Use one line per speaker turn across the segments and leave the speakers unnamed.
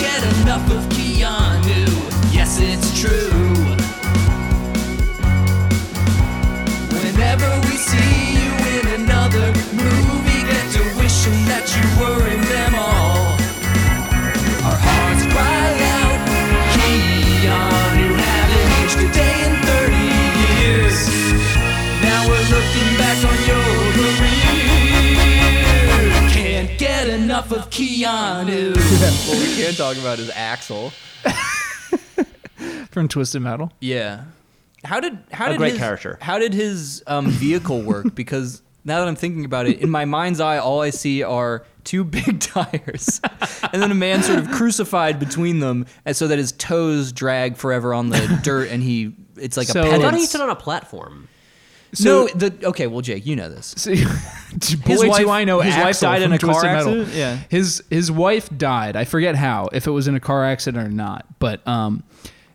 life of Keanu. Yes, it's true. Whenever we see you in another movie, get to wishing that you were in them all. Our hearts cry out, Keanu, haven't aged a day in 30 years. Now we're looking back on your career. Can't get enough of Keanu.
What we can talk about is Axel.
from Twisted Metal.
Yeah. How did how
A
did
great
his,
character.
How did his um, vehicle work? Because now that I'm thinking about it, in my mind's eye, all I see are two big tires, and then a man sort of crucified between them, and so that his toes drag forever on the dirt, and he it's like
So-
a
I
I thought he
penance.
stood on a platform.
no, the okay. Well, Jake, you know this.
So, his
wife-
do I know
his wife
Axl
died in
from
a car
Twisted Metal.
accident? Yeah.
His his wife died. I forget how, if it was in a car accident or not. But um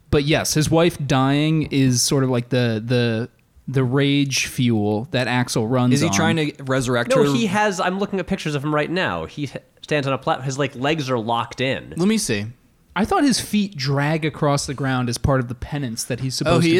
but yes, his wife dying is sort of like the the the rage fuel that Axel runs
Is he
on.
trying to resurrect
No,
her?
he has. I'm looking at pictures of him right now. He h- stands on a platform. His like legs are locked in.
Let me see.
I thought his feet drag across the ground as part of the penance that he's supposed to be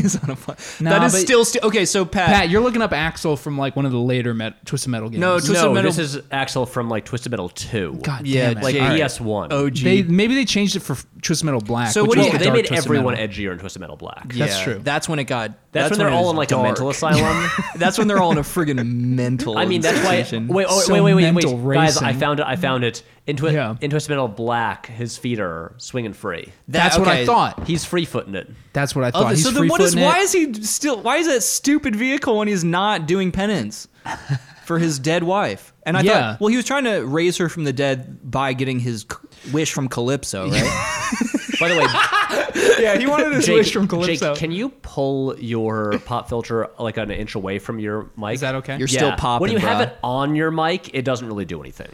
Oh, On a, he's on a pla-
Nah,
that is
but-
still st- okay. So Pat,
Pat, you're looking up Axel from like one of the later met- Twisted Metal games.
No, Twisted
no,
Metal-
this is Axel from like Twisted Metal Two.
God
yeah,
damn it.
like
Jake.
PS1.
OG.
they maybe they changed it for Twisted Metal Black.
So
which
what do
was
you-
the
they
dark
made
Twisted
everywhere
Metal.
edgier in Twisted Metal Black.
Yeah. That's true.
That's when it got.
That's, when they're
it
all
was
in like
dark.
a mental asylum.
That's when they're all in a friggin' mental.
I mean, that's why.
institution.
Wait, oh,
So
wait, wait, wait, wait,
mental
guys! I
racing.
found it. I found it. Into
Yeah.
yeah. into Metal Black. His feet are swinging free.
That-
That's what I
okay.
thought.
He's free footing it.
That's what I
Oh,
thought. He's
so then, what is?
free-footing
Why
it.
is he still? Why is that stupid vehicle when he's not doing penance for his dead wife? And I
Yeah.
thought, well, he was trying to raise her from the dead by getting his c- wish from Calypso, right?
By the way,
Yeah, he wanted his
Jake,
wish from Calypso.
Jake, can you pull your pop filter like an inch away from your mic?
Is that okay?
You're still popping.
When you have
bruh.
it on your mic, it doesn't really do anything.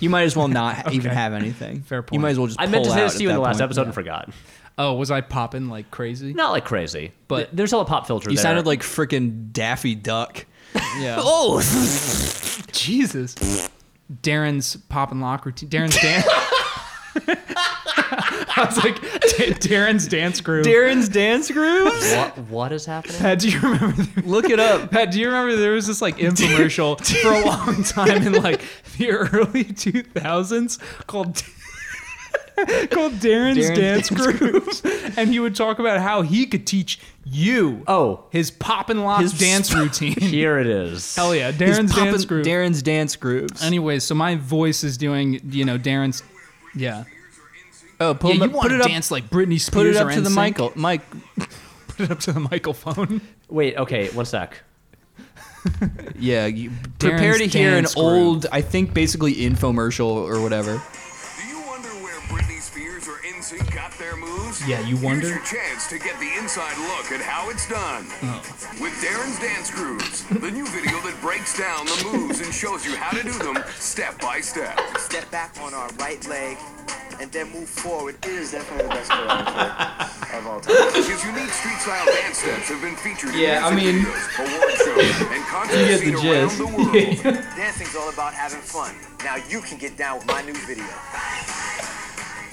you might as well not even have anything.
Fair
You
point.
might as well just.
I meant to
pull
say
out
this
at
to you in
that
the last
point.
episode
Yeah.
and forgot.
oh, was I popping like crazy?
Not like crazy,
But-
but there's still a pop filter.
You
there.
sounded like frickin' Daffy Duck.
Yeah.
Oh,
Jesus. Darren's pop and lock routine. Darren's dance. I was like, "D- Darren's dance group.
Darren's dance grooves.
what, what is happening?
Pat, do you remember? There,
Look it up.
Pat, do you remember there was this like infomercial for a long time in like the early 2000s called called Darren's,
Darren's
dance,
Dance
Grooves, and he would talk about how he could teach you
Oh.
his pop and lock
His
dance routine.
Here it is.
Hell yeah,
He's
Darren's
popping
dance group.
Darren's dance grooves.
Anyway, so my voice is doing, you know, Darren's. Yeah.
oh, pull him up- put it up.
like Britney Spears
put it up to the Michael. Mike.
Put it up to the Michael phone.
Wait, okay, one sec.
Yeah. You prepare to
Darren's
hear an
dance
old, I think, basically infomercial or whatever.
Do you wonder where Britney Spears or NSYNC got their moves?
Yeah, you wonder?
Here's your chance to get the inside look at how it's done.
Oh.
With Darren's Dance Grooves, the new video that breaks down the moves and shows you how to do them step by step.
step back on our right leg and then move forward. It is definitely the best choreography of all time.
His unique street style dance steps have been featured
Yeah, I
in music
mean-
videos, award shows, and concerts
You get the
seen around
gist.
the world.
Dancing's all about having fun. Now you can get down with my new video.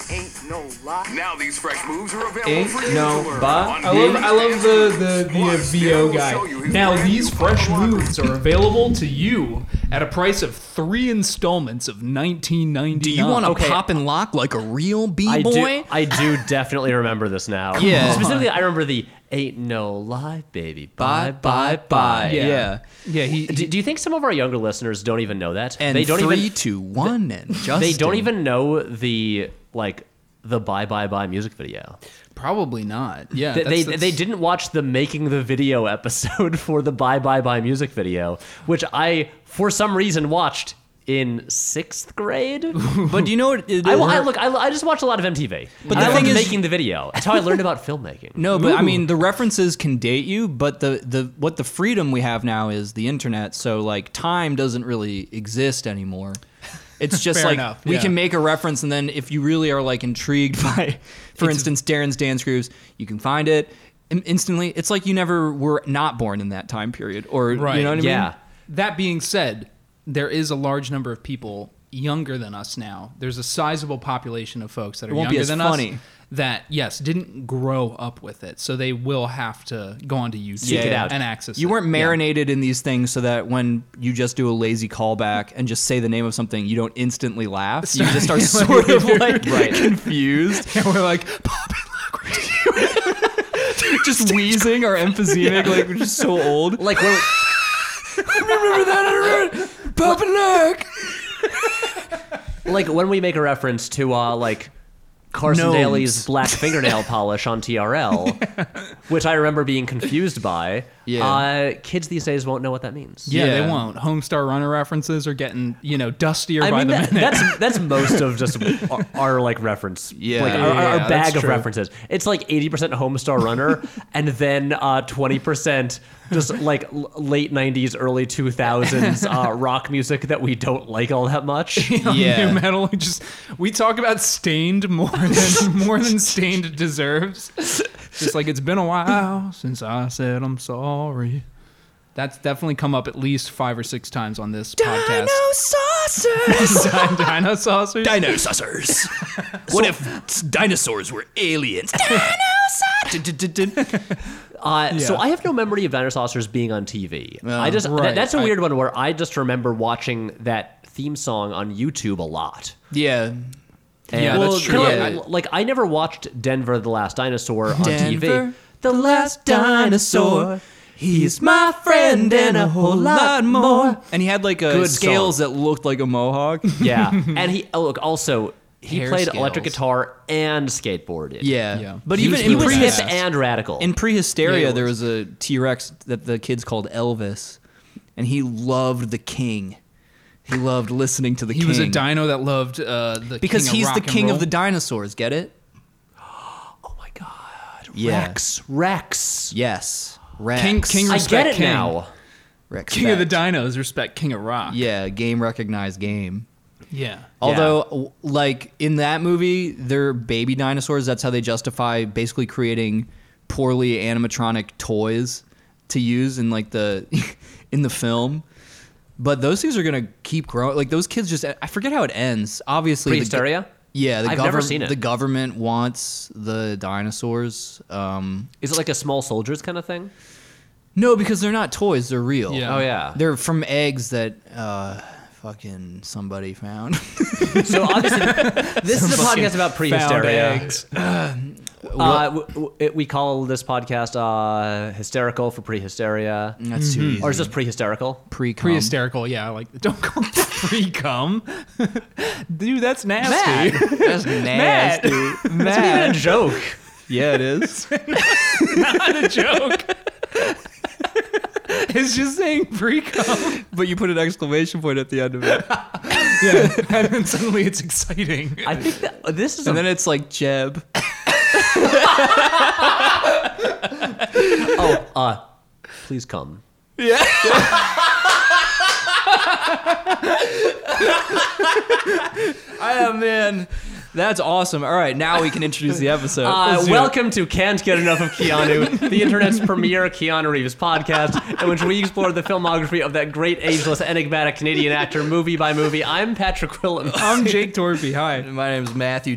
Ain't no lie.
Now these fresh moves are available
Ain't
for you
no
to learn.
buy-
on
I love
Darren's
I love
Dance
the the,
Grooves.
the uh,
Plus, Darren
VO
will show you
guy.
his
Now
brand
these
new
fresh
pop-up
moves are available to you at a price of three installments of nineteen ninety
Do you
nine.
want to
okay.
pop and lock like a real
E
b
I do,
boy?
I do definitely remember this now.
Yeah.
Specifically, I remember the ain't no lie, baby.
Bye bye bye. Yeah.
Yeah. Yeah. He.
Do, do you think some of our younger listeners don't even know that?
And
they don't
three,
even
two, one, and Justin.
they don't even know the like the bye bye bye music video.
Probably not. Yeah.
They-
that's-
they
that's-
they didn't watch the making the video episode for the bye bye bye music video, which I for some reason watched in sixth grade.
But do you know what? it-
I, I
her-
look. I, I just watch a lot of MTV. But
the
I
thing
loved
is-
making the video. That's how I learned about filmmaking.
No, but I mean the references can date you, but the the what the freedom we have now is the internet. So like time doesn't really exist anymore. It's just
Fair
like
enough,
we
yeah.
can make a reference, and then if you really are like intrigued by, for instance, Darren's dance grooves, you can find it in- instantly. It's like you never were not born in that time period, or
Right,
you know what I mean?
yeah.
That being said, there is a large number of people younger than us now. There's a sizable population of folks that are
won't be
younger
as
than
funny.
us that yes didn't grow up with it, so they will have to go onto YouTube
Seek it out.
and access.
You
it.
weren't
Yeah.
marinated in these things so that when you just do a lazy callback and just say the name of something, you don't instantly laugh. You just are sort of like confused.
And we're like,
just wheezing or emphysemic, like we're just so old.
Like when,
Pop and look.
like when we make a reference to uh, like Carson
Gnomes.
Daly's black fingernail polish on TRL, which I remember being confused by.
Yeah.
Uh, kids these days won't know what that means.
yeah,
Yeah.
they won't. Homestar Runner references are getting you know dustier
I
by
mean
the
that,
minute.
that's that's most of just our, our like reference,
Yeah.
like our, our- our
Yeah, that's
bag of
true.
references. It's like eighty percent Homestar Runner, and then uh, twenty percent just like l- late nineties, early two thousands uh, rock music that we don't like all that much.
Yeah.
new metal. We just we talk about stained more than more than stained deserves. Just like it's been a while since I said I'm sorry. That's definitely come up at least five or six times on this podcast.
saucers.
Dino, Dino saucers.
Dinosaurs. what if dinosaurs were aliens? Dinosaurs.
Uh, So
Yeah.
I have no memory of dinosaurs being on TV. I just
right.
that, that's a
I-
weird one where I just remember watching that theme song on YouTube a lot.
yeah.
Yeah, that's true.
kinda
Yeah.
Like, like, I never watched Denver the Last Dinosaur on
Denver,
TV. The last dinosaur.
He's my friend and a whole lot more. And he had like a
Good
scales that looked like a mohawk.
Yeah, and he oh, look also he
Hair
played electric
scales.
guitar and skateboarded.
Yeah.
But
He
even
was
in
he was
pre
hip and radical.
in pre hysteria,
Yeah, he
there was a T Rex that the kids called Elvis, and he loved the King. He loved listening to the
He
King.
was a dino that loved uh, the
because
king of
he's
rock
the
and
king
roll.
of the dinosaurs. Get it?
oh my god,
Yeah.
Rex, Rex.
Yes. Rex.
King- King
I get
Respect
it
king.
now.
Rex
king of the
Beck.
dinos. Respect king of rock.
Yeah, game recognized game.
yeah.
Although, w- like in that movie, they're baby dinosaurs. That's how they justify basically creating poorly animatronic toys to use in like the in the film. But those things are gonna keep growing. Like those kids just, I forget how it ends. Obviously, the go-
Prehysteria?
yeah, the
I've never
govern-
seen it.
The government wants the dinosaurs. Um,
Is it like a small soldiers kind of thing?
no, because they're not toys; they're real.
Yeah.
Oh, yeah.
they're from eggs that uh, fucking somebody found.
So obviously, this is a podcast about
Found
prehysteria.
eggs.
Um,
Uh, w- w- it- we call this podcast uh, hysterical for prehysteria,
That's too easy.
or is this prehysterical?
pre
Pre-hysterical, yeah. Like, don't call it free cum, dude. That's nasty.
That's nasty.
It's not even a joke.
yeah, it is.
a joke. it's just saying free cum.
but you put an exclamation point at the end of it,
Yeah. and then suddenly it's exciting.
I think that oh, this is. A,
and then it's like Jeb.
oh, uh, please come.
Oh man, that's awesome. All right, now we can introduce the episode.
Uh,
Let's do it.
welcome to Can't Get Enough of Keanu, the internet's premier Keanu Reeves podcast, in which we explore the filmography of that great, ageless, enigmatic Canadian actor movie by movie. I'm Patrick Willems.
I'm Jake Torpy. Hi.
My name's Matthew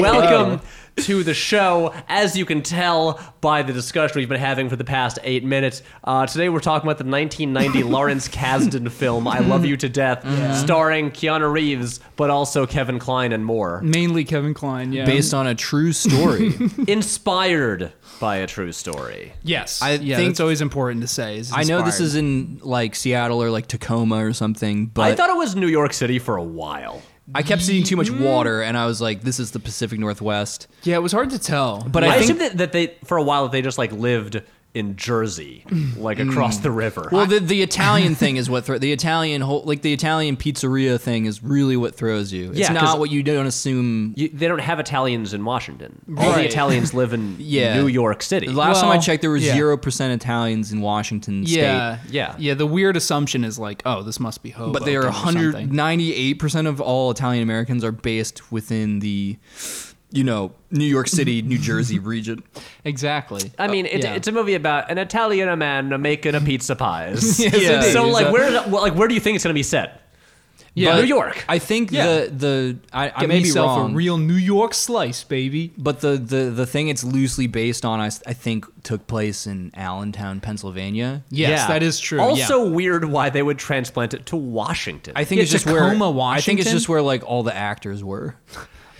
Welcome to the show. As you can tell by the discussion we've been having for the past eight minutes, uh, today we're talking about the 1990 Lawrence Kasdan film "I Love You to Death," starring Keanu Reeves, but also Kevin Kline and more.
Mainly Kevin Klein. Yeah.
Based on a true story.
Inspired by a true story.
yes.
I
yeah,
think-
that's always important to say. is
I know this
inspired.
is in like Seattle or like Tacoma or something, but
I thought it was New York City for a while.
I kept seeing too much water, and I was like, "This is the Pacific Northwest."
Yeah, it was hard to tell.
But
I,
I, think
assume that, that they, for a while, they just like lived in Jersey, like across the river.
Well, the, the Italian thing is what thro- the Italian whole like the Italian pizzeria thing is really what throws you. It's
Yeah, 'cause-
not what you don't assume.
You, they don't have Italians in Washington. All the
Right.
Italians live in
Yeah.
New York City.
The last time I
Well,
checked, there were
yeah.
zero percent Italians in Washington
yeah,
state,
Yeah.
yeah. The weird assumption is like, oh, this must be hope.
but there are 198 percent of all Italian Americans are based within the, you know, New York City, New Jersey region.
Exactly.
I mean, it's,
Uh, yeah.
it's a movie about an Italian man making a pizza pies.
Yes, it
Yeah.
is.
So like,
Uh,
where well, like where do you think it's gonna be set?
Yeah.
But
New York.
I think
Yeah.
the the I, I
Get
may be
myself
wrong,
a real New York slice, baby.
but the, the the thing it's loosely based on, I, s- I think, took place in Allentown, Pennsylvania.
Yes, that is true.
Also weird why they would transplant it to Washington.
I think
Yeah,
it's just
Tacoma,
where I think it's
Washington?
just where like all the actors were.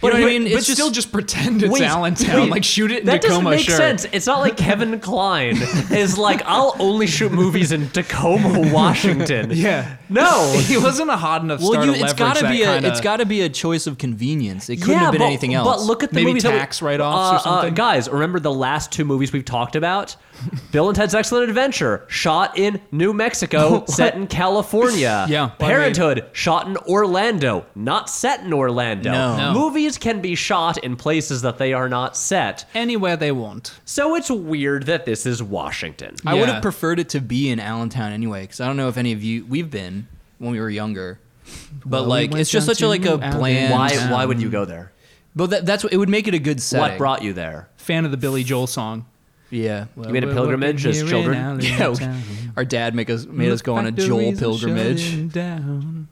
But,
you know what I
but-
mean?
but
It's just-
still just pretend it's Allentown.
wait,
like shoot it in
that
Tacoma,
doesn't make
sure.
sense. It's not like Kevin Klein is like, I'll only shoot movies in Tacoma, Washington.
Yeah.
No.
He wasn't a hot enough star
Well,
to
you, it's
leverage
got to
that
be a
kinda-
it's got to be a choice of convenience. It couldn't
yeah,
have been
but,
anything else.
But look at the
Maybe
movies that we-
tax write-offs or
Uh, uh,
something?
guys, remember the last two movies we've talked about? Bill and Ted's Excellent Adventure, shot in New Mexico, set in California.
Yeah.
Parenthood, shot in Orlando, not set in Orlando.
No.
No.
Movies can be shot in places that they are not set.
anywhere they want.
So it's weird that this is Washington.
I would
Yeah.
have preferred it to be in Allentown anyway, because I don't know if any of you we've been when we were younger, but
Well, we
like
went
it's just
down
such a like
to
a bland.
Why,
Um,
why would you go there?
But that, that's what it would make it a good setting.
What brought you there?
Fan of the Billy Joel song.
Yeah, well,
You made a
We're
pilgrimage
walking
as
here in
children?
Allentown.
our dad make us made us go on a
Factories
Joel
are
pilgrimage.
shutting down.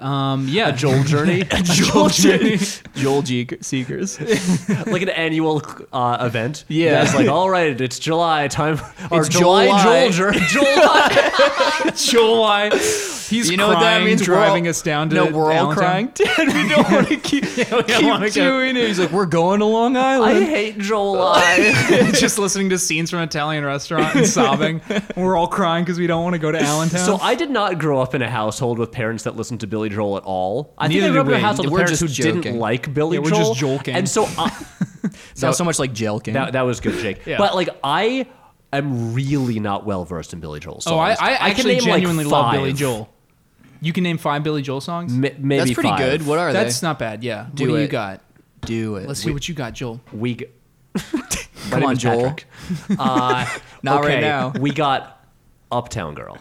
Um, yeah, a Joel
journey, a Joel journey, Joel Jeek- seekers.
like an annual uh, event.
Yeah.
That's like, all right, it's July time. Or
It's
July,
July.
Joel journey. July.
Joel. He's
You know what that
crying,
means? We're all-
Driving us down to
no, we're all
Allentown.
crying. Dad, we don't want to keep,
wanna
keep
go.
doing it. He's like, we're going to Long
I
Island.
hate July.
just listening to scenes from an Italian restaurant and sobbing. We're all crying because we don't want to go to Allentown.
so I did not grow up in a household with parents that listened to Billy Joel at all. I
Neither
think I grew
did
up in a
we.
household with
We're
parents who
just
didn't
joking.
like Billy
Yeah, we're
Joel.
just joking.
And so I,
Sounds so much like Jelkin.
that, that was good, Jake.
Yeah.
But like I am really not well versed in Billy Joel songs.
oh, I, I
can
actually
name, like,
genuinely love
five.
Billy Joel. You can name five Billy Joel songs.
Ma- maybe
That's pretty
five.
good. What are
That's
they?
not bad. Yeah.
Do
what do you
it.
got?
Do it.
Let's see what you got, Joel.
We. G- My
Come
name
on,
is
Joel.
Patrick. Uh,
Not right
okay,
now.
We got Uptown Girl.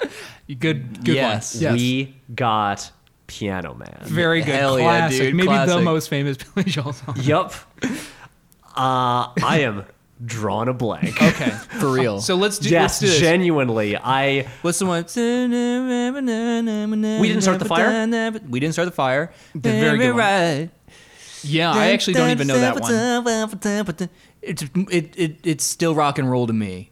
Good. Good
Yes.
one. Yes.
We got Piano Man.
Very good.
Hell yeah,
classic.
dude,
Maybe the
classic.
most famous Billy Joel song.
yup. Uh, I am drawn a blank.
Okay.
for real.
So let's do.
Yes,
let's do this.
genuinely. I
What's the one? We
didn't start the fire?
We didn't start the fire.
very good one.
Right.
yeah, I actually don't even know that one.
It's it, it it's still rock and roll to me.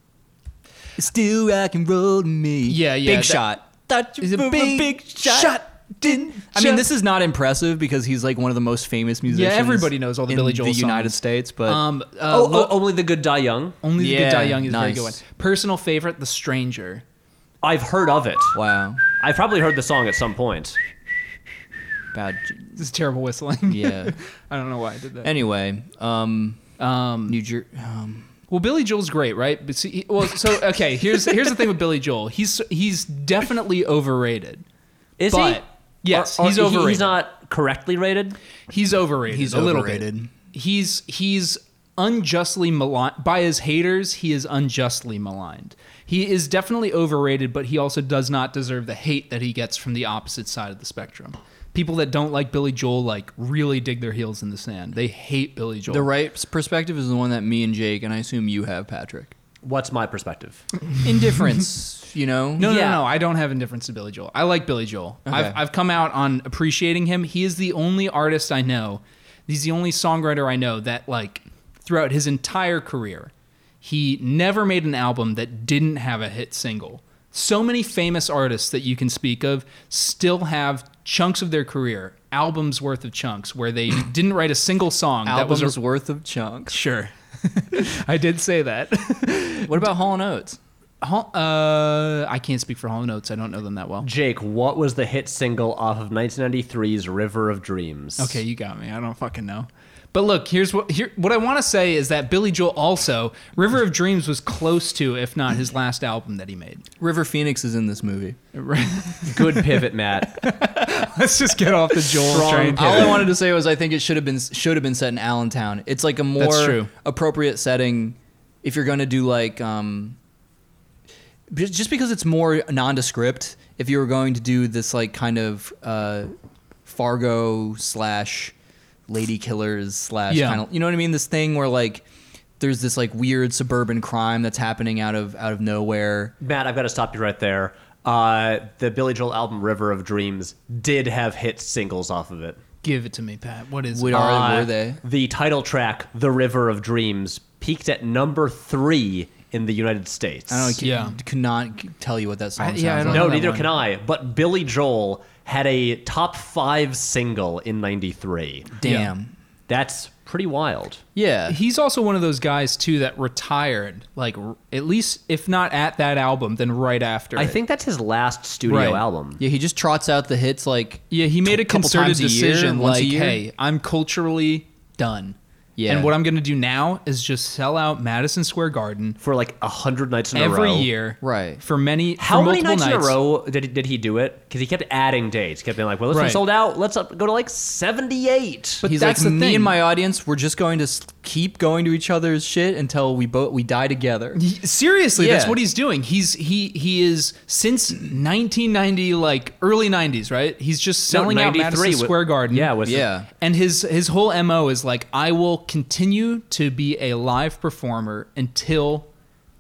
It's still rock and roll to me.
Yeah, yeah,
Big
that-
shot. Thought you
It's a
were
big shot.
Didn't. I mean, this is not impressive because he's like one of the most famous musicians.
everybody knows all the
in
Billy Joel
the
songs.
United States, but
Um, uh,
oh,
lo-
oh, only the good die young.
only the good die
yeah,
young is a very good one.
nice.
Personal favorite, The Stranger.
I've heard of it.
wow,
I've probably heard the song at some point.
bad.
This is terrible whistling.
Yeah.
I don't know why I did that.
Anyway, um, um, New Jersey. Um,
Well, Billy Joel's great, right? But see, he- well, so okay. Here's here's the thing with Billy Joel. He's he's definitely overrated.
Is
but
he?
yes,
Or- or
he's
he-
overrated.
He's not correctly rated.
He's overrated.
He's
a little
overrated.
bit. He's he's unjustly maligned by his haters. He is unjustly maligned. He is definitely overrated, but he also does not deserve the hate that he gets from the opposite side of the spectrum. People that don't like Billy Joel like really dig their heels in the sand. They hate Billy Joel.
the right perspective is the one that me and Jake, and I assume you have, Patrick.
What's my perspective?
Indifference, you know.
No,
Yeah.
no, no. I don't have indifference to Billy Joel. I like Billy Joel. I've,
Okay.
I've come out on appreciating him. He is the only artist I know. He's the only songwriter I know that, like, throughout his entire career, he never made an album that didn't have a hit single. So many famous artists that you can speak of still have chunks of their career, albums worth of chunks, where they didn't write a single song
albums
that was a,
worth of chunks.
sure. I did say that.
What about Hall and Oates?
Hol- uh, I can't speak for Hall Notes. I don't know them that well.
Jake, what was the hit single off of 1993's River of Dreams?
Okay, you got me. I don't fucking know. But look, here's what here what I want to say is that Billy Joel also River of Dreams was close to, if not his last album that he made.
River Phoenix is in this movie.
Good pivot, Matt.
Let's just get off the Joel train.
All I wanted to say was I think it should have been should have been set in Allentown. It's like a more
true.
appropriate setting if you're going to do like um ju- just because it's more nondescript. If you were going to do this like kind of uh, Fargo slash Lady Killers slash
Yeah.
kind of you know what I mean? This thing where like there's this like weird suburban crime that's happening out of out of nowhere.
Matt, I've got to stop you right there. uh, the Billy Joel album River of Dreams did have hit singles off of it.
Give it to me, Pat. What is
Would
it?
our-
Uh,
were they?
The title track, The River of Dreams, peaked at number three in the United States.
I don't know, I can,
Yeah.
could not g- tell you what that song
I-
sounds
yeah, I don't
like.
No,
that
neither
one.
can I. But Billy Joel had a top five single in '93.
Damn.
That's pretty wild.
Yeah.
He's also one of those guys too that retired, like r- at least if not at that album, then right after.
I
it.
think that's his last studio
Right.
album.
Yeah, he just trots out the hits like
Yeah, he made a
couple
concerted
times a year,
decision
once a
like,
year.
hey, I'm culturally done.
Yeah.
And what I'm going to do now is just sell out Madison Square Garden
For like a hundred nights in a
every
row.
year.
Right.
For many for
How many
multiple
nights, in a row did, did he do it? Because he kept adding dates. Kept being like, well, this one
Right.
sold out. Let's up, go to like 78.
But
he's like
that's the
me
thing.
and my audience. We're just going to s- keep going to each other's shit until we both we die together.
Y- Seriously, that's
Yeah.
what he's doing. He's he he is since 1990 like early 90s, right? He's just
No,
selling out
93
Madison
wa-
Square Garden.
Yeah, was
Yeah.
And his his whole MO is like I will continue to be a live performer until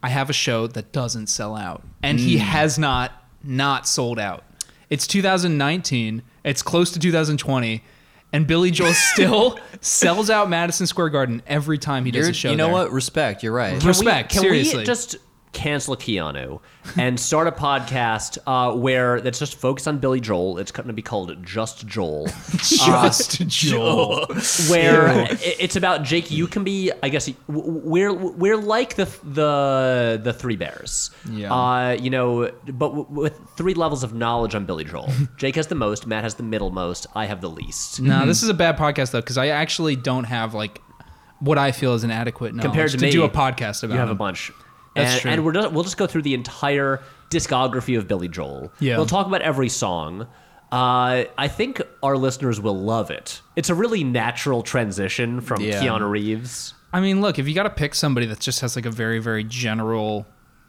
I have a show that doesn't sell out. And he
Mm.
has not not sold out. It's 2019, it's close to 2020, and Billy Joel still sells out Madison Square Garden every time he does
You're-
a show.
you know
there.
what? Respect. You're right.
Res- respect,
Can
seriously.
we just cancel Keanu and start a podcast uh, where that's just focused on Billy Joel? It's going to be called Just Joel.
Just Joel.
where i- it's about Jake. You can be, I guess, w- w- we're we're like the the the Three Bears.
Yeah.
Uh, you know, but w- with three levels of knowledge on Billy Joel. Jake has the most. Matt has the middlemost. I have the least.
No, this is a bad podcast though because I actually don't have like what I feel is an adequate knowledge
Compared to me,
do a podcast about.
You have a
him.
bunch.
Um, That's
and,
true.
And we're just, we'll just go through the entire discography of Billy Joel.
Yeah.
We'll talk about every song. Uh, I think our listeners will love it. It's a really natural transition from
Yeah.
Keanu Reeves.
I mean, look, if you got to pick somebody that just has like a very very general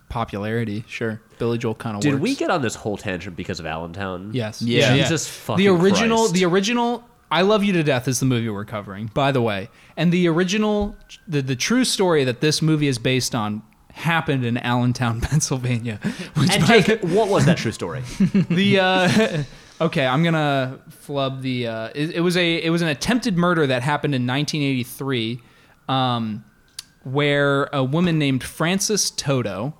popularity, sure, Billy Joel kind of.
Did
works.
we get on this whole tangent because of Allentown?
Yes.
Yeah.
Jesus fucking
The original.
Christ.
The original. I love you to death is the movie we're covering, by the way, and the original, the the true story that this movie is based on happened in Allentown, Pennsylvania. Which
And
by
Jake, what was that true story?
the uh, okay i'm gonna flub the uh, it, it was a it was an attempted murder that happened in 1983 um, where a woman named frances toto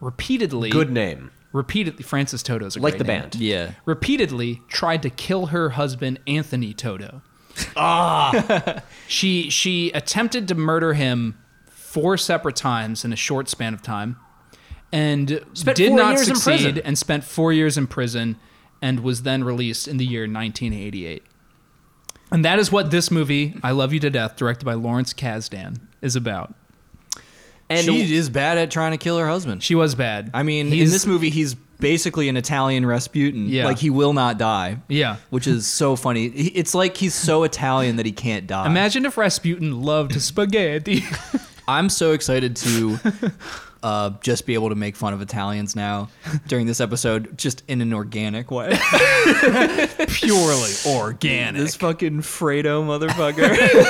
repeatedly
Good name.
repeatedly frances toto's a
Like
great
the
name.
band.
yeah.
repeatedly tried to kill her husband Anthony Toto. Ah. she she attempted to murder him four separate times in a short span of time and
Spent
did
four
not
years in
succeed
prison.
and spent 4 years in prison and was then released in the year 1988. And that is what this movie I Love You to Death directed by Lawrence Kasdan is about.
And
she is bad at trying to kill her husband.
She was bad.
I mean, in
He's-
this movie, he's basically an Italian Rasputin.
Yeah.
Like he will not die.
Yeah.
Which is so funny. He- It's like he's so Italian that he can't die.
imagine if Rasputin loved spaghetti.
I'm so excited to uh, just be able to make fun of Italians now during this episode, just in an organic way.
Purely organic.
this fucking Fredo motherfucker.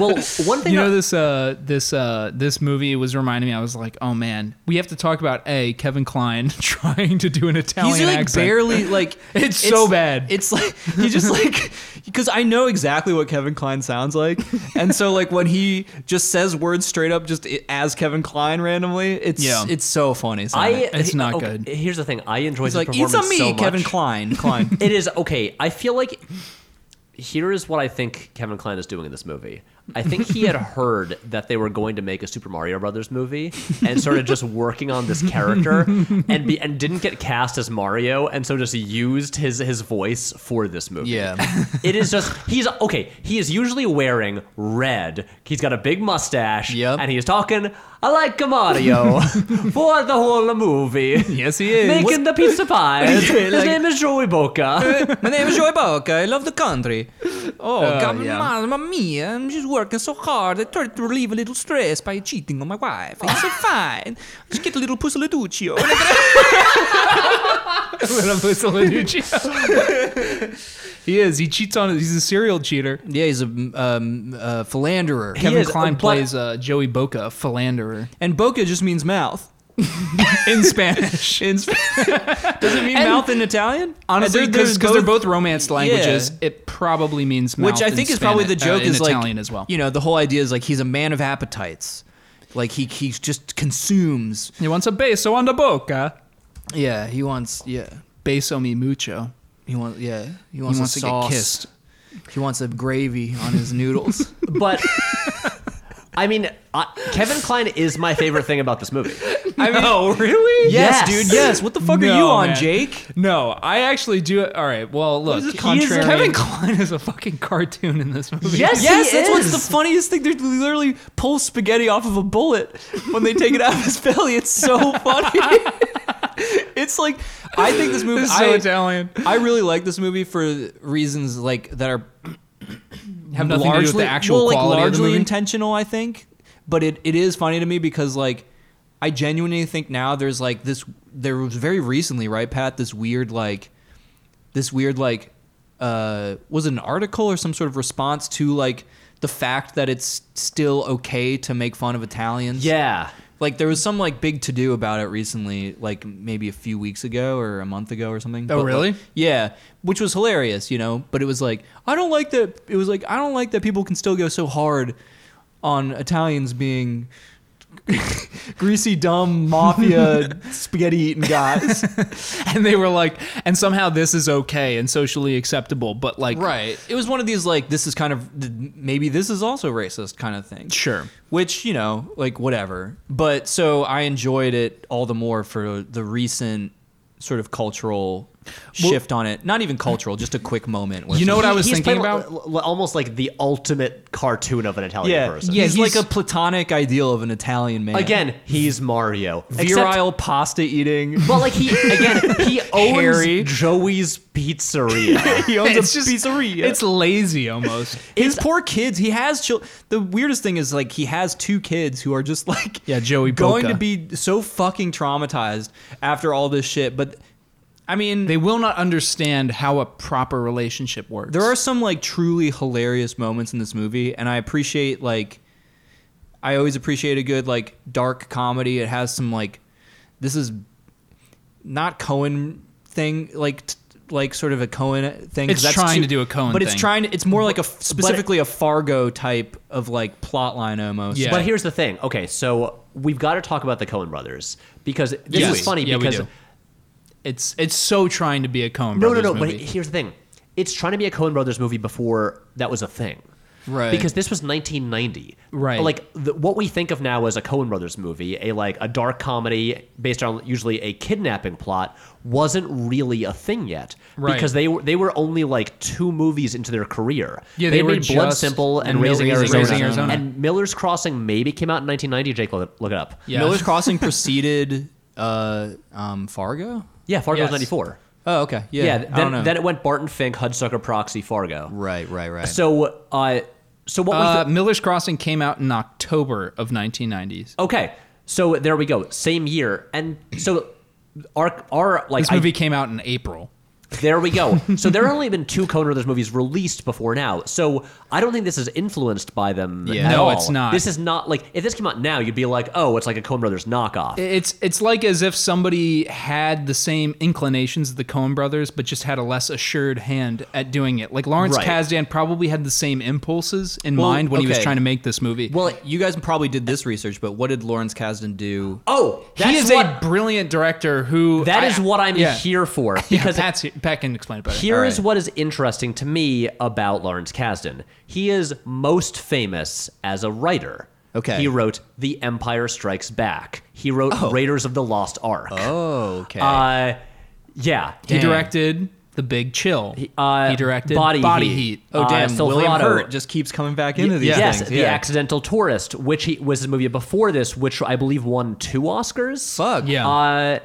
well, one thing
you know
I-
this uh this uh this movie was reminding me i was like oh man we have to talk about a kevin klein trying to do an italian
He's like
accent
barely like
It's so bad.
It's like he just like because I know exactly what Kevin Klein sounds like, and so like when he just says words straight up, just i- as Kevin Klein randomly, it's
Yeah.
it's so funny. So
I,
It's not
okay,
good.
Here's the thing. I enjoyed
it's
the
like it's
performance
a me,
so much.
Kevin Klein. Klein.
It is okay. I feel like here is what I think Kevin Klein is doing in this movie. I think he had heard that they were going to make a Super Mario Brothers movie and started just working on this character and be, and didn't get cast as Mario and so just used his his voice for this movie.
yeah.
It is just he's okay, he is usually wearing red. He's got a big mustache
Yep.
and he's talking I like a Mario for the whole movie.
yes he is
Making the pizza pies. His
like-
name is Joey Boca.
My name is Joy Boca. I love the country. Oh, God,
yeah.
mamma mia. I'm just working so hard. I tried to relieve a little stress by cheating on my wife. It's so fine. Just get a little pusoladuccio.
he is he cheats on he's a serial cheater
yeah, he's a um, uh, philanderer.
kevin
is,
klein
but-
plays uh, joey boca a philanderer
And Boca just means mouth.
in Spanish.
In Sp- Does it mean
And-
mouth in Italian?
Honestly,
They're-
because
they're
they're, both romance languages,
Yeah.
it probably means mouth
which I
in
think is probably the
Spanish-
joke
uh, in
is like
Italian as well.
You know, the whole idea is like he's a man of appetites. Like he he just consumes.
He wants a beso on the boca.
Yeah, he wants yeah.
Beso mi mucho.
He wants yeah. He
He
wants,
wants to
a sauce.
get kissed.
He wants a gravy on his noodles.
But I mean, I, Kevin Klein is my favorite thing about this movie.
I mean, oh, really?
yes,
Yes.
dude. Yes. What the fuck are
No,
you on,
man.
Jake?
No, I actually do. All right. Well, look.
is
he
this
is-
contrarian?
Kevin Klein is a fucking cartoon in this movie.
Yes,
Yes,
he
that's what's
is.
the funniest thing. They literally pull spaghetti off of a bullet when they take it out of his belly. It's so funny. it's like I think this movie.
This is so
I,
Italian.
I really like this movie for reasons like that are
Have nothing to do with the actual
well, like
quality
largely
of the movie.
intentional, I think. But it, it is funny to me because like I genuinely think now there's like this there was very recently, right, Pat, this weird like this weird like uh was it an article or some sort of response to like the fact that it's still okay to make fun of Italians.
Yeah.
Like there was some like big to do about it recently, like maybe a few weeks ago or a month ago or something.
Oh,
But,
really?
like, yeah, which was hilarious, you know. But it was like I don't like that. It was like I don't like that people can still go so hard on Italians being greasy, dumb mafia spaghetti eating guys.
and they were like, and somehow this is okay and socially acceptable, but like,
right. It was one of these like this is kind of maybe this is also racist kind of thing.
Sure.
which you know like whatever but so i enjoyed it all the more for the recent sort of cultural shift on it not even cultural just a quick moment where
You know what I was
He's
thinking
played
about?
l- l- almost like the ultimate cartoon of an Italian
yeah,
person.
yeah he's,
He's-
like a platonic ideal of an italian man
Again, he's Mario. Except-
virile pasta eating
But like he again, he owns
Harry.
Joey's pizzeria.
he owns
It's
a
just-
pizzeria
It's lazy almost.
his poor kids he has chil- the weirdest thing is like he has two kids who are just like
Yeah, Joey
going
Boca.
to be so fucking traumatized after all this shit but i mean
they will not understand how a proper relationship works.
There are some like truly hilarious moments in this movie, and I appreciate like I always appreciate a good like dark comedy. It has some like this is not Cohen thing like t- like sort of a Cohen thing. 'cause
It's
that's
trying
too-
to do a Coen
but it's
thing.
trying. To, it's more like a f- specifically a Fargo type of like plot line almost.
Yeah.
But
But here's the thing. Okay, so we've got to talk about the Cohen brothers because this
Yes.
is funny
Yeah, we
because
do. It's it's so trying to be a Coen
no, no,
Brothers
no.
movie.
But here's the thing. It's trying to be a Cohen brothers movie before that was a thing.
Right.
Because this was 1990.
Right.
Like the, what we think of now as a Cohen brothers movie, a like a dark comedy based on usually a kidnapping plot, wasn't really a thing yet.
Right.
Because they were they were only like two movies into their career.
Yeah,
they,
they were
made Blood
just-
Simple and,
and
Raising,
Raising
Arizona.
Arizona.
And Miller's Crossing maybe came out in 1990. Jake, look, look it up.
yeah.
Miller's Crossing preceded uh, um, Fargo.
Yeah, Fargo
Yes.
was 94.
Oh, okay. Yeah.
Yeah,
I don't
then,
know.
then it went Barton Fink, Hudsucker Proxy, Fargo.
right. Right. Right.
So, uh, so what we
uh,
th-
Miller's Crossing came out in October of 1990s.
okay? So there we go. Same year, and so our our like
This
I-
movie came out in April.
there we go. so there have only been two Coen Brothers movies released before now. So I don't think this is influenced by them.
Yeah.
at
No,
all.
it's not.
This is not like if this came out now, you'd be like, oh, it's like a Coen Brothers knockoff.
It's it's like as if somebody had the same inclinations as the Coen brothers, but just had a less assured hand at doing it. Like Lawrence
Right.
Kasdan probably had the same impulses in
Well,
mind when he was
okay.
trying to make this movie.
well, you guys probably did this research, but what did Lawrence Kasdan do?
oh, that's
he is
what,
a brilliant director who
that is what I'm
yeah.
here for
Yeah,
because
Pat's here- Pat can explain it better.
Here is
right.
what is interesting to me about Lawrence Kasdan. He is most famous as a writer.
Okay.
He wrote The Empire Strikes Back. He wrote Raiders of the Lost Ark.
Oh, okay.
Uh, yeah.
he
Damn.
directed The Big Chill. He,
uh,
directed
Body Heat.
Heat.
Oh
Uh,
damn!
Silverado.
William Hurt just keeps coming back into these
yes,
things.
The Accidental Tourist, which he, was his movie before this, which I believe won two Oscars.
Fuck.
Yeah.
Uh,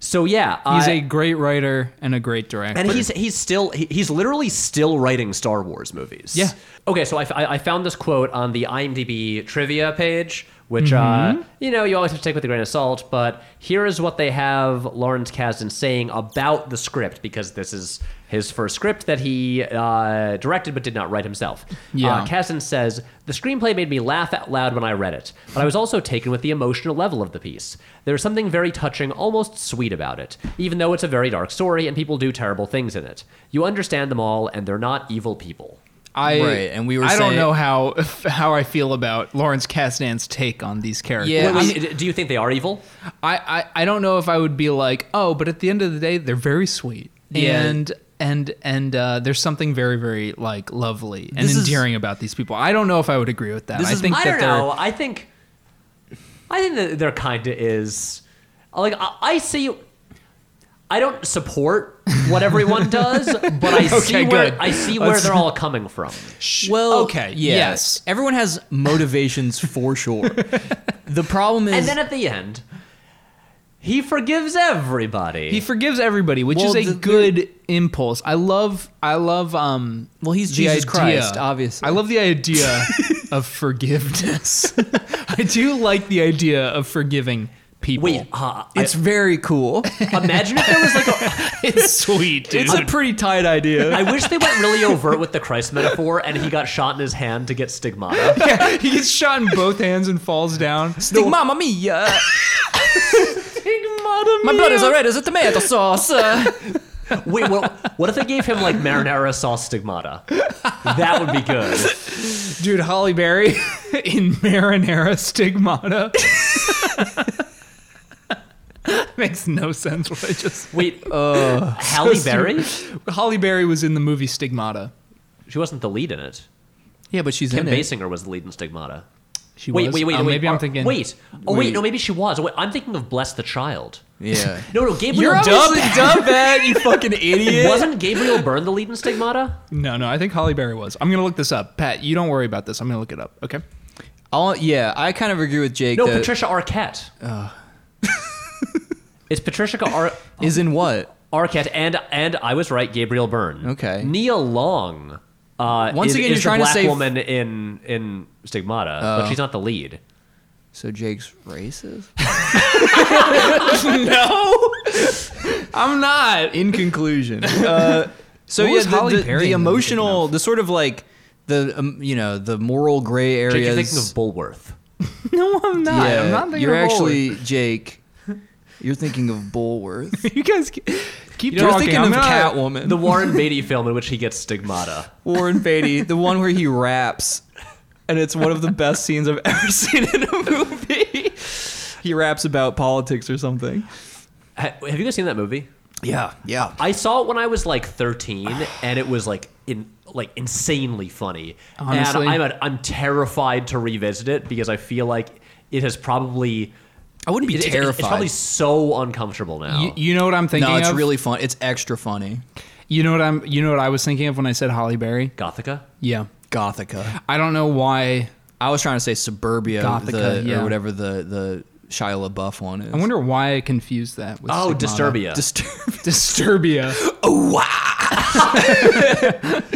so yeah,
He's
uh,
a great writer and a great director.
And he's he's still he- he's literally still writing Star Wars movies.
Yeah.
Okay, so I, f- I- I found this quote on the IMDb trivia page, which uh, you know you always have to take with a grain of salt. But here is what they have Lawrence Kasdan saying about the script because this is his first script that he uh, directed but did not write himself.
Yeah.
Uh, Kasdan says the screenplay made me laugh out loud when I read it, but I was also taken with the emotional level of the piece. There is something very touching, almost sweet about it, even though it's a very dark story and people do terrible things in it. You understand them all, and they're not evil people.
I
Right, and we were
I don't
saying-
know how how I feel about Lawrence Kasdan's take on these characters.
Yeah,
Wait, wait, do you think they are evil?
I, I I don't know if I would be like, oh, but at the end of the day, they're very sweet.
Yeah.
And and and uh, there's something very very like lovely and
This is-
endearing about these people. I don't know if I would agree with that.
This
I
is-
think
I
that
don't
they're
know. I think, I think that there kind of is. Like I, I see, I don't support what everyone does, but I see
Okay,
where
good.
I see where
Let's-
they're all coming from.
Well,
okay,
yeah.
yes.
Everyone has motivations for sure. The problem is
And then at the end, he forgives everybody.
he forgives everybody, which
Well,
is a
the-
good impulse. I love I love um
well, he's
the
Jesus
idea-
Christ, obviously.
I love the idea of forgiveness. I do like the idea of forgiving people.
Wait, uh, I-
it's very cool.
imagine if there was like a.
it's sweet, dude.
it's a pretty tight idea.
I wish they went really overt with the Christ metaphor, and he got shot in his hand to get stigmata.
yeah, he gets shot in both hands and falls down.
Stig mamma mia. My blood is already as a tomato sauce. uh.
Wait, what, what if they gave him like marinara sauce stigmata? That would be good.
Dude, Holly Berry in Marinara Stigmata. Makes no sense what I just.
Wait, Halle Berry?
Holly Berry was in the movie Stigmata.
She wasn't the lead in it.
yeah, but she's
Kim
in it.
Basinger was the lead in Stigmata.
She
Wait,
was.
wait, wait,
Uh,
wait.
Maybe I'm
uh,
thinking.
Wait. Oh, wait.
Wait.
No, maybe she was. Wait, I'm thinking of Bless the Child.
Yeah.
No, no. Gabriel.
You're
Byrne-
obviously dumb, bad, you fucking idiot.
Wasn't Gabriel Byrne the lead in Stigmata?
No, no, I think Holly Berry was. I'm gonna look this up. Pat, you don't worry about this. I'm gonna look it up. Okay.
I'll, yeah, I kind of agree with Jake.
No,
that-
Patricia Arquette. it's Patricia Ar-
is in what?
Arquette, and and I was right. Gabriel Byrne.
Okay.
Nia Long. Uh,
Once
is-
again,
is
you're trying
the
to Oh.
black
say-
woman in in Stigmata, but she's not the lead.
So Jake's racist?
No, I'm not.
in conclusion, uh, so
What
yeah,
was
the,
Holly
the,
Berry
the
in the movie
emotional, the sort of like the um, you know the moral gray areas.
Jake, you're thinking of Bulworth.
No, I'm not.
yeah,
I'm not thinking
you're
of
actually Jake. You're thinking of Bulworth.
Bulworth. You guys ke- keep
You're
talking.
thinking
I'm
of
not-
Catwoman,
The
the
Warren Beatty film in which he gets Stigmata.
Warren Beatty, the one where he raps, and it's one of the best scenes I've ever seen in a movie. he raps about politics or something.
Ha- Have you guys seen that movie?
Yeah, yeah.
I saw it when I was like 13, and it was like in like insanely funny.
Honestly.
and I'm a, I'm terrified to revisit it because I feel like it has probably
I wouldn't be
it- it's-
terrified.
It's probably so uncomfortable now.
You, you know what I'm thinking
no, it's
of?
really fun. It's extra funny.
You know what I'm. You know what I was thinking of when I said Holly Berry.
Gothica.
Yeah.
Gothica.
I don't know why.
I was trying to say Suburbia,
Gothica,
the,
yeah.
or whatever the the Shia LaBeouf one is.
I wonder why I confused that with.
Oh,
Stigmata.
Disturbia.
Disturbed.
Disturbia.
Oh wow.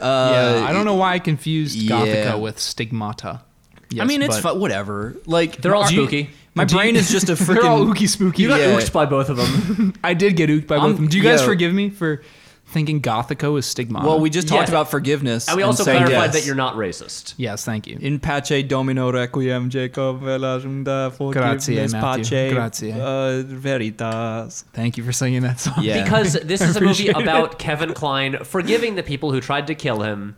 yeah. I don't know why I confused
yeah.
Gothica with Stigmata. Yes,
I mean, it's
but-
fun. Whatever. Like
They're all
do you-
spooky.
My brain is just a
They're all
freaking.
ooky spooky.
you got
yeah.
ooked by both of them.
I did get ooked by both
I'm-
of them. Do you guys
yo.
forgive me for thinking Gothica was Stigmata?
well, we just talked
Yeah.
about forgiveness,
and we also
saying
clarified
yes.
that you're not racist.
Yes, thank you.
In pace domino requiem Jacob velazum da forgiveness
Grazie, Matthew.
pace
Grazie.
uh, veritas.
Thank you for singing that song.
Yeah.
Because this is a movie
appreciate it.
about Kevin Klein forgiving the people who tried to kill him.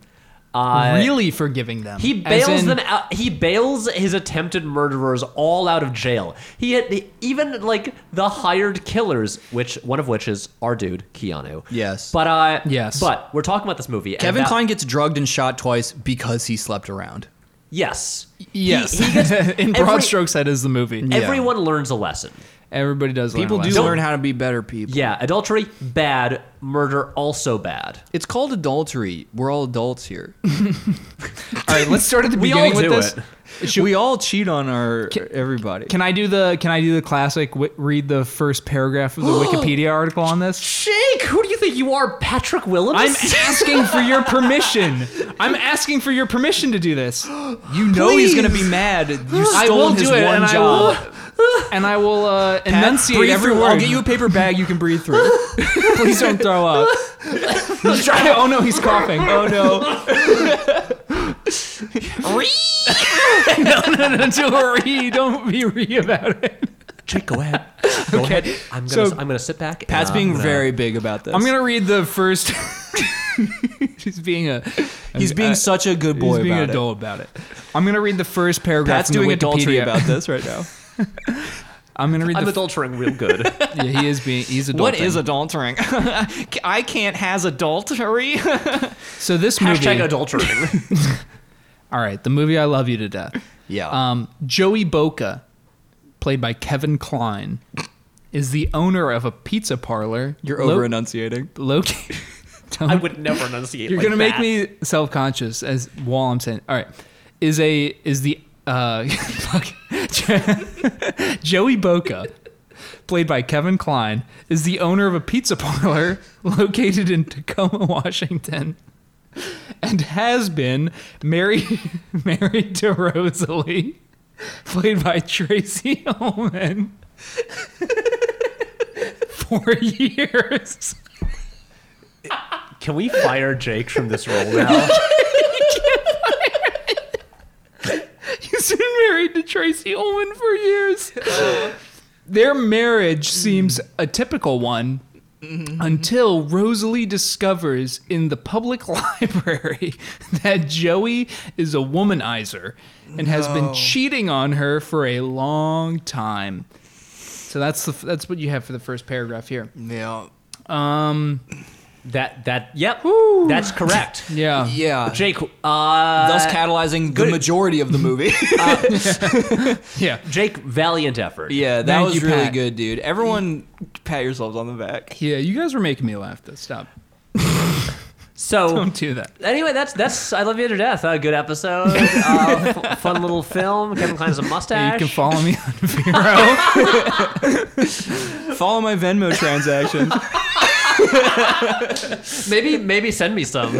Uh,
really forgiving them.
He
As
bails
in-
them out. He bails his attempted murderers all out of jail. He had the, even like the hired killers, which one of which is our dude Keanu.
Yes.
But uh.
Yes.
But we're talking about this movie. and
Kevin
that-
Klein gets drugged and shot twice because he slept around.
Yes.
Yes.
He- he gets-
in
every-
broad strokes, that is the movie.
Yeah.
Everyone learns a lesson.
Everybody does.
People
learn a
do
lesson.
learn how to be better people.
Yeah, adultery bad, murder also bad.
It's called adultery. We're all adults here.
All right, let's start at the
We
beginning
all
with
do
this.
it.
we all cheat on our everybody.
Can I do the Can I do the classic? Wi- read the first paragraph of the Wikipedia article on this.
Jake, who do you think you are, Patrick Willems?
I'm asking for your permission. I'm asking for your permission to do this.
you know he's gonna be
Please.
mad. You
I
stole
will
his
do it,
one
and I
job.
will. And I will uh, enunciate
Breathe
every
through-
word.
I'll get you a paper bag you can breathe through.
Please don't throw up. He's trying to- oh no, he's coughing. Oh no. no, no, no, do a re. Don't be re about it.
Jake, go ahead. Go ahead. I'm gonna,
So-
I'm gonna sit back. and uh,
Pat's
I'm
being
gonna-
very big about this.
I'm gonna read the first. he's being a.
He's being
I-
such a good boy
he's being
about it.
adult about it. I'm gonna read the first paragraph.
Pat's
from the
doing adultery
Wikipedia.
about this right now.
I'm gonna read
I'm
the.
adultering real good.
yeah, he is being. He's adulting.
What is adultering? I can't has adultery.
So this movie.
Hashtag adultering.
all right, the movie I love you to death.
yeah.
Um, Joey Boca, played by Kevin Klein, is the owner of a pizza parlor.
You're
lo-
over enunciating.
Located.
I would never enunciate.
You're
like
gonna make
that.
me self conscious as while I'm saying. All right, is a is the uh, fuck. Jo- Joey Boca, played by Kevin Klein, is the owner of a pizza parlor located in Tacoma, Washington, and has been married married to Rosalie, played by Tracy Ullman, for years.
Can we fire Jake from this role now?
He's been married to Tracy Ullman for years. Their marriage seems a typical one until Rosalie discovers in the public library that Joey is a womanizer and has been cheating on her for a long time. So that's the f- that's what you have for the first paragraph here.
Yeah.
that that yep. That's correct.
Yeah.
Yeah.
Jake, uh,
Thus catalyzing the majority of the movie.
Yeah.
Jake, valiant effort.
yeah, that
Thank
was
you,
really
Pat.
good, dude. Everyone, pat yourselves on the back.
Yeah, you guys were making me laugh though. Stop.
So
Don't do that.
Anyway, that's that's I love you to death. Uh, good episode, uh, f- fun little film. Kevin Klein has a
Yeah,
mustache.
you can follow me on
Follow my Venmo transactions.
maybe maybe send me some. Um.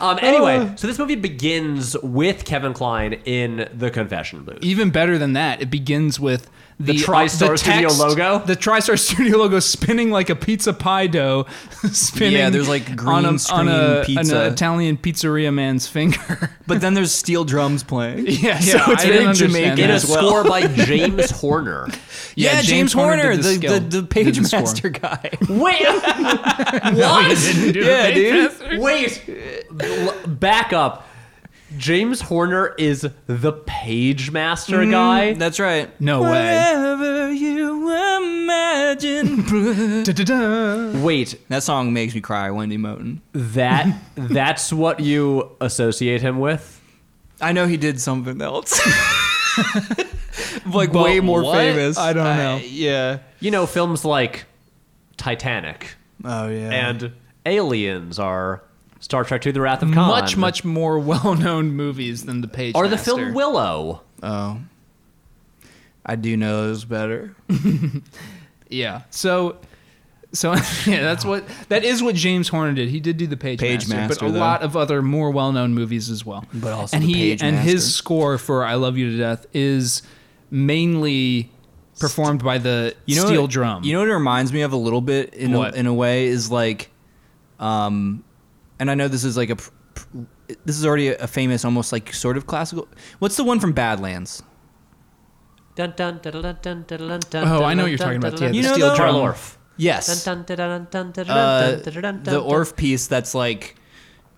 Uh.
Anyway, so this movie begins with Kevin Klein in the confession booth.
even better than that, it begins with the,
TriStar Studio logo?
The TriStar Studio logo spinning like a pizza pie dough, spinning.
Yeah, there's, like, green
on a, on
screen
a- on
pizza.
an Italian pizzeria man's finger.
but then there's steel drums playing.
yeah,
so it's
I didn't
very
understand
Jamaican
that.
in a
as well.
score by James Horner.
Yeah, James, Horner,
did
the,
skill-
the, the,
did
page
score.
master guy.
Wait,
Didn't do the
yeah,
page
dude.
master.
wait, L- back up. James Horner is the page master
Mm-hmm.
guy.
That's right.
No way.
Whatever you imagine.
Da-da-da.
Wait,
that song makes me cry, Wendy Moten.
that that's what you associate him with?
I know he did something else. like way more
what?
famous.
I don't
Uh,
know.
yeah.
you know, films like Titanic
Oh yeah.
and Aliens are Star Trek II: The Wrath of Khan.
Much, much more well-known movies than the page.
Or the
master.
film Willow.
oh. I do know those better.
Yeah. So, so yeah, that's what that is what James Horner did. He did do the Page,
Page Master,
but a
though.
lot of other more well-known movies as well.
But also
and
the
he
Page
and his
Master.
score for "I Love You to Death" is mainly performed by the steel
what,
drum.
You know what it reminds me of a little bit in a,
What?
in a way is like, um, and I know this is like a, pr- pr- this is already a famous almost like sort of classical. What's the one from Badlands?
Dun, dun, dun, dun, dun, dun, dun, dun,
Oh, I know
dun,
what you're
dun,
talking
dun,
about. Yeah,
dun,
the
You know
steel
the-
drum.
Carl Orff.
Yes,
dun, dun, dun, dun, dun, dun,
uh,
dun, dun, dun,
the
dun,
Orff piece that's like,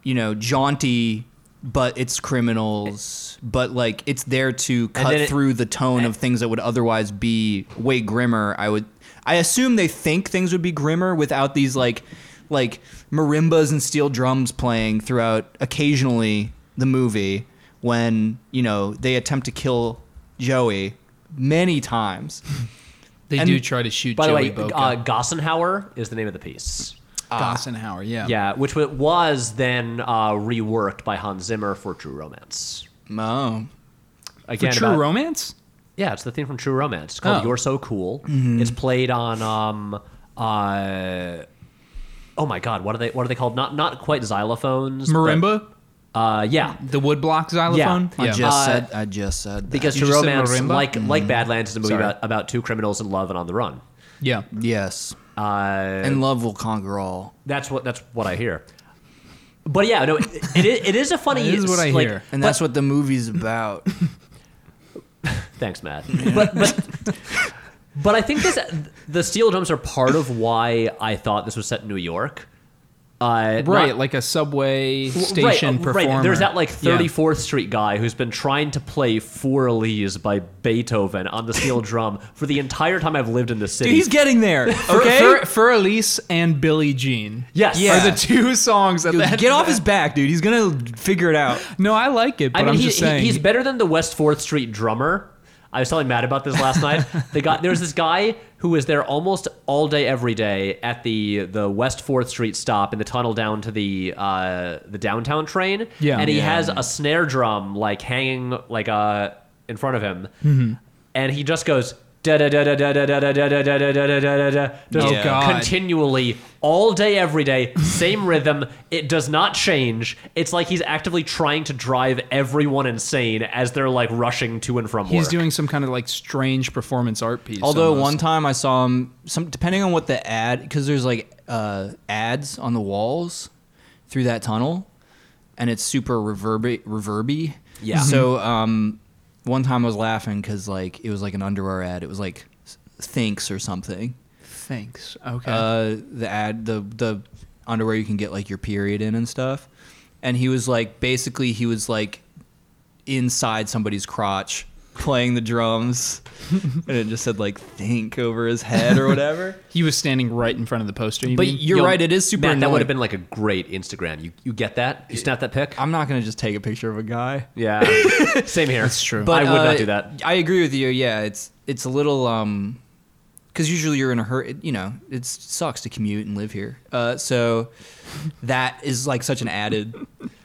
you know, jaunty, but it's criminals, but like it's there to cut
then it-
through the tone of things that would otherwise be way grimmer. I would, I assume they think things would be grimmer without these like, like marimbas and steel drums playing throughout occasionally the movie when you know they attempt to kill Joey many times.
They
And
do try to shoot
By the
Joey
way,
Boca.
uh, Gossenhauer is the name of the piece.
Gossenhauer, yeah.
Yeah, which wa- was then uh, reworked by Hans Zimmer for True Romance.
Oh.
For
Again,
True
about-
Romance?
Yeah, it's the theme from True Romance. It's called
Oh. Mm-hmm.
"You're So Cool." It's played on. Um, uh, oh my God, what are they? What are they called? Not not quite xylophones. but-
Marimba?
uh, yeah,
The woodblock xylophone?
Yeah.
I just
Uh,
said I just said that.
because
You
True
just said
Romance,
marimba? Mm-hmm.
like like Badlands, is a movie
Sorry.
about, about two criminals in love and on the run.
yeah.
yes,
Uh,
and love will conquer all.
that's what that's what I hear. But yeah, no, it, it, is- it is a funny.
That is what I
like,
hear.
And that's what the movie's about.
Thanks, Matt. But but but I think this the steel drums are part of why I thought this was set in New York. Uh,
Right,
not-
like a subway
Well,
station
right, uh,
performer.
Right. There's that like
Yeah.
34th Street guy who's been trying to play Furley's by Beethoven on the steel drum for the entire time I've lived in this city.
He's getting there.
For,
Okay,
for, for Elise and Billie Jean.
Yes.
Are
Yeah.
the two songs that,
Dude,
that
get off his back, dude. He's gonna figure it out.
No, I like it, but
I mean,
am
he,
just
he-
saying.
he's better than the West 4th Street drummer. I was telling Matt about this last night. The guy, there's this guy who was there almost all day, every day at the the West Fourth Street stop in the tunnel down to the uh, the downtown train.
Yeah.
and he
Yeah.
has a snare drum like hanging like uh in front of him, and he just goes da da da da da da da da da da da da da da da da.
Oh,
Just
God.
continually all day every day same rhythm it does not change it's like he's actively trying to drive everyone insane as they're like rushing to and from
He's
work
doing some kind of like strange performance art piece.
Although
almost.
one time I saw him, some depending on what the ad, because there's like uh, ads on the walls through that tunnel, and it's super reverby, reverby.
Yeah.
So um, one time I was laughing because like it was like an underwear ad. It was like thanks or something.
Thanks. Okay.
Uh, the ad, the the underwear you can get like your period in and stuff. And he was like, basically, he was like inside somebody's crotch playing the drums, and it just said like "think" over his head or whatever.
he was standing right in front of the poster. You
But
mean?
you're
Yo,
right, it is super
Matt, that
annoying.
would have been like a great instagram you you get that you snap that pic
I'm not gonna just take a picture of a guy.
yeah same here that's
true.
i would
uh,
not do that
I agree with you. Yeah, it's it's a little um, because usually you're in a hurry. You know, it sucks to commute and live here. Uh, so that is like such an added,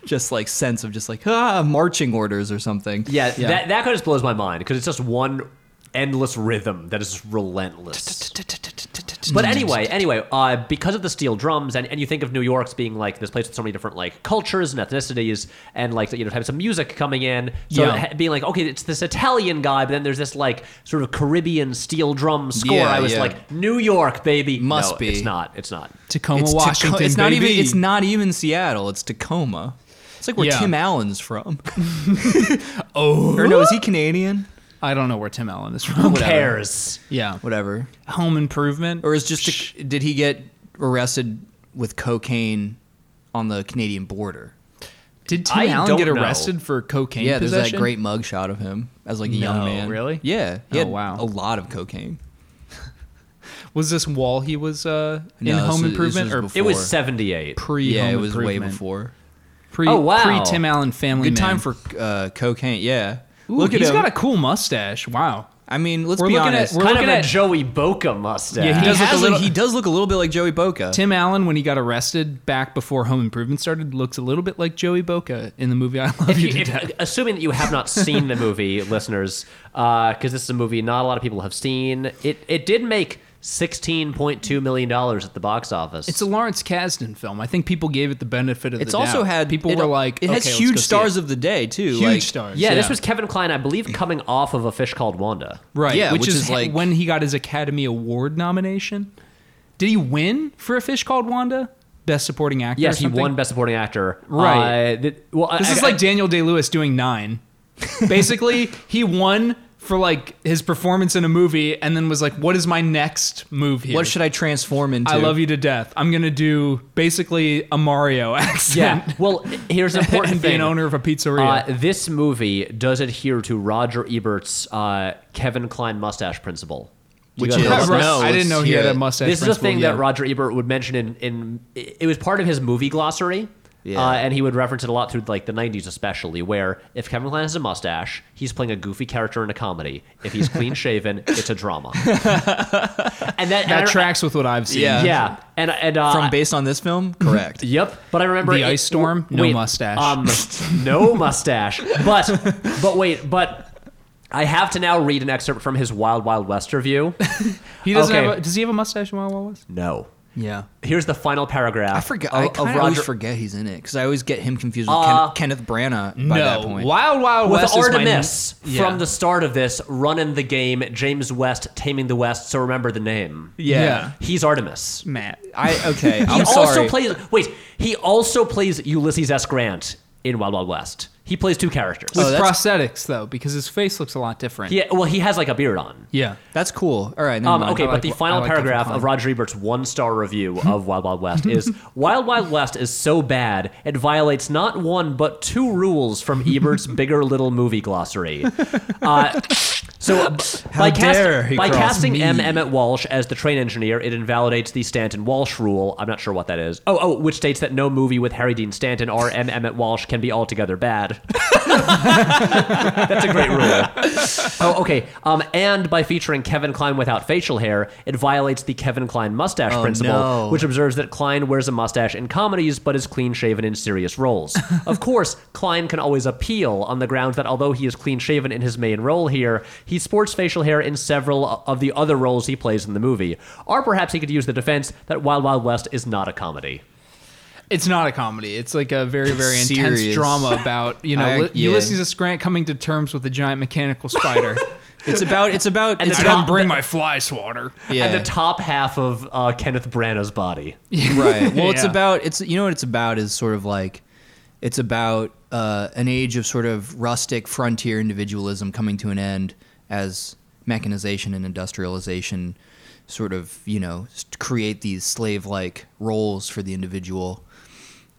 just like sense of just like ah marching orders or something.
yeah,
yeah.
that that kind of blows my mind because it's just one endless rhythm that is just relentless But anyway, anyway, uh, because of the steel drums, and, and you think of New York's being like this place with so many different like cultures and ethnicities, and like you know types of music coming in. So
Yeah.
ha- being like, okay, it's this Italian guy, but then there's this like sort of Caribbean steel drum score.
Yeah,
I was
yeah.
like, New York, baby.
Must
No,
be.
It's not. It's not.
Tacoma,
Taco-
Washington.
it's not
baby.
even. It's not even Seattle. It's Tacoma. It's like where
Yeah.
Tim Allen's from. oh, or no, is he Canadian?
I don't know where Tim Allen is from.
Who cares?
Yeah.
Whatever.
Home improvement.
or is just to, did he get arrested with cocaine on the Canadian border?
Did Tim
I
Allen
don't
get
know.
arrested for cocaine
Yeah, there's
possession?
that great mugshot of him as like a
No,
young man.
really?
Yeah.
Oh,
He had
wow.
A lot of cocaine.
Was this while he was uh, in
No, this
Home
was- this
Improvement
was
or
before.
It was
Four.
seventy eight.
pre?
yeah,
Home
it was way
Improvement?
before.
Pre,
Oh, wow.
Pre Tim Allen family.
Good
man.
time for uh, cocaine. Yeah.
Ooh,
Look at
he's
him.
got a cool mustache. Wow.
I mean, let's
We're
be
looking at-
honest.
we're-
Kind of
looking
a
at-
Joey Boca mustache.
Yeah,
he,
does look
has
a
a-
little-
he does look a little bit like Joey Boca.
Tim Allen, when he got arrested back before Home Improvement started, looks a little bit like Joey Boca in the movie I Love
If
You
you-
to
if-
Death.
assuming that you have not seen the movie, listeners, because this is a movie not a lot of people have seen. It it did make sixteen point two million dollars at the box office.
It's a Lawrence Kasdan film. I think people gave it the benefit of
it's
the doubt.
also had
people
it,
were like,
it has
"Okay, let's go
huge
see
stars
it."
of the day too.
huge
like-
stars.
yeah, this was Kevin Klein, I believe, coming off of a fish called Wanda.
right.
Yeah,
which,
which
is,
is like-
when he got his Academy Award nomination. Did he win for A Fish Called Wanda? Best Supporting Actor.
Yes,
or
he
something?
won Best Supporting Actor.
Right.
Uh, th- well,
This
I-
is
I-
like Daniel Day Lewis doing nine. Basically, he won for like his performance in a movie, and then was like, "What is my next move here?
What should I transform into?
I love you to death. I'm gonna do basically a Mario accent
yeah. Well, here's an important
and be
thing.
an owner of a
Uh,
pizzeria."
this movie does adhere to Roger Ebert's uh, Kevin Klein mustache principle. Do you
Which
guys know
is-
about
right.
this?
no,
I didn't
let's
know he
hear
had a
it.
mustache.
this is a
principle,
thing
yeah.
that Roger Ebert would mention in in it was part of his movie glossary.
Yeah.
Uh, and he would reference it a lot through like the 90s especially where if kevin Kline has a mustache he's playing a goofy character in a comedy if he's clean shaven it's a drama and that, and I-
That tracks with what I've seen.
Yeah.
yeah and and uh,
From based on this film, correct.
Yep, but I remember
The Ice Storm? No mustache.
Um, no mustache. But but wait, but I have to now read an excerpt from his Wild Wild West review.
He doesn't
Okay.
have a, does he have a mustache in Wild Wild West?
No,
yeah.
here's the final paragraph.
I forget.
Of,
I
of
kinda
Roger
always forget he's in it because I always get him confused with
Uh,
Ken- Kenneth Branagh by that point.
Wild Wild
with
West
Artemis
is my,
from the start of this running the game. James West taming the West. So remember the name.
Yeah.
Yeah.
He's Artemis.
Matt.
I okay.
He
I'm
also
sorry.
plays. Wait, he also plays Ulysses S. Grant in Wild Wild West. He plays two characters.
With
Oh, that's-
prosthetics though, because his face looks a lot different.
yeah, well, he has like a beard on.
Yeah.
That's cool. All right. never
Um,
mind.
okay,
I
but
like-
the
I
final
like
paragraph
different
of
font.
Roger Ebert's one-star review of Wild Wild West is Wild Wild West is so bad it violates not one but two rules from Ebert's bigger little movie glossary. Uh, so by,
dare
cast,
he
by
cross
casting
me.
M. Emmett Walsh as the train engineer, it invalidates the Stanton Walsh rule. I'm not sure what that is. Oh, oh, which states that no movie with Harry Dean Stanton or M. Emmett Walsh can be altogether bad. That's a great rule. Oh, okay. Um, and by featuring Kevin Klein without facial hair, it violates the Kevin Klein mustache principle,
Oh, no.
which observes that Klein wears a mustache in comedies but is clean shaven in serious roles. of course, Klein can always appeal on the grounds that although he is clean shaven in his main role here, he sports facial hair in several of the other roles he plays in the movie. Or perhaps he could use the defense that Wild Wild West is not a comedy.
It's not a comedy. It's like a very, very intense
Serious.
drama about you know
I-
Ul-
yeah.
Ulysses S. Grant coming to terms with a giant mechanical spider.
It's about. It's about.
And
it's
the
about-
top-
my fly swatter.
yeah.
And the top half of uh, Kenneth Branagh's body.
right. Well, it's
Yeah.
about. It's you know what it's about is sort of like. It's about uh, an age of sort of rustic frontier individualism coming to an end as mechanization and industrialization sort of you know s- create these slave-like roles for the individual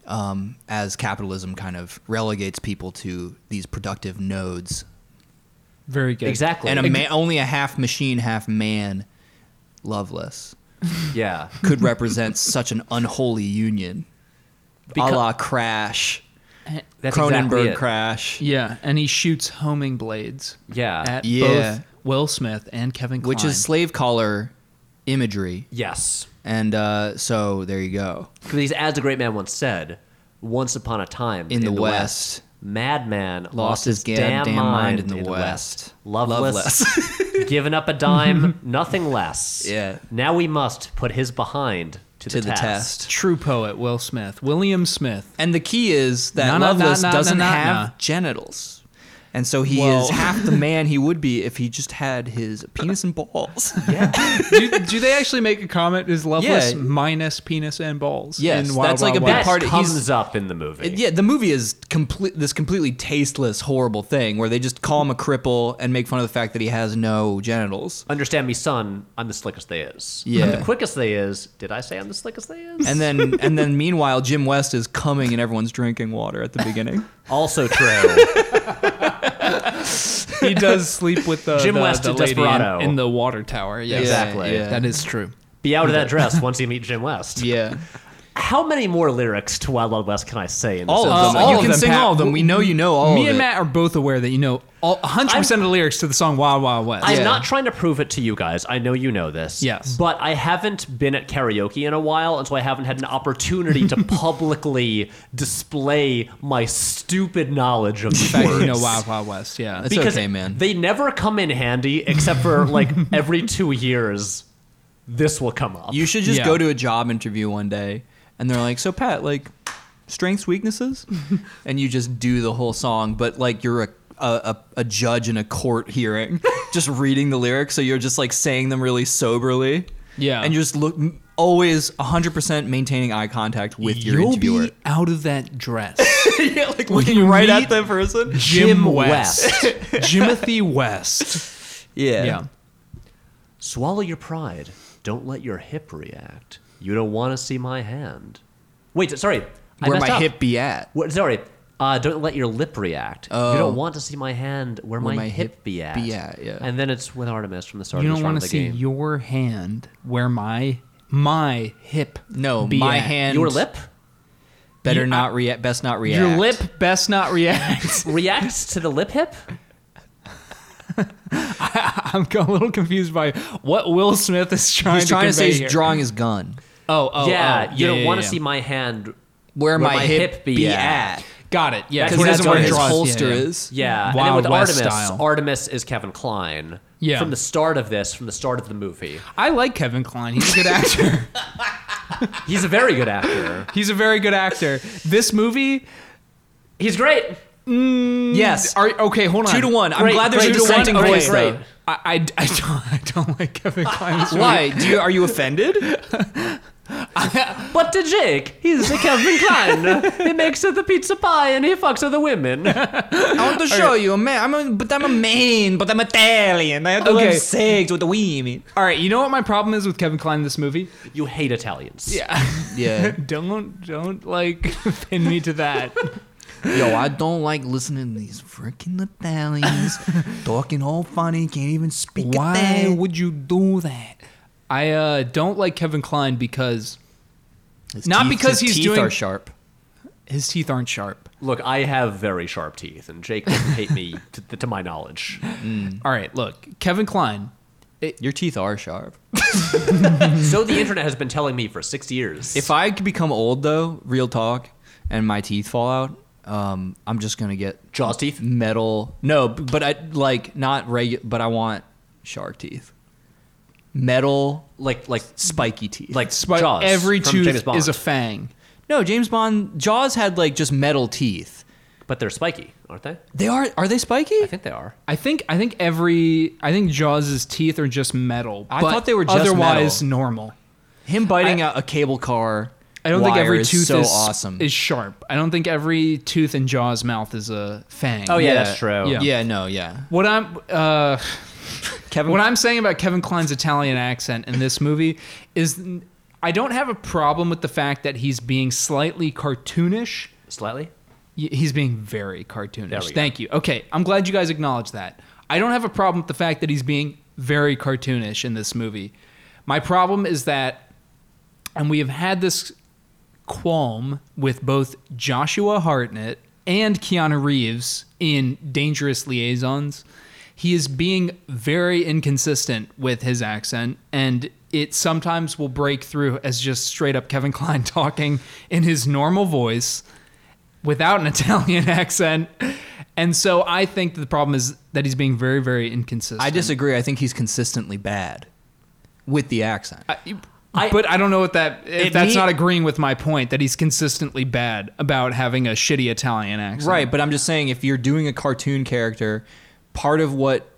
um, as capitalism kind of relegates people to these productive nodes
Very good.
Exactly.
and a ma- only a half machine, half man, Loveless
yeah.
could represent such an unholy union, a
Becau-
la Crash,
That's
Cronenberg
exactly it.
Crash,
Yeah, and he shoots homing blades.
Yeah.
At
Yeah.
both Will Smith and Kevin Klein.
which is slave collar imagery,
Yes.
and uh, so there you go.
Because as the great man once said, once upon a time
In the West,
madman lost,
his
his damn,
goddamn
mind in the, West. Loveless, given up a dime, nothing less.
Yeah.
Now we must put his behind to,
To
the,
the
test.
test.
true poet Will Smith, William Smith.
And the key is that
No, no, no,
Loveless
no, no,
doesn't
no, no.
have genitals. And so he
Well-
is half the man he would be if he just had his penis and balls.
do, do they actually make a comment? Is Loveless
Yeah.
minus penis and balls?
Yes,
in Wild
that's like
Wild
a big
West?
That
That part-
comes
he's-
up in the movie.
It- yeah, the movie is complete this completely tasteless, horrible thing where they just call him a cripple and make fun of the fact that he has no genitals.
Understand me, son. I'm the slickest they is.
Yeah.
I'm the quickest they is. Did I say I'm the slickest they is?
And then and then meanwhile Jim West is coming and everyone's drinking water at the beginning.
also true.
he does sleep with the
Jim
the-
West
the
in
lady in-
Desperado.
in, the water tower. Yes.
Exactly.
Yeah.
that is true.
Be out of that dress once you meet Jim West.
Yeah.
How many more lyrics to Wild Wild West can I say in this
All
episode?
of them.
Uh, all
you
of
can
them,
sing
Pat.
all of them. We know you know all
Me
of
and
it.
Matt are both aware that you know all 100 percent of the lyrics to the song Wild Wild West.
I'm
Yeah.
not trying to prove it to you guys. I know you know this.
Yes.
But I haven't been at karaoke in a while, and so I haven't had an opportunity to publicly display my stupid knowledge of
In fact,
words.
you know Wild Wild West. Yeah,
It's okay, man.
they never come in handy except for like every two years. This will come up.
you should just
Yeah.
go to a job interview one day and they're like, "So Pat, like strengths, weaknesses?" and you just do the whole song, but like you're a a, a, a judge in a court hearing, just reading the lyrics, so you're just like saying them really soberly.
Yeah.
and you're just look always 100% maintaining eye contact with your
You'll
interviewer.
be out of that dress.
yeah, like
you
looking right
meet
at the person.
Jim
West.
West, Jimothy West.
Yeah.
Yeah,
Swallow your pride. Don't let your hip react. You don't want to see my hand. Wait, sorry. I
Where
messed
my
up.
hip be at?
What, sorry. Uh, don't let your lip react. you
Oh.
don't want to see my hand where, my, hip, be at.
be at, yeah.
And then it's with Artemis from the start.
you
of
don't
want to
see
game.
your hand where my my hip.
No,
be
my
at.
hand.
your lip.
Better
You-
not react. Best not react.
Your lip best not react.
Reacts to the lip hip?
I'm a little confused by what Will Smith is trying
He's
to
trying to,
convey
say he's
here.
drawing his gun.
oh, oh,
yeah,
oh,
you don't
yeah,
want to
yeah.
see my hand.
Where,
Where
my,
my
hip, be, at?
Got it. Yeah,
That's
Because
where
that's
doesn't
where
want to
his
draw his-
holster is.
Yeah, and then
Wild
with
West
Artemis,
style.
Artemis is Kevin Klein.
Yeah.
From the start of this, from the start of the movie.
I like Kevin Klein. He's a good actor.
He's a very good actor.
He's a very good actor. This movie,
He's great.
Yes.
are okay. Hold on.
Two to one. I'm
Great,
glad there's
great,
a dissenting
great,
voice
great.
though.
I, I, I don't, I don't like Kevin Klein. This movie.
Why? Do you are you offended?
But to Jake, he's a Kevin Klein. he makes her the pizza pie and he fucks other women.
I want to show you a man. I'm a, but I'm a man, but I'm Italian. I have to
Okay.
have sex with the women.
All right. You know what my problem is with Kevin Klein in this movie?
You hate Italians.
Yeah.
Yeah.
don't don't like pin me to that.
Yo, I don't like listening to these freaking Italians talking all funny, can't even speak
Why
Italian.
would you do that? I uh, don't like Kevin Klein because
His
Not
teeth-
because
his
he's
teeth
doing-
are sharp.
his teeth aren't sharp.
Look, I have very sharp teeth, and Jake doesn't hate me to, to my knowledge.
All right, look, Kevin Klein.
Your teeth are sharp.
So the internet has been telling me for six years.
If I could become old though, real talk, and my teeth fall out, um, I'm just gonna get
Jaws teeth?
metal. No, b- but I like not regular. But I want shark teeth, metal,
like like
spiky teeth.
like
Despite
Jaws
every
from
tooth
James Bond,
is a fang.
no, James Bond Jaws had like just metal teeth.
but they're spiky, aren't they?
They are are they spiky?
I think they are.
I think I think every I think Jaws's teeth are just metal.
I
but
thought they were just
otherwise
metal.
normal.
Him biting out a cable car.
I don't think
wire
every
is
tooth
so
is
awesome.
is sharp. I don't think every tooth in Jaw's mouth is a fang.
Oh, yeah, that's true.
Yeah.
yeah, no, yeah.
What I'm uh,
Kevin,
what I'm saying about Kevin Kline's Italian accent in this movie is n- I don't have a problem with the fact that he's being slightly cartoonish.
Slightly.
Y- He's being very
There
cartoonish.
we go.
Thank you. Okay, I'm glad you guys acknowledge that. I don't have a problem with the fact that he's being very cartoonish in this movie. My problem is that, and we have had this qualm with both Joshua Hartnett and Keanu Reeves in Dangerous Liaisons. He is being very inconsistent with his accent, and it sometimes will break through as just straight up Kevin Klein talking in his normal voice without an Italian accent. And so I think that the problem is that he's being very, very inconsistent.
I disagree. I think he's consistently bad with the accent.
I-
but I don't know what that. If
It
that's
need-
not agreeing with my point that he's consistently bad about having a shitty Italian accent.
Right, but I'm just saying if you're doing a cartoon character, part of what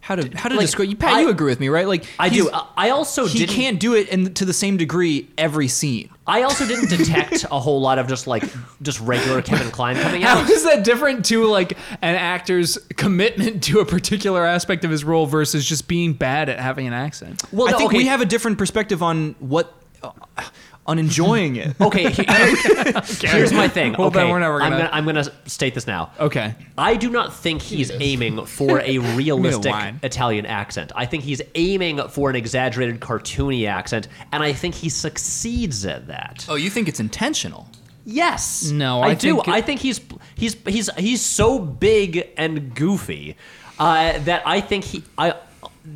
how to how to
Like,
describe you Pat,
I-
you agree with me, right? Like
I
he's-
do. I I also
he
didn't.
can't do it in to the same degree every scene.
I also didn't detect a whole lot of just like just regular Kevin Klein coming
How
out.
is that different to like an actor's commitment to a particular aspect of his role versus just being bad at having an accent?
Well,
I
no,
think
okay.
we have a different perspective on what uh, on enjoying it.
Okay, he- here's my thing.
Well,
okay,
then we're never
I'm
gonna-
gonna I'm gonna state this now.
Okay.
I do not think he's aiming for a realistic
wine.
Italian accent. I think he's aiming for an exaggerated cartoony accent, and I think he succeeds at that.
Oh, you think it's intentional?
Yes.
No,
I,
I
do.
think-
I think he's he's he's he's so big and goofy uh, that I think he. I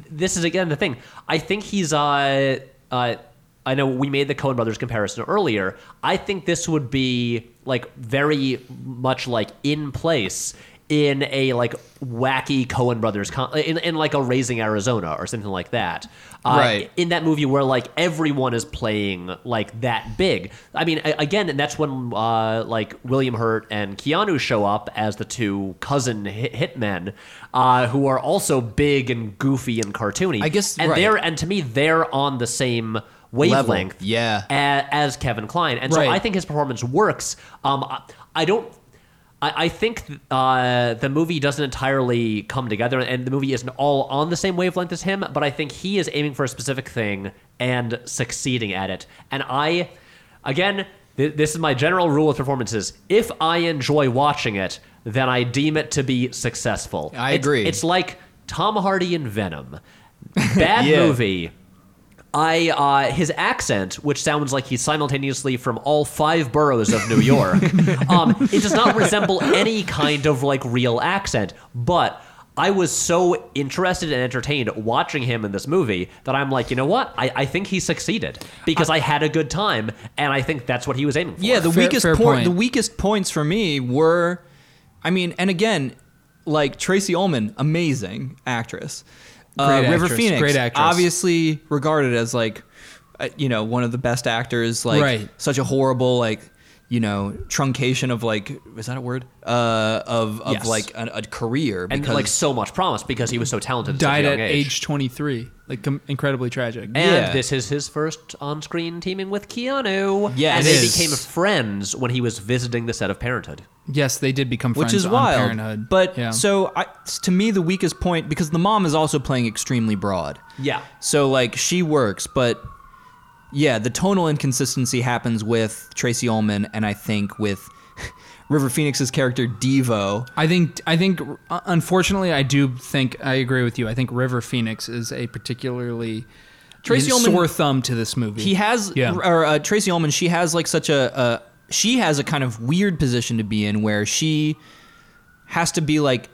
this is again the thing. I think he's. Uh, uh, I know we made the Coen Brothers comparison earlier. I think this would be like very much like in place in a like wacky Coen Brothers con- in in like a Raising Arizona or something like that. Uh,
Right.
in that movie where like everyone is playing like that big. I mean, a- again, and that's when uh, like William Hurt and Keanu show up as the two cousin hit- hitmen uh, who are also big and goofy and cartoony.
I guess-
and
right.
they're and to me they're on the same wavelength.
yeah.
a- as Kevin Klein, and
Right.
so I think his performance works. Um, I, I don't. I, I think uh, the movie doesn't entirely come together, and the movie isn't all on the same wavelength as him. But I think he is aiming for a specific thing and succeeding at it. And I, again, th- this is my general rule with performances: if I enjoy watching it, then I deem it to be successful.
I
It's-
agree.
It's like Tom Hardy in Venom. Bad
Yeah.
movie. I uh, his accent, which sounds like he's simultaneously from all five boroughs of New York, um, it does not resemble any kind of like real accent. But I was so interested and entertained watching him in this movie that I'm like, you know what? I, I think he succeeded because I, had a good time, and I think that's what he was aiming for.
Yeah, the
Fair-
weakest
fair
point,
point.
the weakest points for me were, I mean, and again, like Tracy Ullman, amazing actress. uh,
Great
River
actress,
Phoenix,
great actress.
obviously regarded as like, uh, you know, one of the best actors. Like
Right.
such a horrible like. You know, truncation of like is that a word? Uh, of of
Yes.
like an, a career
and
because
like so much promise because he was so talented.
died
at, such a
at
young
age 23. Like com- incredibly tragic.
And
Yeah.
this is his first on-screen teaming with Keanu.
Yes.
and
It
they
is.
became friends when he was visiting the set of Parenthood.
yes, they did become friends
which is
on
wild.
Parenthood.
But
yeah.
so I, s- to me, the weakest point because the mom is also playing extremely broad.
Yeah.
So like she works, but yeah, the tonal inconsistency happens with Tracy Ullman, and I think with River Phoenix's character Devo.
I think I think uh, unfortunately I do think I agree with you. I think River Phoenix is a particularly
Tracy Ullman-
sore thumb to this movie.
He has
Yeah.
or uh, Tracy Ullman. She has like such a, a she has a kind of weird position to be in where she has to be like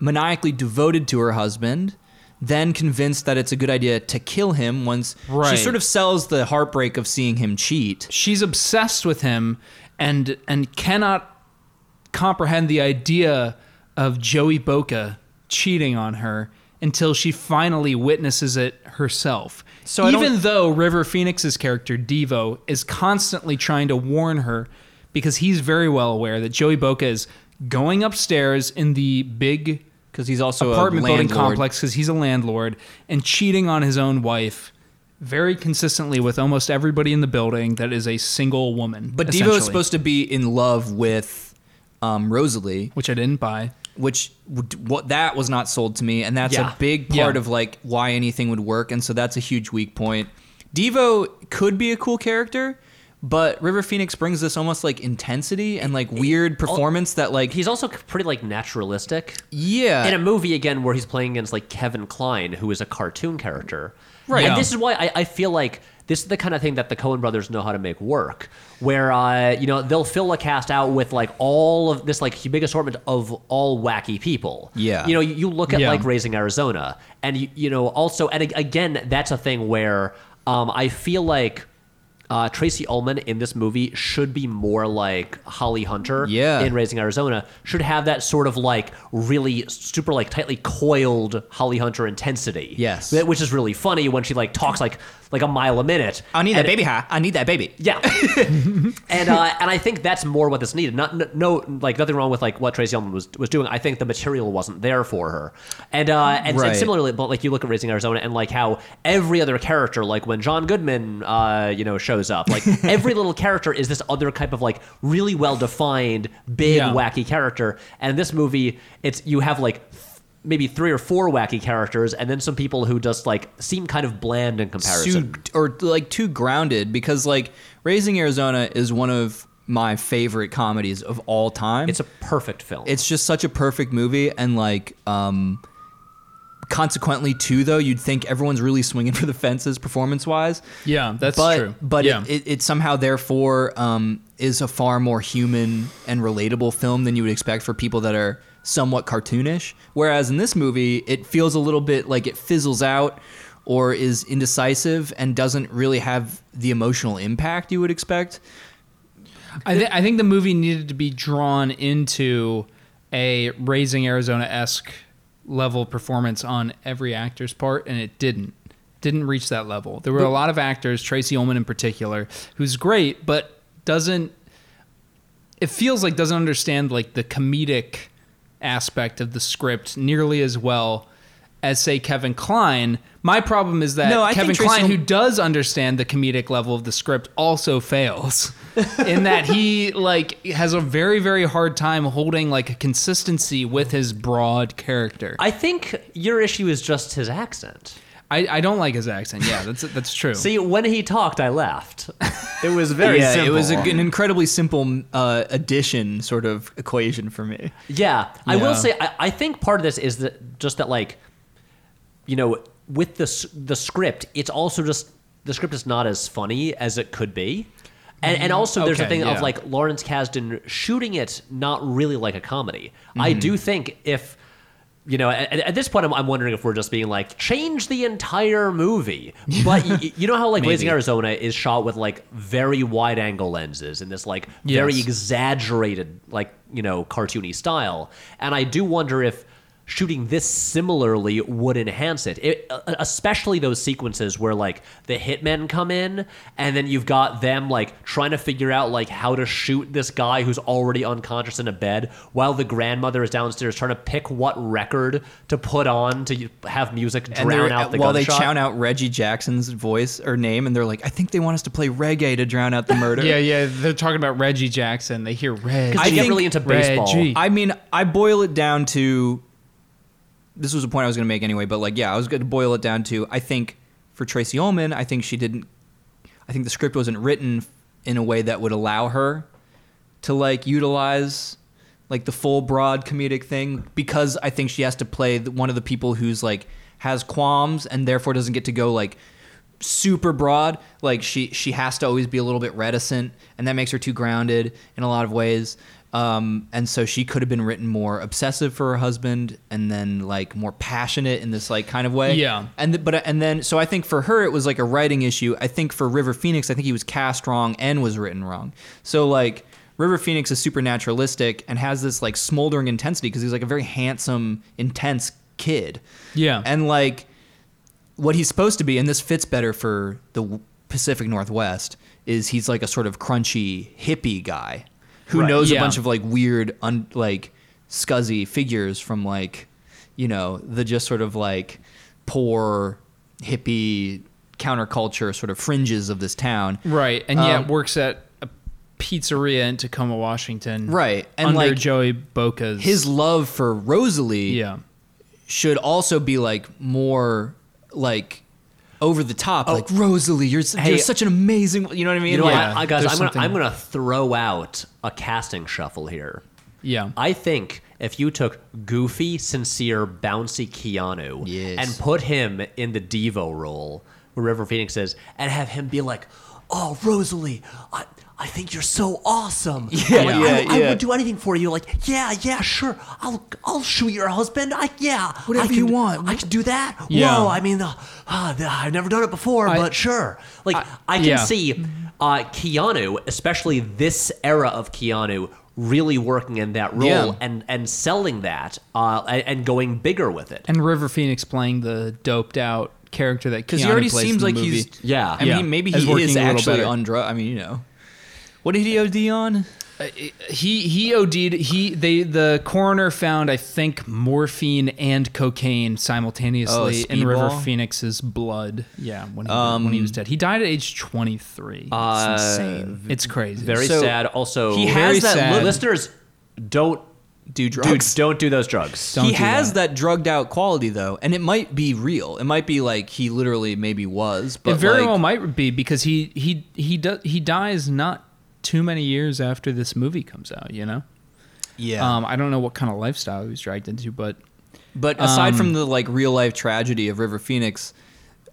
maniacally devoted to her husband, then convinced that it's a good idea to kill him once she
Right.
sort of sells the heartbreak of seeing him cheat.
she's obsessed with him and and cannot comprehend the idea of Joey Boca cheating on her until she finally witnesses it herself.
So I don't-
even though River Phoenix's character Devo is constantly trying to warn her because he's very well aware that Joey Boca is going upstairs in the big
Because he's also
apartment
a
building
landlord.
complex because he's a landlord and cheating on his own wife very consistently with almost everybody in the building that is a single woman.
But Devo is supposed to be in love with um, Rosalie,
which I didn't buy.
which would- what that was not sold to me, and that's
Yeah.
a big part
Yeah.
of like why anything would work, and so that's a huge weak point. Devo could be a cool character, but River Phoenix brings this almost like intensity and like weird performance that like
He's also c- pretty like naturalistic.
yeah
In a movie again where he's playing against like Kevin Klein, who is a cartoon character.
Right.
And
Yeah.
this is why I, I feel like this is the kind of thing that the Coen brothers know how to make work. Where uh, you know, they'll fill a cast out with like all of this like big assortment of all wacky people.
Yeah.
You know, you, you look at
Yeah.
like raising Arizona and you, you know, also and a- again, that's a thing where um, I feel like uh, Tracy Ullman in this movie should be more like Holly Hunter
Yeah.
in Raising Arizona should have that sort of like really super like tightly coiled Holly Hunter intensity.
Yes.
That- which is really funny when she like talks like like a mile a minute.
I need that
And-
baby high. I need that baby.
Yeah, and uh, and I think that's more what this needed. Not n- no like nothing wrong with like what Tracy Ullman was was doing. I think the material wasn't there for her. And uh, and, and
Right.
similarly, but like you look at Raising Arizona and like how every other character, like when John Goodman, uh, you know, shows up, like every little character is this other type of like really well defined, big
Yeah.
wacky character. And in this movie, it's you have like. th- Maybe three or four wacky characters, and then some people who just like seem kind of bland in comparison.
too or like too grounded because like Raising Arizona is one of my favorite comedies of all time.
It's a perfect film.
it's just such a perfect movie and like um consequently too though you'd think everyone's really swinging for the fences performance wise
Yeah, that's
but
true.
but
yeah.
it, it, it somehow therefore um is a far more human and relatable film than you would expect for people that are somewhat cartoonish whereas in this movie it feels a little bit like it fizzles out or is indecisive and doesn't really have the emotional impact you would expect
I, th- I think the movie needed to be drawn into a raising Arizona esque level performance on every actor's part, and it didn't. Didn't reach that level. There were a lot of actors, Tracy Ullman in particular, who's great, but doesn't. It feels like doesn't understand like the comedic aspect of the script nearly as well as say Kevin Klein. My problem is that
No, I
Kevin
think Tracy
Klein,
Ull-
who does understand the comedic level of the script also fails in that he like has a very very hard time holding like a consistency with his broad character. I
I think your issue is just his accent.
I, don't like his accent. Yeah, that's that's true.
See, when he talked, I laughed. It was very
yeah
simple.
it was a, an incredibly simple uh, addition sort of equation for me
yeah, I
Yeah.
will say, I, I think part of this is that just that, like, you know, with the s- the script, it's also just the script is not as funny as it could be. And, and also, there's
Mm-hmm.
a
Okay,
thing
yeah.
of like Lawrence Kasdan shooting it not really like a comedy. I
Mm-hmm.
do think if, you know, at, at this point, I'm, I'm wondering if we're just being like, change the entire movie. But y- y- you know how like Blazing Arizona is shot with like very wide angle lenses and this like very
Yes.
exaggerated, like, you know, cartoony style. And I do wonder if shooting this similarly would enhance it. it uh, especially those sequences where like the hitmen come in and then you've got them like trying to figure out like how to shoot this guy who's already unconscious in a bed while the grandmother is downstairs trying to pick what record to put on to y- have music
And
drown
they're,
out the
while they
gunshot.
chown out Reggie Jackson's voice or name, and they're like, "I think they want us to play reggae to drown out the murder."
Yeah, yeah. They're talking about Reggie Jackson. They hear Reg.
'Cause they
I
get
think
really into baseball.
Reggie.
I mean, I boil it down to this was a point I was going to make anyway, but like, yeah, I was going to boil it down to I think for Tracy Ullman, I think she didn't, I think the script wasn't written in a way that would allow her to like utilize like the full broad comedic thing because I think she has to play the, one of the people who's like has qualms and therefore doesn't get to go like super broad like she she has to always be a little bit reticent and that makes her too grounded in a lot of ways um, and so she could have been written more obsessive for her husband and then like more passionate in this like kind of way
Yeah.
and th- but and then so I think for her it was like a writing issue. I think for River Phoenix, I think he was cast wrong and was written wrong. So like River Phoenix is super naturalistic and has this like smoldering intensity because he's like a very handsome, intense kid.
Yeah.
and like what he's supposed to be, and this fits better for the w- Pacific Northwest, is he's like a sort of crunchy hippie guy who
Right.
knows
Yeah.
a bunch of like weird, un, like scuzzy figures from like, you know, the just sort of like poor hippie counterculture sort of fringes of this town.
Right, and yeah,
Um,
works at a pizzeria in Tacoma, Washington.
Right, and
under
like-
Joey Boca's
His love for Rosalie
yeah.
should also be like more like over the
Oh.
top, like Rosalie, you're, s you're such an amazing, you know what I mean?
you know,
Like,
Yeah,
I, I, guys,
there's
I'm gonna,
something-
I'm gonna throw out a casting shuffle here.
Yeah.
I think if you took goofy, sincere, bouncy Keanu
Yes.
and put him in the Devo role, where River Phoenix is, and have him be like, "Oh, Rosalie, I, I think you're so awesome. Yeah, I,
yeah,
I,
yeah.
would do anything for you. Like, yeah, yeah, sure. I'll, I'll shoot your husband. I, yeah, I
Whatever you
can-
want.
I can do that.
Yeah.
Whoa, I mean, uh, uh, I've never done it before, but sure. Like, I, can
yeah.
see uh, Keanu, especially this era of Keanu, really working in that role
Yeah.
and and selling that uh, and, and going bigger with it.
and River Phoenix playing the doped out character that
because
Keanu
he already
plays
seems
in the
like
movie.
he's
Yeah.
I mean,
Yeah.
he- maybe
Is
he
working
is
a little
actually
better.
on drug. I mean, you know, what did he OD on?
he he OD'd he they the coroner found I think morphine and cocaine
Oh,
simultaneously in River
speedball? Um,
Phoenix's blood. Yeah, when he, when he was dead, he died at age twenty three.
uh,
it's insane. It's crazy.
Uh, Very
So,
sad. Also,
he
has that sad. look-
Listeners, don't
Do
dude,
drugs?
don't do those drugs.
Don't
he
do
has that. drugged out quality though, and it might be real. It might be like he literally maybe was, but
it very
like,
well might be because he he he does he dies not too many years after this movie comes out. You know,
yeah.
um, I don't know what kind of lifestyle he was dragged into, but
But aside
Um,
from the like real life tragedy of River Phoenix,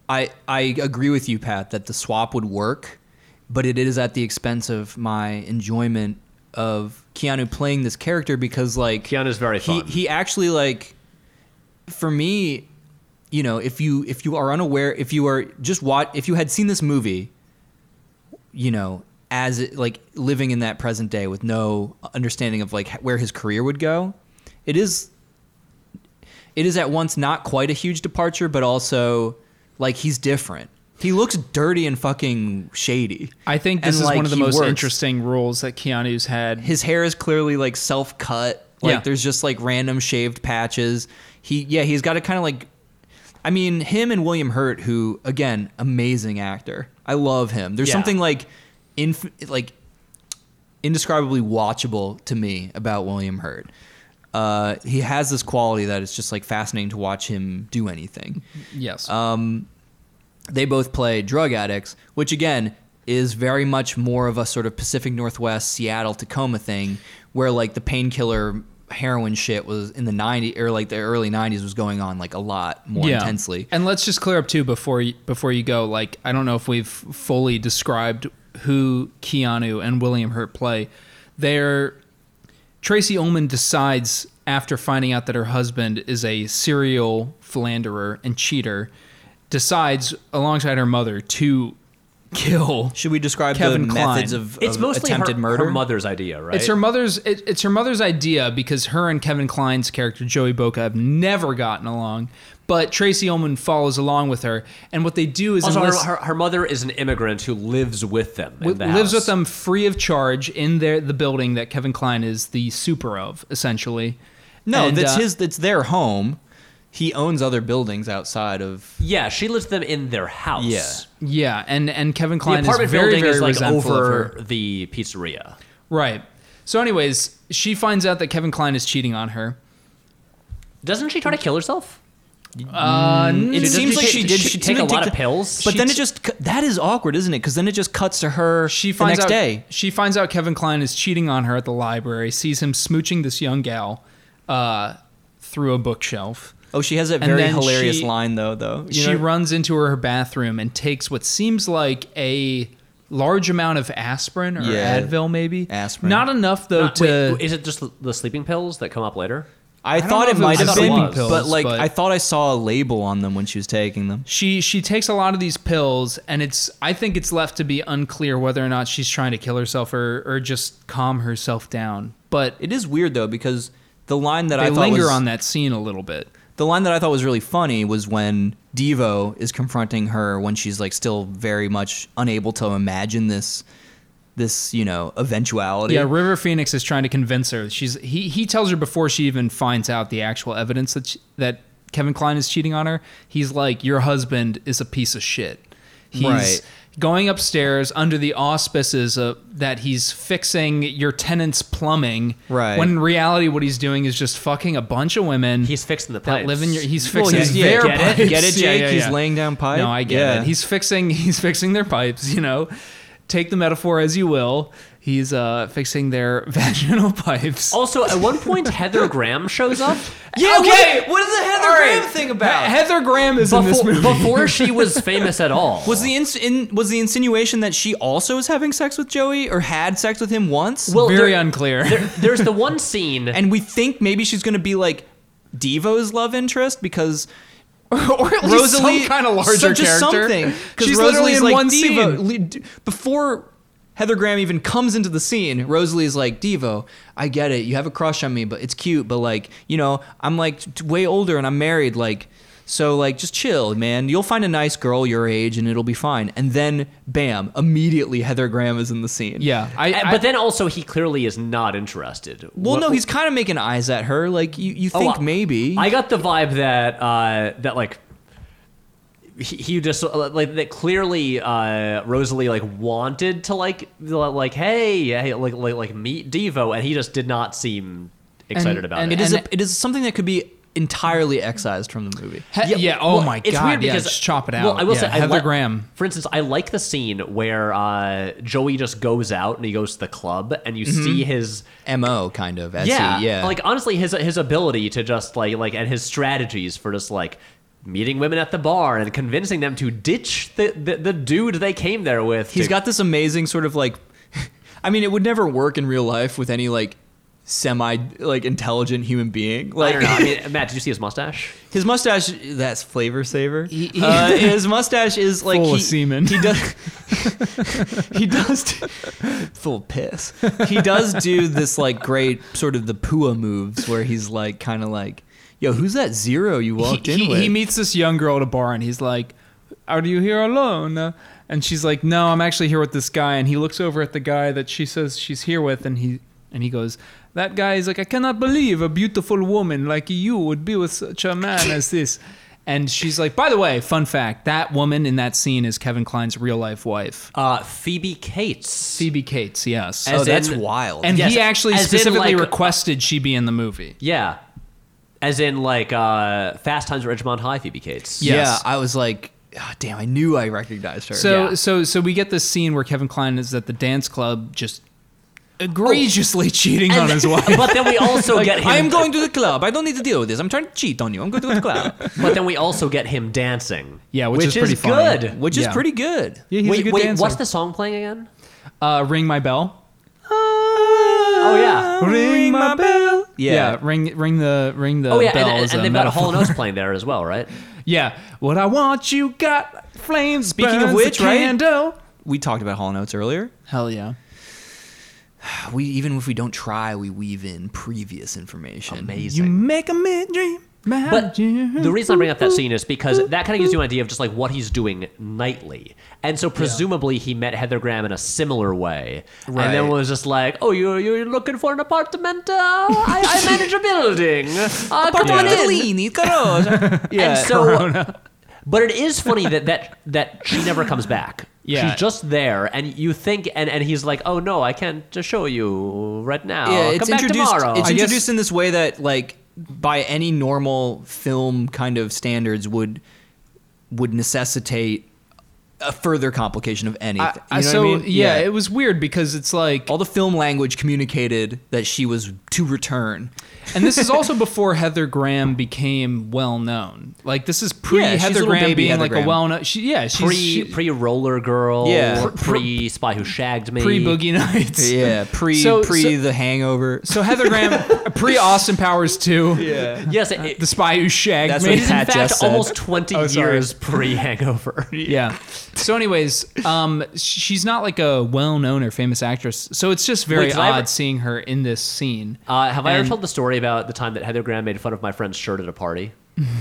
I I agree with you, Pat, that the swap would work, but it is at the expense of my enjoyment of Keanu playing this character because like
Keanu's very
he,
fun.
he actually like for me, you know, if you if you are unaware, if you are just watch if you had seen this movie you know, as it, like living in that present day with no understanding of like h- where his career would go, it is it is at once not quite a huge departure, but also like he's different. He looks dirty and fucking shady.
I think this
And,
is
like,
one of the
he
most
works.
interesting roles that Keanu's had.
His hair is clearly like self cut. Like
Yeah.
there's just like random shaved patches. He yeah, he's got to kind of like I mean, him and William Hurt, who again, amazing actor. I love him. There's
Yeah.
something like inf- like indescribably watchable to me about William Hurt. Uh, he has this quality that it's just like fascinating to watch him do anything.
yes,
uh, They both play drug addicts, which again is very much more of a sort of Pacific Northwest, Seattle, Tacoma thing, where like the painkiller heroin shit was in the 90s or like the early 90s was going on like a lot more intensely.
And let's just clear up too before you, before you go. Like I don't know if we've fully described who Keanu and William Hurt play. They're Tracy Ullman decides after finding out that her husband is a serial philanderer and cheater, decides alongside her mother to kill.
Should we describe
Kevin
the
Kline.
methods of,
It's
of
mostly her,
attempted murder?
her mother's idea, right?
um, It's her mother's. It, it's her mother's idea because her and Kevin Klein's character Joey Boca have never gotten along, but Tracy Ullman follows along with her, and what they do is
also, her,
enlist-
her, her mother is an immigrant who lives with them. in the
w- lives
house.
with them free of charge in their the building that Kevin Klein is the super of essentially.
no,
And,
that's
uh,
his that's their home. He owns other buildings outside of
Yeah, she lives with them in their house.
Yeah.
Yeah, and and Kevin
The
Klein
apartment
is very
building
very
is like
resentful of her.
over the pizzeria.
Right. So, anyways, she finds out that Kevin Klein is cheating on her.
Doesn't she try to kill herself?
Mm,
It
doesn't
seems
she
like
take-
she did.
she
She
take a
seemed to
lot of pills?
but
She
then
t-
it just cu- that is awkward, isn't it? Because then it just cuts to her.
She finds
the next
out
day.
she finds out Kevin Klein is cheating on her at the library. Sees him smooching this young gal uh, through a bookshelf.
Oh, she has that
And
very
then
hilarious
she-
line though. Though You
she
know-
runs into her bathroom and takes what seems like a large amount of aspirin or
Yeah.
Advil, maybe
Aspirin.
Not enough though
Not-
to.
uh, wait, is it just the- the sleeping pills that come up later?
I,
don't
thought
know
it
if it was
might have
sleeping
been,
pills,
but like
but-
I thought I saw a label on them when she was taking them.
she she takes a lot of these pills, and it's I think it's left to be unclear whether or not she's trying to kill herself or or just calm herself down. But
It is weird though because the line that
they
I thought
linger
was,
on that scene a little bit.
the line that I thought was really funny was when Devo is confronting her when she's like still very much unable to imagine this this you know eventuality.
Yeah, River Phoenix is trying to convince her. She's he he tells her before she even finds out the actual evidence that she, that Kevin Klein is cheating on her. He's like, "Your husband is a piece of shit." He's
Right.
going upstairs under the auspices of that he's fixing your tenant's plumbing.
Right.
When in reality, what he's doing is just fucking a bunch of women.
He's fixing the
that
pipes.
live in your. He's
Well,
fixing
he's- yeah,
their
get it?
pipes.
Get it,
Yeah, yeah,
Jake? He's
yeah.
laying down pipe?
No, I get
Yeah.
it. He's fixing. He's fixing their pipes. You know, take the metaphor as you will. He's uh, fixing their vaginal pipes.
Also, at one point, Heather Graham shows up.
yeah.
Wait, what is the Heather
Alright.
Graham thing about?
Heather Graham is in this
Before,
movie.
before she was famous at all.
was the ins- in, was the insinuation that she also is having sex with Joey or had sex with him once?
Well,
Very
there-
unclear.
there- there's the one scene.
and we think maybe she's going to be like Devo's love interest because
or at least
Rosalie
some kind of larger
such as
character.
something. 'Cause
She's literally
Rosalie's
in
like,
one
Devo,
scene.
le- d- before Heather Graham even comes into the scene, Rosalie's like, Devo, I get it. You have a crush on me, but it's cute. But like, you know, I'm like t- t- way older and I'm married. Like, so like, just chill, man. You'll find a nice girl your age and it'll be fine. And then, bam! Immediately, Heather Graham is in the scene.
Yeah, I,
And-
I-
Eh, but then also, he clearly is not interested.
Well,
What-
no, he's kind of making eyes at her. Like, you, you
Oh,
think
I-
maybe?
I got the vibe that uh, that like he, he just uh, like that clearly uh, Rosalie like wanted to like like hey, hey like, like like meet Devo, and he just did not seem excited
And-
about
and
it.
it is.
and-
a, it is something that could be entirely excised from the movie.
He- yeah, Oh
well,
my
it's
god.
Weird
yeah,
because,
just chop it out.
Well, I will
Yeah,
say, I
Heather
li-
Graham.
For instance, I like the scene where uh, Joey just goes out and he goes to the club, and you
Mm-hmm.
see his
mo kind of as
yeah,
he, yeah
Like honestly, his his ability to just like like and his strategies for just like meeting women at the bar and convincing them to ditch the the, the dude they came there with.
he's
to-
got this amazing sort of like i mean it would never work in real life with any like semi like intelligent human being
I
like
don't know. I mean, Matt, did you see his mustache?
his mustache that's flavor saver Uh, his mustache is like
Full
he,
of semen.
he does he does do- full of piss he does do this like great sort of the pua moves where he's like kind of like yo who's that zero you walked
he,
in
he-
with
he meets this young girl at a bar and he's like, Are you here alone? Uh, And she's like, No, I'm actually here with this guy. And he looks over at the guy that she says she's here with and he and he goes, That guy is like, I cannot believe a beautiful woman like you would be with such a man as this. And she's like, By the way, fun fact, that woman in that scene is Kevin Klein's real life wife.
Uh, Phoebe Cates.
Phoebe Cates, yes.
oh
as
that's
in-
wild
and
yes,
he actually
as in,
specifically
like-
requested she be in the movie.
Yeah, as in like uh, Fast Times at Ridgemont High. Phoebe Cates.
Yeah. yes.
yeah i was like "Ah, damn i knew i recognized her
So
Yeah.
so so we get this scene where Kevin Klein is at the dance club just egregiously cheating on his wife.
but then we also
Like,
get him.
I'm going to the club. I don't need to deal with this. I'm trying to cheat on you. I'm going to the club,
But then we also get him dancing.
Yeah, which is pretty funny.
good.
which is
Yeah.
pretty good.
Yeah, he's
wait,
a good
wait,
dancer.
what's the song playing again?
uh, ring my bell?
Oh yeah.
Ring my bell. Yeah.
Yeah.
ring ring the ring the
Oh yeah,
bell.
and, and,
is a
they've got a whole
metaphor.
nose playing there as well, right?
Yeah, what I want, you got flames.
Speaking of
burns the
which, right?
candle.
We talked about Hall Notes earlier.
Hell yeah.
We even if we don't try, we weave in previous information.
You make a mid dream.
But the reason I bring up that scene is because that kind of gives you an idea of just like what he's doing nightly. And so presumably he met Heather Graham in a similar way.
Right.
And then was just like, oh, you're, you're looking for an apartment? Uh, I, I manage a building. Uh, come on in. and so, but it is funny that that that she never comes back.
Yeah.
she's just there, and you think, and and he's like, "Oh no, I can't just show you right now.
Yeah, it's
Come back
introduced.
tomorrow."
It's
I guess-
introduced in this way that, like, by any normal film kind of standards, would would necessitate a further complication of anything.
I, I-
you know
so
what I mean?
yeah, it was weird because it's like,
all the film language communicated that she was to return.
and this is also before Heather Graham became well known. Like this is pre
Yeah, she's
Heather
little
Graham
baby
being
Heather
like
Graham.
a well known. She, yeah, she's
pre
she-
pre roller girl,
Yeah.
pre spy who shagged me,
pre Boogie Nights.
Yeah, pre
So-
pre
so-
the Hangover.
So Heather Graham pre Austin Powers too.
Yeah.
Yes, it, it-
The spy who shagged
That's
me.
what
it is in
Pat just
fact
said.
almost twenty
Oh, sorry.
years pre Hangover.
yeah. So, anyways, um, she's not like a well-known or famous actress, so it's just very
Wait, did I
odd
ever-
seeing her in this scene.
Uh, have I ever
And-
told the story about the time that Heather Graham made fun of my friend's shirt at a party?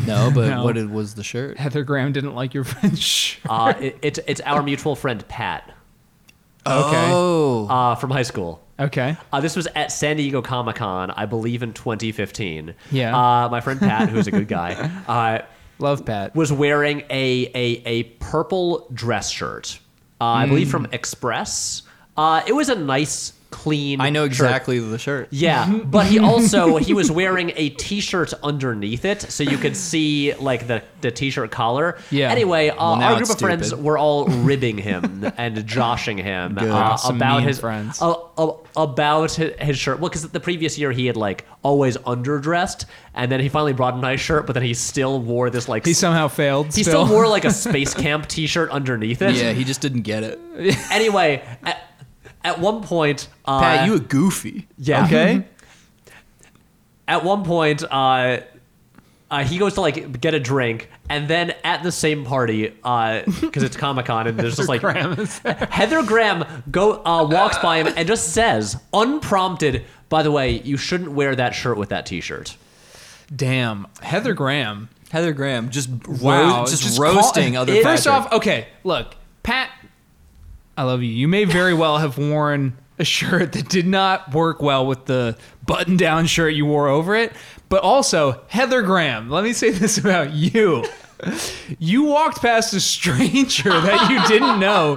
No, but
No.
what it was the shirt?
Heather Graham didn't like your French.
Uh, it, it's it's our mutual friend Pat
Oh,
uh, from high school.
Okay.
Uh, this was at San Diego Comic Con, I believe, in 2015.
Yeah.
Uh, my friend Pat, who's a good guy, uh,
Love Pat.
was wearing a a, a purple dress shirt. Uh, I believe
Hmm.
from Express. Uh, it was a nice, clean.
I know
shirt.
exactly the shirt.
Yeah,
Mm-hmm.
but he also he was wearing a t-shirt underneath it, so you could see like the, the t-shirt collar.
Yeah.
Anyway, uh,
now
our group
it's
of friends
stupid.
were all ribbing him and joshing him uh,
Good. Some
about
mean
his
friends.
uh, uh, about his, his shirt. Well, because the previous year he had like always underdressed, and then he finally brought a nice shirt, but then he still wore this like
He
s-
somehow failed.
he still wore like a space camp t-shirt underneath it.
Yeah, he just didn't get it.
Anyway, at, at one point, uh,
Pat, you a goofy.
Yeah.
Okay.
at one point, uh, uh, he goes to like get a drink, and then at the same party, because it's Comic Con, and there's just like Heather Graham go uh, walks by him and just says, unprompted, "By the way, you shouldn't wear that shirt with that T-shirt."
Damn, Heather Graham.
Heather Graham just
Wow,
ro- just, roasting
call-
other.
It- First
Patrick.
off, okay, look, Pat, I love you. You may very well have worn a shirt that did not work well with the button-down shirt you wore over it, but also Heather Graham. Let me say this about you. You walked past a stranger that you didn't know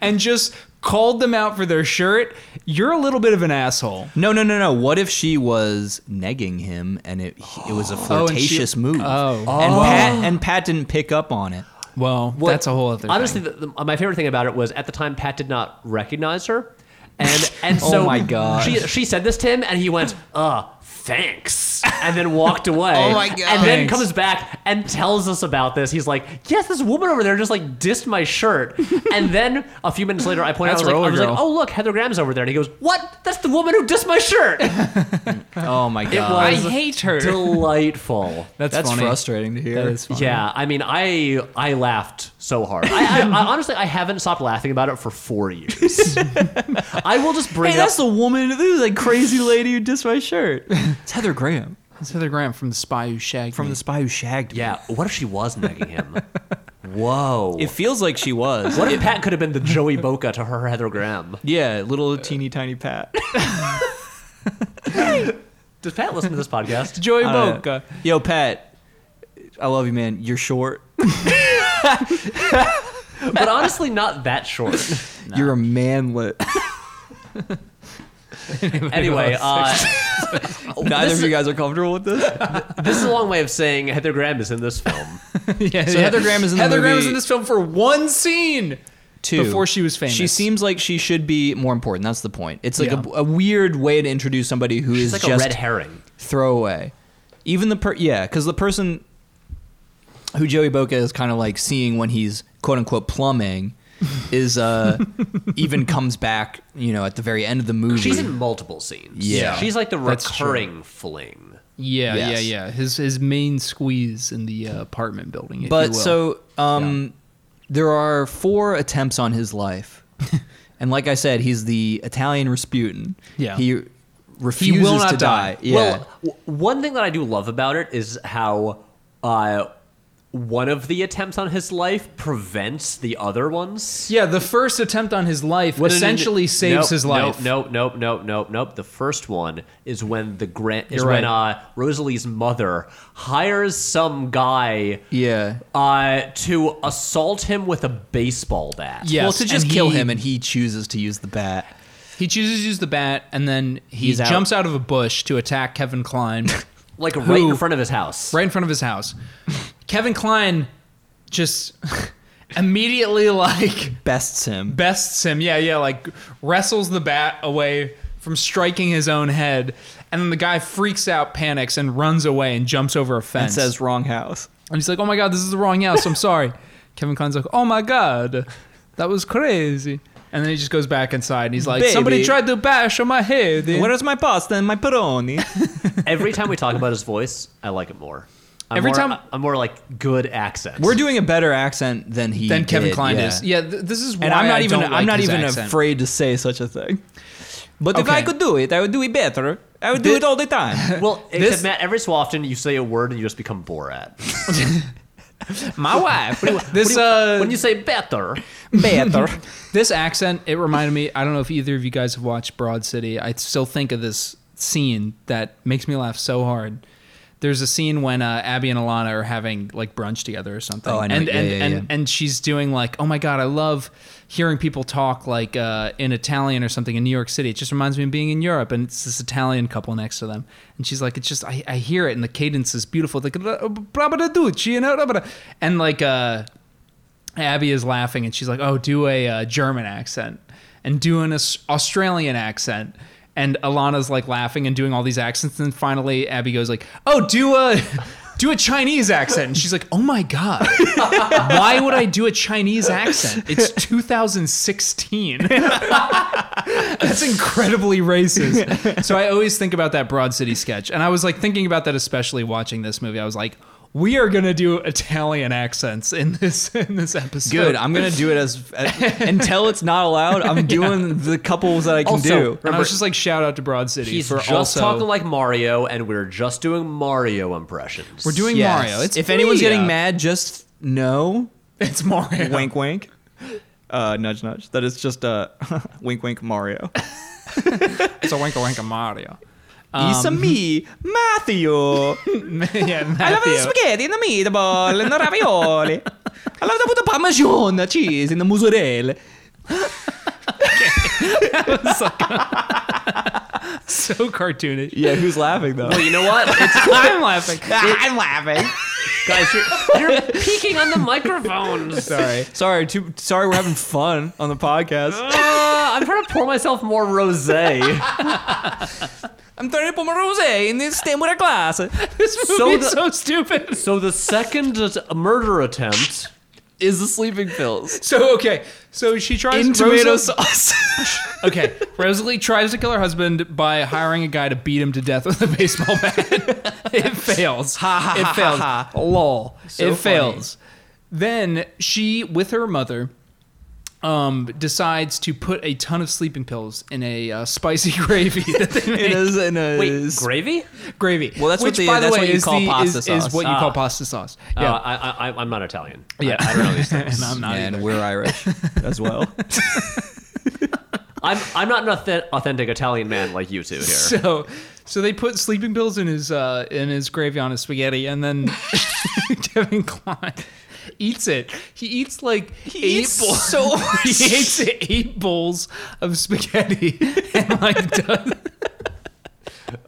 and just called them out for their shirt. You're a little bit of an asshole.
No, no, no, no. What if she was negging him and it it was a flirtatious move?
Oh.
and Pat and Pat didn't pick up on it.
Well,
What-
that's a whole other
Honestly,
thing.
the, the, my favorite thing about it was at the time Pat did not recognize her, and and
Oh
so
my gosh.
she she said this to him, and he went, "Uh, thanks," and then walked away. oh my god! And then
Thanks.
comes back and tells us about this. He's like, "Yes, this woman over there just like dissed my shirt," and then a few minutes later, I point out, I
That's
was, like, I
Roller
was like,
Girl.
"Oh look, Heather Graham's over there," and he goes, "What? That's the woman who dissed my shirt." It
Oh my god,
I
was
hate her.
delightful.
that's
that's
funny.
frustrating to hear.
That is funny.
Yeah, I mean, I I laughed so hard. I, I, I honestly, I haven't stopped laughing about it for four years. I will just bring
Hey,
it up.
that's the woman. This is like crazy lady who dissed my shirt. It's Heather Graham
It's Heather Graham from The Spy Who Shagged
from
Me.
The Spy Who Shagged Me.
yeah, what if she was nagging him? Whoa.
it feels like she was.
what if Pat could have been the Joey Boca to her Heather Graham?
Yeah, little teeny tiny Pat.
Does Pat listen to this podcast?
Joey
Uh,
Boca.
Yo, Pat, I love you, man. You're short.
But honestly, not that short.
You're a manlet.
Anyway, uh,
Neither
this
of you guys are comfortable with this.
this is a long way of saying Heather Graham is in this film.
yeah,
Heather Graham is in the
Heather Graham is
movie-
in this film for one scene.
too.
Before she was famous.
She seems like she should be more important. That's the point. It's like
Yeah.
a, a weird way to introduce somebody who is
It's like
just
a red herring.
throwaway. Even the per yeah, because the person who Joey Boca is kind of like seeing when he's quote unquote plumbing is uh even comes back, you know, at the very end of the movie.
She's in multiple scenes.
Yeah.
She's like the
That's true.
recurring fling.
Yeah,
Yes.
yeah, yeah. His his main squeeze in the uh, apartment building. If you
but
will.
so um there are four attempts on his life. and like I said, he's the Italian Rasputin.
Yeah.
He refuses
not
to die.
die.
Yeah.
Well, w- one thing that I do love about it is how uh, one of the attempts on his life prevents the other ones.
yeah, the first attempt on his life
What an
essentially
indi-
saves
Nope,
his life.
Nope, nope, nope, nope, nope. The first one is when the grant is
You're
when
right.
uh, Rosalie's mother hires some guy
yeah.
uh, to assault him with a baseball bat.
Yes,
well, to just
and
kill
he-
him and he chooses to use the bat.
He chooses to use the bat, and then he
He's out.
jumps out. of a bush to attack Kevin Klein
like right in
Who-
front of his house.
right in front of his house. Kevin Klein just immediately like
Bests him.
bests him. Yeah, yeah, like wrestles the bat away from striking his own head, and then the guy freaks out, panics, and runs away and jumps over a
And
fence.
says wrong house.
And he's like, "Oh my god, this is the wrong house. I'm sorry." Kevin Klein's like, "Oh my god, that was crazy." And then he just goes back inside, and he's like, "Somebody
Baby.
tried to bash on my head."
Where is my pasta and my pepperoni?
Every time we talk about his voice, I like it more. I'm
Every
more,
time-
I'm more like good accent.
We're doing a better accent than he
Then Kevin
did,
Klein
yeah.
is. Yeah, th- this is why
And I'm not even
do
I'm not even afraid to say such a thing. But if I
Okay.
could do it, I would do it better. I would do
Thi-
it all the time.
well,
this-
except Matt. Every so often, you say a word and you just become Borat.
My wife. this uh,
when you say better,
better.
this accent it reminded me i don't know if either of you guys have watched broad city i still think of this scene that makes me laugh so hard there's a scene when uh, abby and alana are having like brunch together or something
Oh, I know.
and
Yeah,
and,
yeah,
and,
yeah.
and she's doing like oh my god i love hearing people talk like uh, in italian or something in new york city it just reminds me of being in europe and it's this italian couple next to them and she's like it's just i, I hear it and the cadence is beautiful It's like "Brabadaducci," you know, brabada. and like uh Abby is laughing and she's like, "Oh, do a uh, German accent and do an Aus- Australian accent." And Alana's like laughing and doing all these accents and then finally Abby goes like, "Oh, do a do a Chinese accent." And she's like, "Oh my god. Why would I do a Chinese accent? It's 2016." That's incredibly racist. so I always think about that Broad City sketch. And I was like thinking about that especially watching this movie. I was like, we are gonna do Italian accents in this in this episode.
Good. I'm gonna do it as until it's not allowed. I'm doing the couples that I can
Also,
do.
and I was just like, shout out to Broad City
he's
for
just
also
talking like Mario, and we're just doing Mario impressions.
we're doing
Yes.
Mario. It's
if anyone's
free,
getting
uh,
mad, just know.
it's Mario.
Wink, wink. Uh, nudge, nudge. That is just uh, wink, wink. Mario.
It's a wink, a wink, a Mario.
It's a me, Matthew.
yeah,
I love the
Matthew.
spaghetti and the meatball and the ravioli. I love to put the parmesan the cheese and the mozzarella.
so cartoonish.
Yeah, who's laughing though?
Well, you know what, It's-
I'm laughing.
I'm laughing.
guys? You're, you're peeking on the microphones. Uh,
Sorry, sorry, too, sorry. We're having fun on the podcast.
Uh, I'm trying to pour myself more rosé.
I'm throwing up my rosé in this stem with a glass.
This movie's
So
so,
the-
stupid.
So the second uh, murder attempt.
Is the sleeping pills
So okay, so she tries
in tomato
Rosa-
sauce?
Okay, Rosalie tries to kill her husband by hiring a guy to beat him to death with a baseball bat. it fails. Ha ha It fails. Ha, Lol. it fails. Then she, with her mother, um, decides to put a ton of sleeping pills in a uh, spicy gravy that they make.
it is. It
Wait,
is.
gravy?
gravy.
Well, that's what
which,
they-
by the
that's
way,
what you
is
call
the,
pasta
is,
sauce.
Is what you
Ah.
call pasta sauce.
Yeah,
Yeah.
I, I, I- I'm not Italian.
yeah.
I, I don't know these things.
and I'm not
and
either.
we're Irish as well.
I'm I'm not an authe- authentic Italian man like you two here.
So, so they put sleeping pills in his uh, in his gravy on his spaghetti, and then Kevin Klein eats it. He eats like eight
eats
bowls.
so
he eats eight bowls of spaghetti, and like does,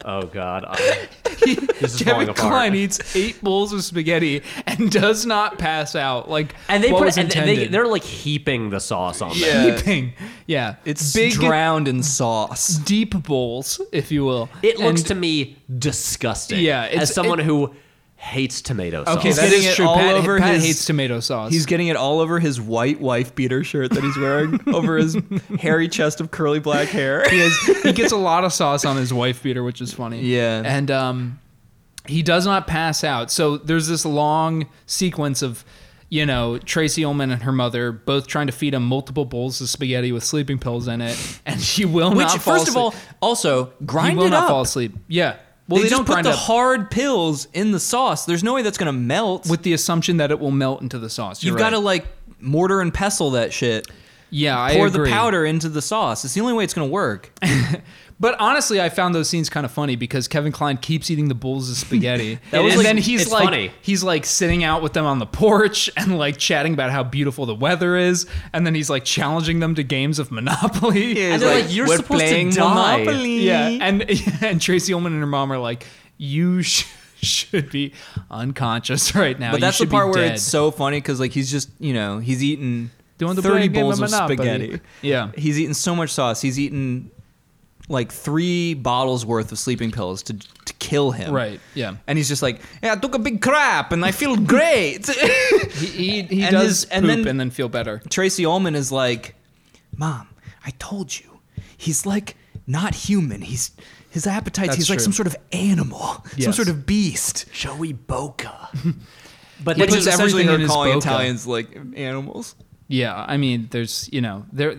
oh God, I- this is falling
Kevin
apart.
Klein eats eight bowls of spaghetti and and does not pass out. Like
And they
what
put
was
and they,
intended.
they're like heaping the sauce on that.
Yeah.
Heaping. yeah,
It's
big,
drowned in sauce.
deep bowls, if you will.
It looks
And-
to me disgusting.
Yeah, it's-
as someone
it-
who hates tomato sauce.
Okay,
He's
that
getting
is
it
true.
all
Pat,
over
Pat
his-
hates tomato sauce.
He's getting it all over his white wife beater shirt that he's wearing over his hairy chest of curly black hair.
he, has, he gets a lot of sauce on his wife beater, which is funny.
Yeah.
and um, he does not pass out. So there's this long sequence of, you know, Tracy Ullman and her mother both trying to feed him multiple bowls of spaghetti with sleeping pills in it, and she will
Which,
not. fall
first of
asleep.
all, also
he
grind
will
it
not
up.
fall asleep. Yeah. Well,
Well,
they,
they,
don't
just put
grind
the
up
hard pills in the sauce. There's no way that's gonna melt.
with the assumption that it will melt into the sauce.
You've
You've
got to like mortar and pestle that shit.
yeah, I
Pour
agree.
the powder into the sauce. It's the only way it's gonna work.
But honestly, I found those scenes kind of funny because Kevin Klein keeps eating the bowls of spaghetti.
That was
and
like-
then he's
it's
like
funny.
he's like sitting out with them on the porch and like chatting about how beautiful the weather is, and then he's like challenging them to games of Monopoly.
And they're like, "You're
we're
supposed to
playing
die."
Monopoly.
Yeah, and and Tracy Ullman and her mom are like, "You sh- should be unconscious right now."
But
You
that's the
should be
part where
dead."
it's so funny because like he's just you know he's eating
Doing the
thirty
playing game
bowls
of
of
Monopoly.
spaghetti.
Yeah.
he's eating so much sauce. He's eaten like three bottles worth of sleeping pills to to kill him.
Right, yeah.
and he's just like, yeah, I took a big crap and I feel great.
he, he, he
And
does
his-
poop
and then-
and then feel better.
Tracy Ullman is like, Mom, I told you, he's like not human. He's his appetite.
That's
He's like
true.
some sort of animal, some
Yes.
sort of beast.
Joey Boca. but then
Which
puts
is
just,
essentially
everything in
her
his
calling
boca.
Italians like animals.
Yeah, I mean, there's you know, there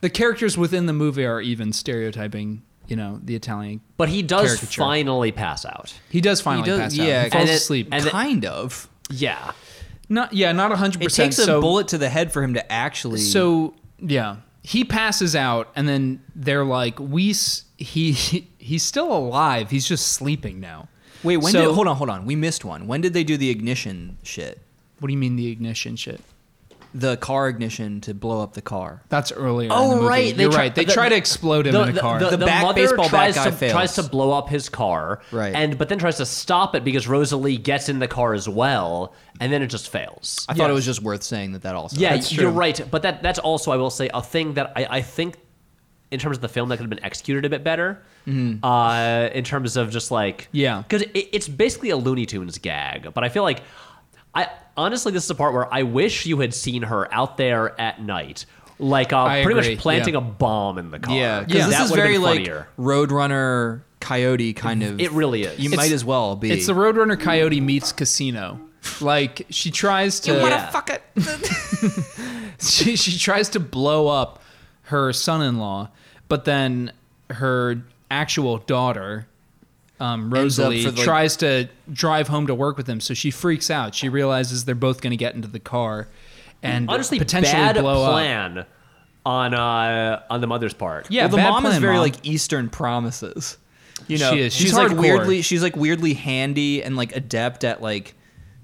the characters within the movie are even stereotyping. You know, the Italian.
but he does
Caricature.
finally pass out.
He does finally pass out. He
yeah,
falls
and it-
asleep.
and it-
kind of.
Yeah.
not yeah, not hundred
It
percent.
takes a
so,
bullet to the head for him to actually.
So yeah, he passes out, and then they're like, "We s- he, he he's still alive. He's just sleeping now."
wait, when
so-
did hold on, hold on. We missed one. When did they do the ignition shit?
What do you mean the ignition shit?
The car ignition to blow up the car.
That's earlier.
Oh,
in the movie.
right, they
You're
try-
right. They
the-
try to explode him in a car.
the- back-
mother
baseball bat
tries
guy
to,
fails.
tries to blow up his car,
Right.
And but then tries to stop it because Rosalie gets in the car as well, and then it just fails.
I thought it was just worth saying that that also.
yeah,
That's
you're
true.
right. But that that's also I will say a thing that I, I think in terms of the film that could have been executed a bit better. Uh, in terms of just like
Yeah.
because it, it's basically a Looney Tunes gag. But I feel like I honestly this is a part where I wish you had seen her out there at night. Like uh,
I
pretty
agree,
much planting
yeah.
a bomb in the car.
Yeah, because
Yeah.
this
That
is
would've
very
been
like
funnier.
Roadrunner Coyote kind of.
It really is.
You
It's-
might as well be.
it's the Roadrunner Coyote meets Casino. Like she tries to
Yeah.
she, she tries to blow up her son-in-law, but then her actual daughter, um,
Ends up
Rosalie,
for the-
tries to drive home to work with him. So she freaks out. She realizes they're both going to get into the car and
honestly
potentially
bad
blow up.
plan on uh, on the mother's part.
Yeah,
Well, the
bad
mom is
plan,
very
mom.
like Eastern promises. You
She
know,
is.
she's
She's
like
hardcore.
weirdly, she's like weirdly handy and like adept at like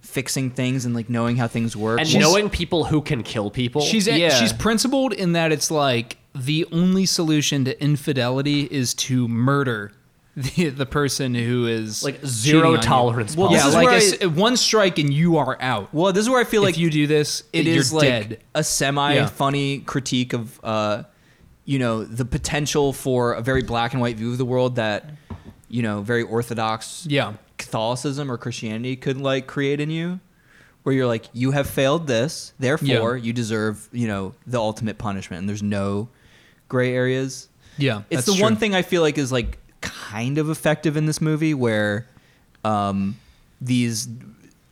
fixing things and like knowing how things work.
and
She's-
knowing people who can kill people.
She's
Yeah.
she's principled in that it's like the only solution to infidelity is to murder the the person who is
like
cheating on
zero
you.
tolerance.
Well,
policy.
Yeah,
This is
like
where
a
I-
s- one strike and you are out.
well, this is where I feel like
if you do this,
it
you're
is like
dead.
a semi
Yeah.
funny critique of uh, you know the potential for a very black and white view of the world that you know very orthodox
Yeah.
Catholicism or Christianity could like create in you where you're like you have failed this therefore
Yeah.
you deserve you know the ultimate punishment and there's no gray areas
Yeah,
it's
that's
the one
true.
thing I feel like is like kind of effective in this movie where um, these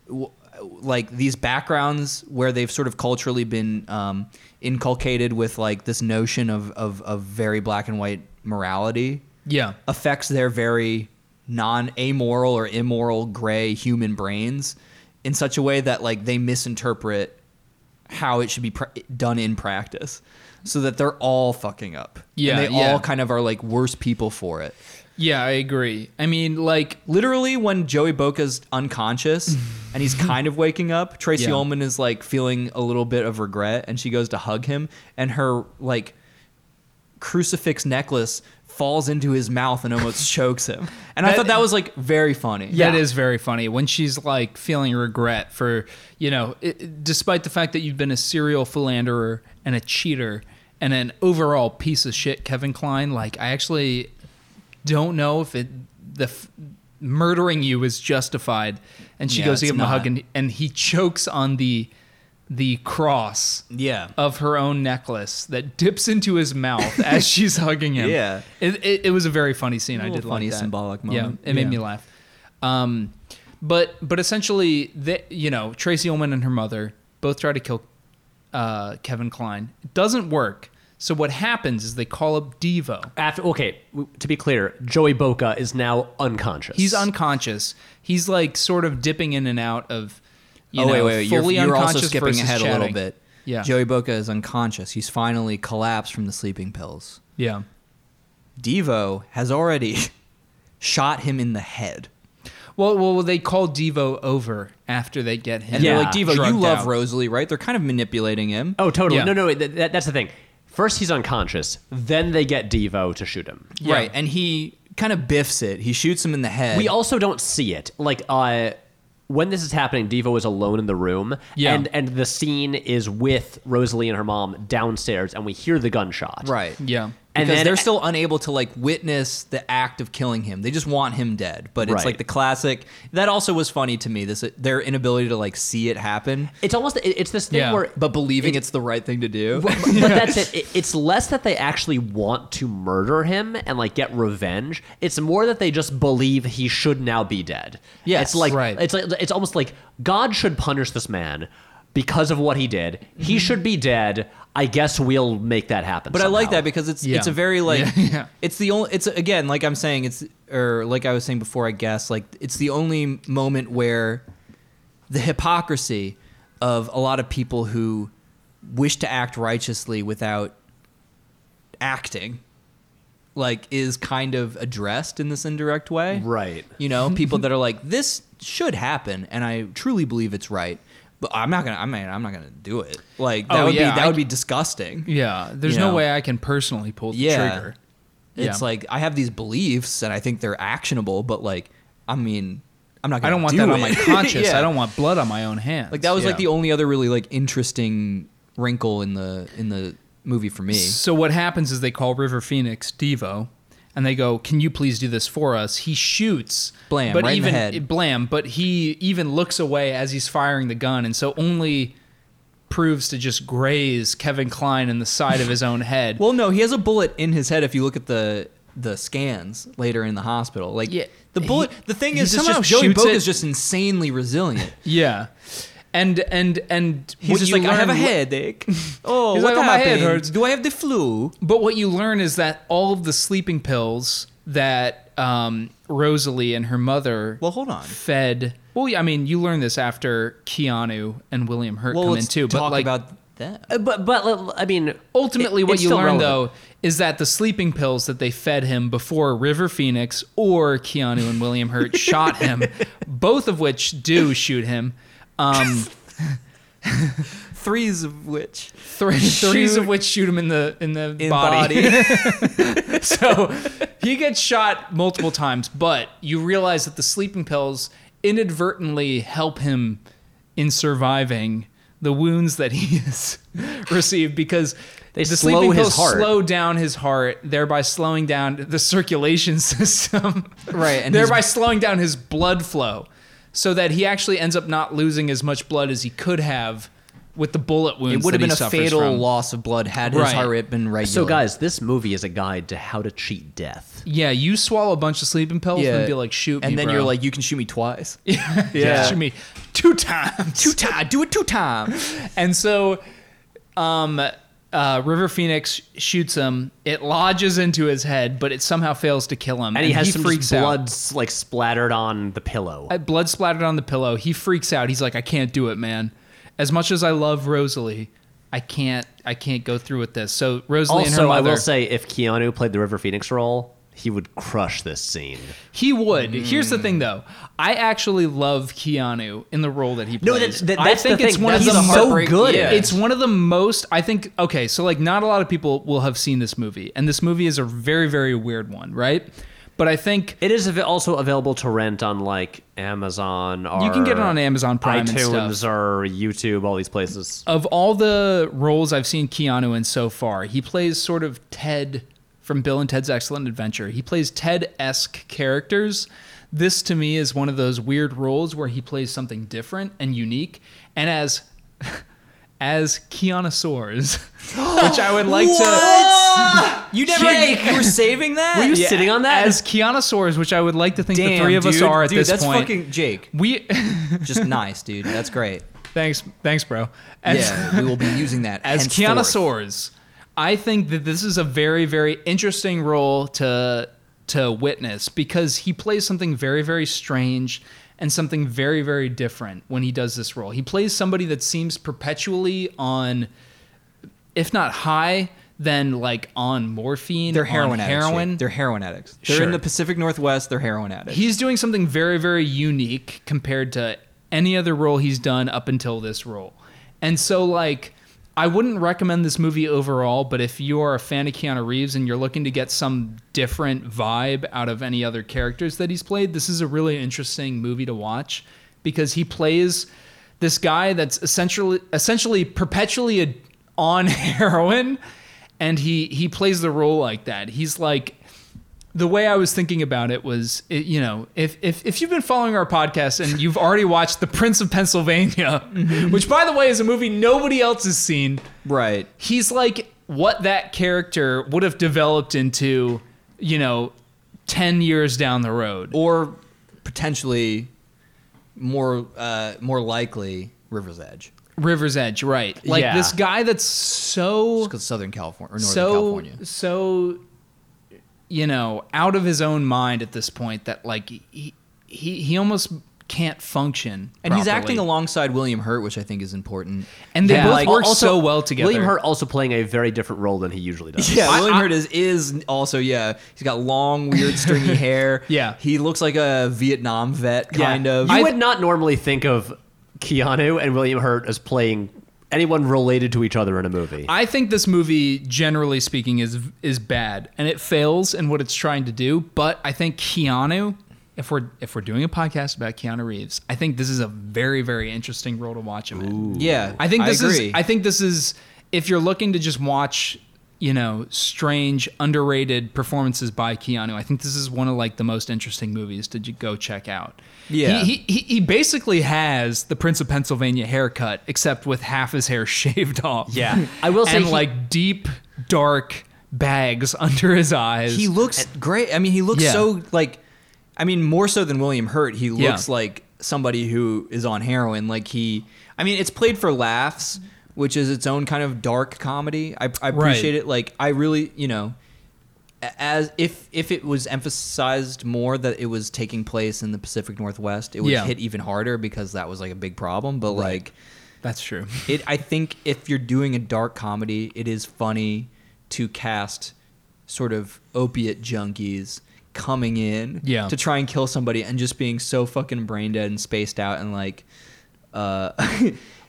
w- like these backgrounds where they've sort of culturally been um, inculcated with like this notion of, of, of very black and white morality
Yeah.
affects their very non amoral or immoral gray human brains in such a way that like they misinterpret how it should be pr- done in practice so that they're all fucking up
Yeah,
and they
yeah.
all kind of are like worse people for it
Yeah, I agree. I mean, like,
literally when joey boca's unconscious and he's kind of waking up tracy
Yeah.
ullman is like feeling a little bit of regret and she goes to hug him and her like crucifix necklace falls into his mouth and almost chokes him. And I thought that was like very funny.
That is very funny when she's like feeling regret for, you know, it, it- despite the fact that you've been a serial philanderer and a cheater and an overall piece of shit, Kevin Klein. Like, I actually don't know if it the f- murdering you is justified. And she
Yeah,
goes to
it's
give him a hug,
not.
and and he chokes on the the cross
Yeah.
of her own necklace that dips into his mouth as she's hugging him.
Yeah.
It, it, it was a very funny scene. I
little
did like
funny
that.
symbolic moment.
Yeah, it made
Yeah.
me laugh. Um, but but essentially, the, you know, Tracy Ullman and her mother both try to kill uh, Kevin Klein. It doesn't work. So what happens is they call up Devo.
After okay, w- to be clear, Joey Boca is now unconscious.
He's unconscious. He's like sort of dipping in and out of. You
oh
know,
wait, wait, wait. You're,
fully
you're also
unconscious
skipping
versus
ahead a little
chatting.
bit.
Yeah.
Joey Boca is unconscious. He's finally collapsed from the sleeping pills.
Yeah.
Devo has already shot him in the head.
Well, well, they call Devo over after they get him.
And
Yeah.
they're like, Devo, you
drugged
love
out.
Rosalie, right? They're kind of manipulating him.
Oh, totally.
Yeah.
No, no, that, that, that's the thing. First, he's unconscious. Then they get Devo to shoot him.
yeah.
Right. And he kind of biffs it. He shoots him in the head.
We also don't see it. Like, uh, when this is happening, Devo is alone in the room.
Yeah.
And, and the scene is with Rosalie and her mom downstairs, and we hear the gunshot.
Right.
Yeah.
And
And
then-
they're still unable to like witness the act of killing him. They just want him dead. But it's
Right.
like the classic. That also was funny to me. This uh, their inability to like see it happen,
It's almost, it- it's this thing
Yeah.
where.
but believing it's the right thing to do.
but that's it. it. It's less that they actually want to murder him and like get revenge. It's more that they just believe he should now be dead. Yeah,
Yes,
it's like
right.
it's like it's almost like God should punish this man because of what he did.
Mm-hmm.
He should be dead. I guess we'll make that happen.
But I like
somehow.
that because it's
Yeah.
it's a very like
Yeah, yeah.
it's the only it's again like I'm saying it's or like I was saying before I guess like it's the only moment where the hypocrisy of a lot of people who wish to act righteously without acting like is kind of addressed in this indirect way.
Right.
You know, people that are like this should happen and I truly believe it's right. But I'm not gonna. I mean, I'm not gonna do it. Like that
Oh,
would
yeah,
be that
I-
would be disgusting.
Yeah, there's
You
no
know?
way I can personally pull the
Yeah.
trigger.
It's
Yeah.
like I have these beliefs and I think they're actionable, but like, I mean, I'm not.
I
Gonna
don't want
do
that
it.
on my conscience.
Yeah.
I don't want blood on my own hands.
Like that was like
Yeah.
the only other really like interesting wrinkle in the in the movie for me.
So what happens is they call River Phoenix Devo, and they go, "Can you please do this for us?" He shoots
Blam,
but
right in the
even
head.
blam, but he even looks away as he's firing the gun, and so only proves to just graze Kevin Klein in the side of his own head.
Well, no, he has a bullet in his head. If you look at the the scans later in the hospital, like
Yeah,
the bullet.
he-
the thing
he
is, it's
somehow
just Joey
shoots
Boca
it.
is just insanely resilient.
yeah, and and and
He's
what
just
you
like, I have a
learn-
headache. Oh,
He's
what
like, "Oh, my head
happened?
hurts."
Do I have the flu?
But what you learn is that all of the sleeping pills that um, Rosalie and her mother
Well, hold on.
fed. Well, yeah, I mean, you learn this after Keanu and William Hurt
Well,
come in
let's
too.
talk
but like,
about that.
Uh, But but uh, I mean,
ultimately,
it-
what
it's
you
still
learn though
relevant.
is that the sleeping pills that they fed him before River Phoenix or Keanu and William Hurt shot him, both of which do shoot him. Um,
Threes of which
three, threes of
Shoot-
which shoot him in the in the
in
body.
body.
so he gets shot multiple times, but you realize that the sleeping pills inadvertently help him in surviving the wounds that he has received because
They
the
slow
sleeping
his
pills
heart.
slow down his heart, thereby slowing down the circulation system.
Right, and his-
thereby slowing down his blood flow. So that he actually ends up not losing as much blood as he could have with the bullet wounds.
It would
that
have been
he
a
suffers
fatal
from.
loss of blood had
Right.
his heart rate been regular.
so guys, this movie is a guide to how to cheat death.
Yeah, you swallow a bunch of sleeping pills and be like, shoot
and
me,
then
bro."
you're like, you can shoot me twice.
yeah. shoot me two times.
two times. Do it two times.
And so, um, uh, River Phoenix shoots him. It lodges into his head, but it somehow fails to kill him.
And, he has some just
freaks
blood
out.
s- like splattered on the pillow.
Uh, Blood splattered on the pillow. He freaks out. He's like, I can't do it, man. As much as I love Rosalie, I can't. I can't go through with this. So Rosalie and her
also,
mother.
I will say, if Keanu played the River Phoenix role, he would crush this scene.
He would. Here's the thing, though. I actually love Keanu in the role that he plays.
No, that- that-
I
that's
think
the
it's
thing.
one
That's
of the
the
mo-
heartbreak- so good
yeah.
It's one of the most. I think. Okay, so like, not a lot of people will have seen this movie, and this movie is a very, very weird one, right? But I think
It is av- also available to rent on like Amazon or
You can get it on Amazon Prime and
iTunes
stuff.
or YouTube, all these places.
of all the roles I've seen Keanu in so far, he plays sort of Ted from Bill and Ted's Excellent Adventure. He plays Ted esque characters. This to me is one of those weird roles where he plays something different and unique. And as as Keanosaurs, which I would like
You never. You were saving that.
to
Were you
Yeah,
sitting on that?
As Keanosaurs, which I would like to think
Damn,
the three of us
dude.
are at
dude,
this
that's
point.
fucking Jake.
we
Just nice, dude. That's great.
thanks, thanks, bro. As-
yeah, we will be using that
as
henceforth.
Keanosaurs. I think that this is a very, very interesting role to to witness because he plays something very, very strange and something very, very different when he does this role. He plays somebody that seems perpetually on, if not high, then like on morphine.
They're
on
heroin addicts.
heroin.
Jake. They're heroin addicts. They're
Sure.
in the Pacific Northwest. They're heroin addicts.
He's doing something very, very unique compared to any other role he's done up until this role. And so, like, I wouldn't recommend this movie overall, but if you are a fan of Keanu Reeves and you're looking to get some different vibe out of any other characters that he's played, this is a really interesting movie to watch because he plays this guy that's essentially essentially perpetually a, on heroin and he he plays the role like that. He's like the way I was thinking about it was, it, you know, if, if if you've been following our podcast and you've already watched The Prince of Pennsylvania,
Mm-hmm.
which by the way is a movie nobody else has seen,
right.
he's like what that character would have developed into, you know, ten years down the road.
Or potentially more uh, more likely River's Edge.
River's Edge, right? Like
Yeah.
this guy that's so
Because Southern California or Northern
so
California.
so you know out of his own mind at this point that like he he, he almost can't function
And he's acting
properly.
alongside William Hurt, which I think is important.
and they
Yeah.
both
Like,
work
Also,
so well together
William Hurt also playing a very different role than he usually does.
Yeah,
I-
William
I-
Hurt is is also yeah. He's got long, weird, stringy hair.
Yeah.
he looks like a Vietnam vet, kind of.
You
I-
would not normally think of Keanu and William Hurt as playing anyone related to each other in a movie.
I think this movie, generally speaking, is is bad, and it fails in what it's trying to do. But I think Keanu, if we're if we're doing a podcast about Keanu Reeves, I think this is a very very interesting role to watch him in.
yeah,
I think this
agree.
is. I think this is. If you're looking to just watch, you know, strange, underrated performances by Keanu, I think this is one of like the most interesting movies to j- go check out.
Yeah.
he, he- he he basically has the Prince of Pennsylvania haircut, except with half his hair shaved off.
Yeah. I will say
and
he-
like deep dark bags under his eyes.
he looks great. I mean, he looks
Yeah.
so like, I mean, more so than William Hurt, he
Yeah.
looks like somebody who is on heroin. Like he, I mean, it's played for laughs, which is its own kind of dark comedy. I, I appreciate
Right.
it. Like I really, you know, a- as if if it was emphasized more that it was taking place in the Pacific Northwest, it would
Yeah.
hit even harder because that was like a big problem. But like
That's true.
it i think if you're doing a dark comedy it is funny to cast sort of opiate junkies coming in
Yeah.
to try and kill somebody and just being so fucking brain dead and spaced out and like uh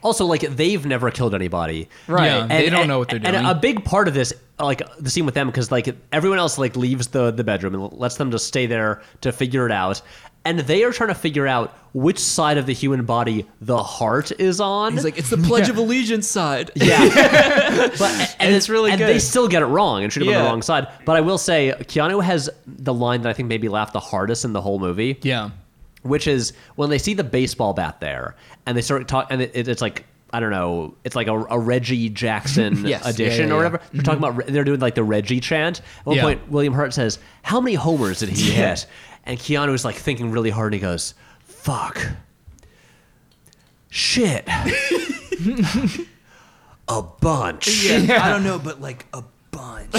also, like they've never killed anybody,
Right. Yeah, they don't know what they're doing.
And a big part of this, like the scene with them, because like everyone else like leaves the the bedroom and lets them just stay there to figure it out, and they are trying to figure out which side of the human body the heart is on.
he's like it's the pledge of allegiance side yeah
But and, and
it's really
and
good.
they still get it wrong and shoot him on
Yeah.
the wrong side. But I will say, Keanu has the line that I think maybe laughed the hardest in the whole movie.
Yeah.
which is when they see the baseball bat there and they start talk and it, it's like I don't know. It's like a, a Reggie Jackson
Yes, yeah,
edition
yeah,
or
yeah.
whatever. They're talking about. Re- They're doing like the Reggie chant. At one
Yeah.
point, William Hurt says, "How many homers did he hit?" And Keanu is like thinking really hard, and he goes, "Fuck, shit, a bunch."
i don't know but like a bunch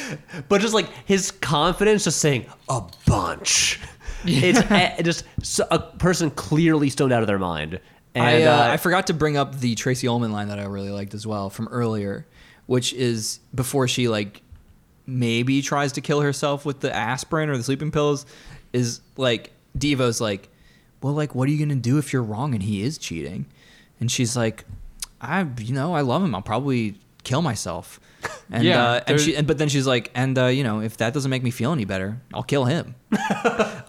but just like his confidence, just saying a bunch. It's a, just so, a person clearly stoned out of their mind. And
I, uh,
uh,
I forgot to bring up the Tracy Ullman line that I really liked as well from earlier, which is before she like maybe tries to kill herself with the aspirin or the sleeping pills is like Devo's like, well, like what are you gonna do if you're wrong and he is cheating? And she's like, I you know I love him. I'll probably kill myself. And
Yeah,
uh, and
there's-
she and but then she's like, and uh, you know if that doesn't make me feel any better, I'll kill him.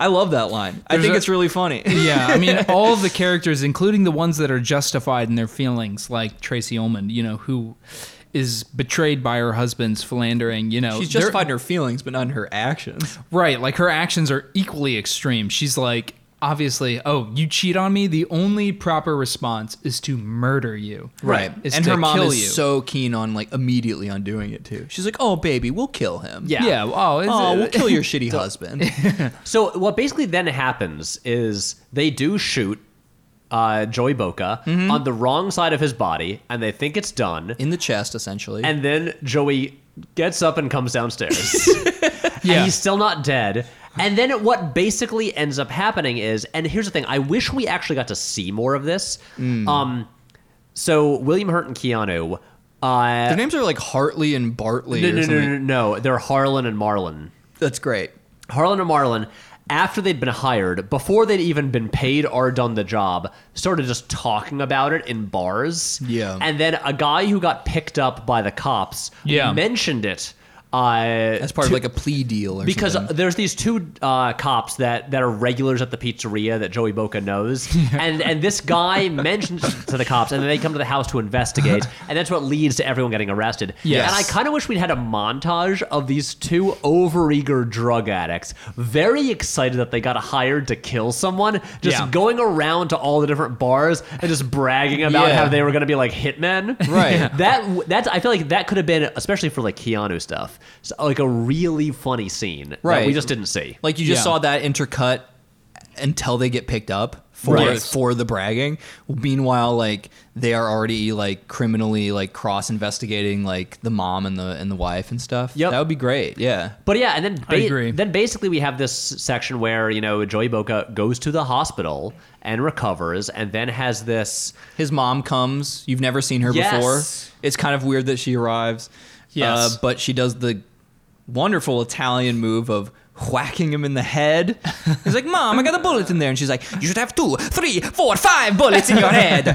I love that line. I
There's
think
a-
it's really funny.
yeah, I mean, all of the characters, including the ones that are justified in their feelings, like Tracy Ullman, you know, who is betrayed by her husband's philandering, you know.
She's
they're-
justified in her feelings, but not in her actions.
Right, like her actions are equally extreme. She's like, obviously, oh, you cheat on me? The only proper response is to murder you. Is
and
to
her mom
kill
is
you.
so keen on like immediately on doing it too. She's like, "Oh, baby, we'll kill him."
Yeah. Yeah, oh, it's-
oh, we'll kill your shitty husband.
So what basically then happens is they do shoot uh, Joey Boca on the wrong side of his body, and they think it's done.
Mm-hmm. In the chest, essentially.
And then Joey gets up and comes downstairs.
Yeah.
And he's still not dead. And then what basically ends up happening is, and here's the thing, I wish we actually got to see more of this.
Mm.
Um, so William Hurt and Keanu. Uh,
Their names are like Hartley and Bartley
no,
or
no,
something.
no, no, no. They're Harlan and Marlin.
That's great.
Harlan and Marlin, after they'd been hired, before they'd even been paid or done the job, started just talking about it in bars.
Yeah.
And then a guy who got picked up by the cops
Yeah.
mentioned it. Uh,
That's part of like a plea deal or
because
something.
there's these two uh, cops that, that are regulars at the pizzeria that Joey Boca knows, and and this guy mentions to the cops, and then they come to the house to investigate, and that's what leads to everyone getting arrested.
Yes.
and I kind of wish we'd had a montage of these two overeager drug addicts, very excited that they got hired to kill someone, just
Yeah.
going around to all the different bars and just bragging about
Yeah.
how they were going to be like hitmen.
Right. Yeah.
That w- that's I feel like that could have been especially for like Keanu stuff, so, like a really funny scene that we
Right.
just didn't see.
like you just
Yeah.
saw that intercut until they get picked up for
Right.
for the bragging. Meanwhile, like they are already like criminally like cross investigating like the mom and the and the wife and stuff.
Yep.
That would be great. Yeah.
But yeah, and then ba-
agree.
then basically we have this section where you know Joey Boca goes to the hospital and recovers, and then has this
His mom comes. You've never seen her
Yes.
before. It's kind of weird that she arrives. Uh,
Yes.
but she does the wonderful Italian move of whacking him in the head. He's like, Mom, I got a bullet in there. And she's like, You should have two, three, four, five bullets in your head.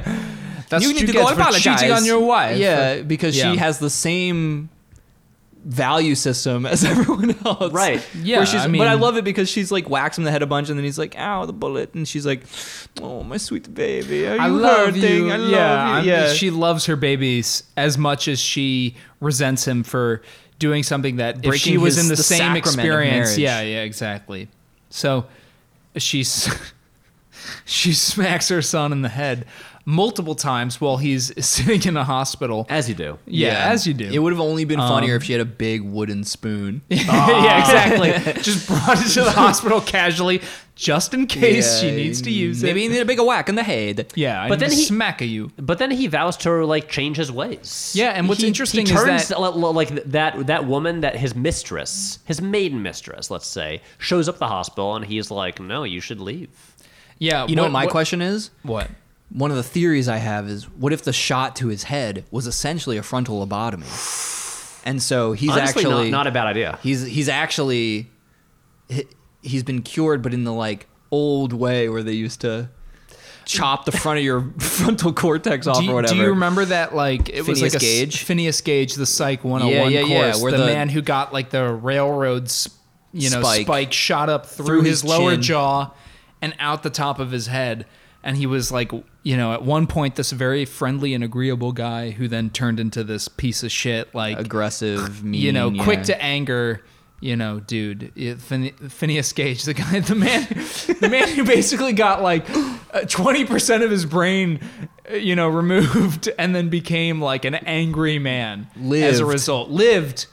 That's
you
what
need
you
to
get
go
for
apologize.
cheating on your wife.
Yeah, because
Yeah.
she has the same value system as everyone else.
Right.
Yeah,
Where she's-
I mean-
but I love it because she's like whacks him in the head a bunch, and then he's like, "Ow, the bullet," and she's like, "Oh, my sweet baby, are you
I love
hurting?
you.
I love
yeah,
you."
I'm-
Yeah.
She loves her babies as much as she resents him for doing something that if she
Breaking
was
his-
in the,
the
same
sacrament of
experience.
marriage.
Yeah, yeah, exactly. So she's she smacks her son in the head multiple times while he's sitting in a hospital.
as you do.
yeah, as you do. Um,
It would have only been funnier if she had a big wooden spoon.
yeah, exactly. just brought it to the hospital casually, just in case she needs to use
maybe
it.
Maybe need a big whack in the head.
Yeah,
But
but
then
then
he-
smack of you.
But then he vows to like change his ways.
Yeah, and what's
He-
interesting
he
is
turns
that-
li- li- like that that woman that his mistress, his maiden mistress, let's say, shows up at the hospital, and he's like, "No, you should leave."
Yeah,
You know what my question is?
What?
One of the theories I have is what if the shot to his head was essentially a frontal lobotomy? And so he's
Honestly, not-
actually
not a bad idea.
He's he's actually he- he's been cured but in the like old way where they used to chop the front of your frontal cortex off
do, you-
or whatever.
do you remember that like it was
Phineas
like a s-
Gage?
Phineas Gage, the Psych 101
Yeah, yeah, yeah,
course,
where
the,
the-
man who got like the railroads, you know, spike,
Spike.
shot up through,
Through
his,
his
lower
chin.
jaw and out the top of his head. And he was like, you know, at one point, this very friendly and agreeable guy who then turned into this piece of shit, like
aggressive mean,
you know,
yeah.
quick to anger. You know, dude, It- Phine- Phineas Gage, the guy, the man, the man who basically got like uh, twenty percent of his brain, uh, you know, removed, and then became like an angry man as a
Lived.
result. Lived,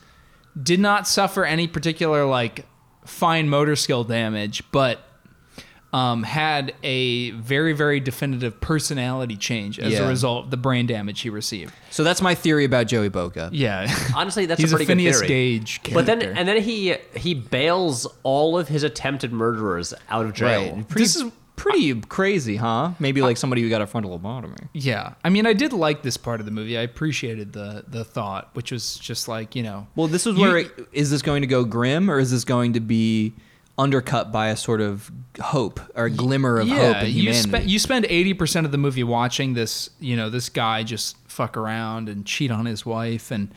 did not suffer any particular like fine motor skill damage, but um, had a very, very definitive personality change as
Yeah.
a result of the brain damage he received.
So that's my theory about Joey Boca.
Yeah,
Honestly, that's
he's
a
a,
pretty
Phineas
good theory.
Gage. Character.
But then, and then he he bails all of his attempted murderers out of jail.
Right. Pretty,
This is-
Pretty crazy, huh? Maybe like somebody who got a frontal lobotomy.
Yeah, I mean, I did like this part of the movie. I appreciated the the thought, which was just like you know,
Well, this is
You-
where it, is this going to go grim or is this going to be undercut by a sort of hope or glimmer of hope
yeah,
and
you,
humanity?
spe- you spend eighty percent of the movie watching this, you know, this guy just fuck around and cheat on his wife, and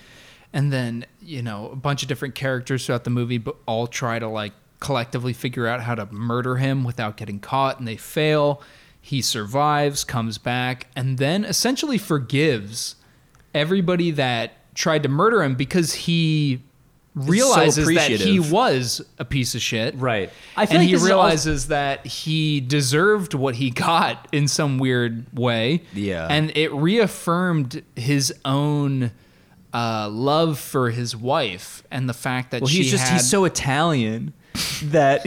and then you know a bunch of different characters throughout the movie, but all try to like collectively figure out how to murder him without getting caught, and they fail. He survives, comes back, and then essentially forgives everybody that tried to murder him because he realizes that he
appreciative.
was a piece of shit
Right. I
I
feel
and
like
he
this is
realizes that he deserved what he got in some weird way.
Yeah.
And it reaffirmed his own uh, love for his wife and the fact that
well,
she
he's just
had-
he's so Italian that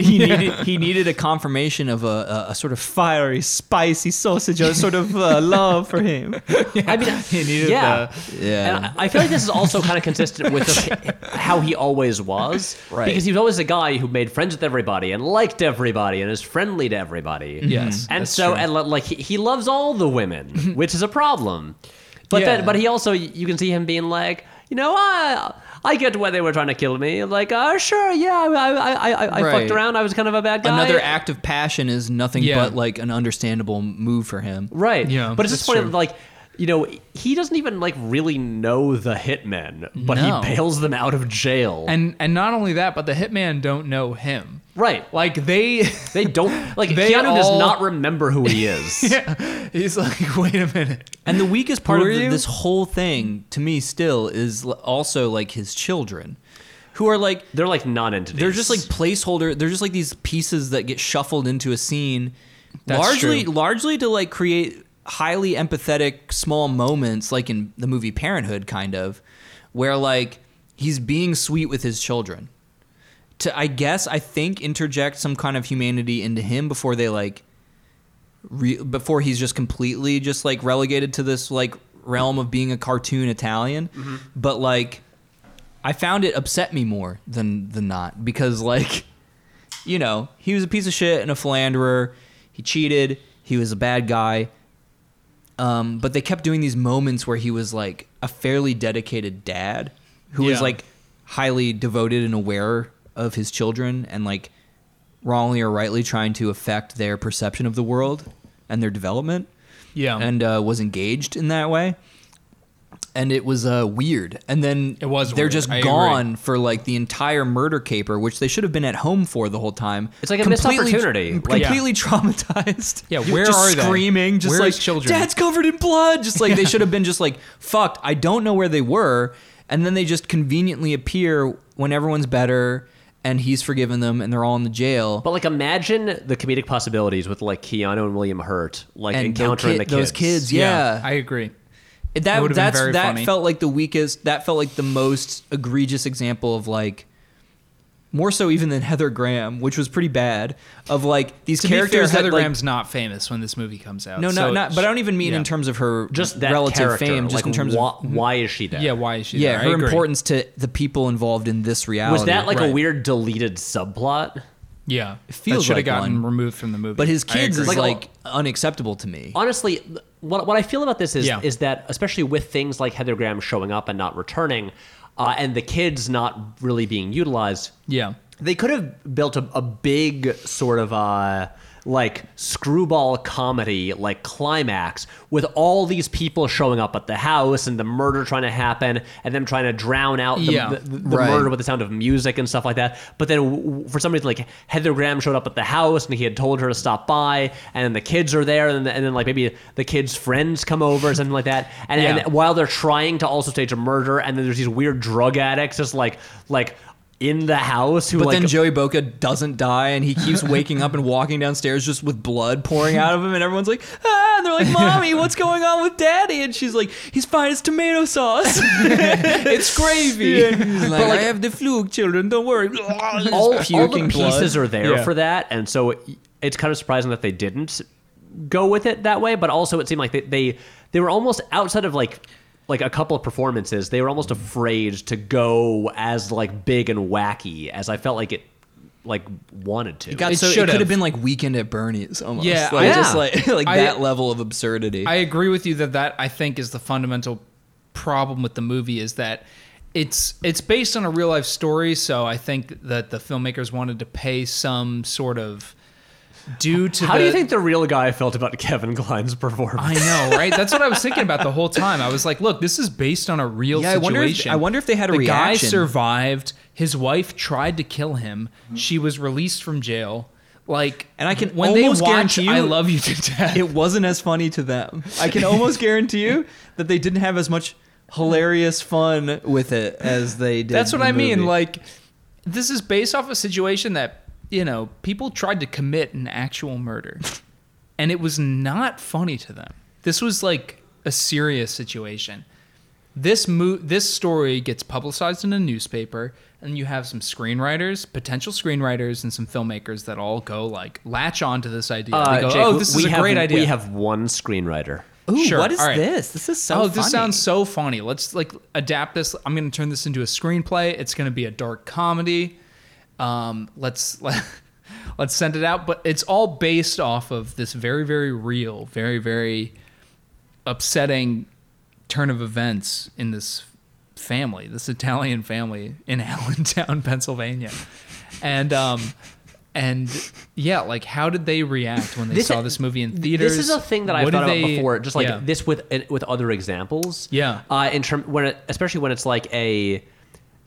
he needed he needed a confirmation of a, a, a sort of fiery, spicy sausage, a sort of uh, love for him.
I mean,
he needed
yeah.
the-
Yeah.
And I I feel like this is also kind of consistent with the- how he always was.
Right.
Because he was always a guy who made friends with everybody and liked everybody and is friendly to everybody.
Yes,
And
that's
so,
true.
and li- like, he, he loves all the women, which is a problem. But
Yeah.
then, but he also, you can see him being like, you know, I, I get why they were trying to kill me. Like, uh, sure, yeah, I, I, I, I, I
Right.
fucked around. I was kind of a bad guy.
Another act of passion is nothing
Yeah.
but like an understandable move for him.
Right.
Yeah,
But it's just
that's
funny,
true.
like, you know, he doesn't even like really know the hitmen, but
No.
he bails them out of jail.
and and not only that, but the hitman don't know him.
right. Like,
Like they
they don't like
They
Keanu does
all-
not remember who he is.
he's like, wait a minute.
And the weakest part
Who
of
are
th-
you?
this whole thing, to me, still is l- also like his children, who are like
They're like non-entities.
they're just like placeholder. They're just like these pieces that get shuffled into a scene,
That's
largely
true.
largely to like create highly empathetic small moments, like in the movie Parenthood, kind of, where like he's being sweet with his children. To I guess I think interject some kind of humanity into him before they like re- before he's just completely just like relegated to this like realm of being a cartoon Italian.
Mm-hmm.
But like, I found it upset me more than than not because like, you know, he was a piece of shit and a philanderer. He cheated. He was a bad guy. Um, but they kept doing these moments where he was like a fairly dedicated dad who was
Yeah.
like highly devoted and aware of his children and like wrongly or rightly trying to affect their perception of the world and their development
Yeah.
and uh, was engaged in that way and it was uh, weird and then
It was
they're
weird.
just
I agree.
gone for like the entire murder caper which they should have been at home for the whole time
It's like a missed opportunity. Like-
completely traumatized
Yeah, where
just
are they?
screaming just
Where
like
is children?
dad's covered in blood just like they should have been just like fucked i don't know where they were and then they just conveniently appear when everyone's better and he's forgiven them and they're all in the jail
But like, imagine the comedic possibilities with like Keanu and William Hurt, like
and those
encountering
kid-
the kids.
those kids yeah,
I agree.
that
would've been
that's
very
that
funny.
felt like the weakest. That felt like the most egregious example of like more so even than Heather Graham, which was pretty bad. Of like these
To
characters
be fair,
that
Heather
like
Graham's not famous when this movie comes out.
no,
so
not, not. But I don't even mean
yeah.
in terms of her
Just that
relative
character.
fame. Just
like,
in terms
why,
of
why is she there?
yeah. Why is she?
yeah,
there? I
her
agree.
importance to the people involved in this reality.
Was that like a
Right.
weird deleted subplot?
Yeah, that
feels
should
like
have gotten
one.
removed from the movie.
But his
I
kids is
agree.
like, unacceptable to me.
honestly, th- what, what I feel about this is
Yeah.
is that especially with things like Heather Graham showing up and not returning, uh, and the kids not really being utilized,
yeah.
they could have built a, a big sort of uh, like screwball comedy like climax with all these people showing up at the house and the murder trying to happen and them trying to drown out the,
Yeah,
the, the
right.
murder with the sound of music and stuff like that but then w- w- for some reason like heather graham showed up at the house and he had told her to stop by and then the kids are there and, then- and then like maybe the kids friends come over or something like that and,
Yeah.
and while they're trying to also stage a murder and then there's these weird drug addicts just like like in the house who
But
like
then Joey Boca doesn't die, and he keeps waking up and walking downstairs just with blood pouring out of him, and everyone's like, ah, and they're like, mommy, what's going on with daddy? And she's like, he's fine, it's tomato sauce. it's gravy. He's like, I have the flu, children, don't worry.
all,
Just
all
puking
the pieces
blood.
are there
Yeah.
for that, and so it- it's kind of surprising that they didn't go with it that way. But also, it seemed like they they, they were almost outside of like like a couple of performances. They were almost afraid to go as like big and wacky as I felt like it like wanted to.
Got
It
so it
should've.
could have been like Weekend at Bernie's almost.
Yeah,
like,
I-
just
Yeah.
like like
I-
that level of absurdity.
I agree with you that that I think is the fundamental problem with the movie is that it's it's based on a real life story, so I think that the filmmakers wanted to pay some sort of due to
How
the,
do you think the real guy felt about Kevin Klein's performance?
I know, right? That's what I was thinking about the whole time. I was like, look, this is based on a real
Yeah, I
situation.
wonder if- I wonder if they had a
the
reaction.
guy survived. His wife tried to kill him. She was released from jail. Like,
Mm-hmm. And I can
when they
almost
watch,
guarantee
I
you-
love you to death.
it wasn't as funny to them. I can almost guarantee you that they didn't have as much hilarious fun with it as they did.
That's what
the
I mean.
movie.
Like, this is based off a situation that, you know, people tried to commit an actual murder. And it was not funny to them. This was like a serious situation. This mo- this story gets publicized in a newspaper, and you have some screenwriters, potential screenwriters, and some filmmakers that all go like latch onto this idea. they go,
Uh, Jake,
"Oh, this is
we
a
have-
great idea."
We have one screenwriter.
Ooh,
Sure,
what is
all right.
this? This is so.
oh, this
funny.
sounds so funny. Let's like adapt this. I'm going to turn this into a screenplay. It's going to be a dark comedy. Um, let's let, let's send it out. But it's all based off of this very, very real, very, very upsetting turn of events in this family, this Italian family in Allentown, Pennsylvania, and um, and yeah, like how did they react when they saw this movie in theaters?
This is a thing that I've
What did
thought about
they-
before, just like
yeah.
this with with other examples.
Yeah.
Uh, in term when it, especially when it's like a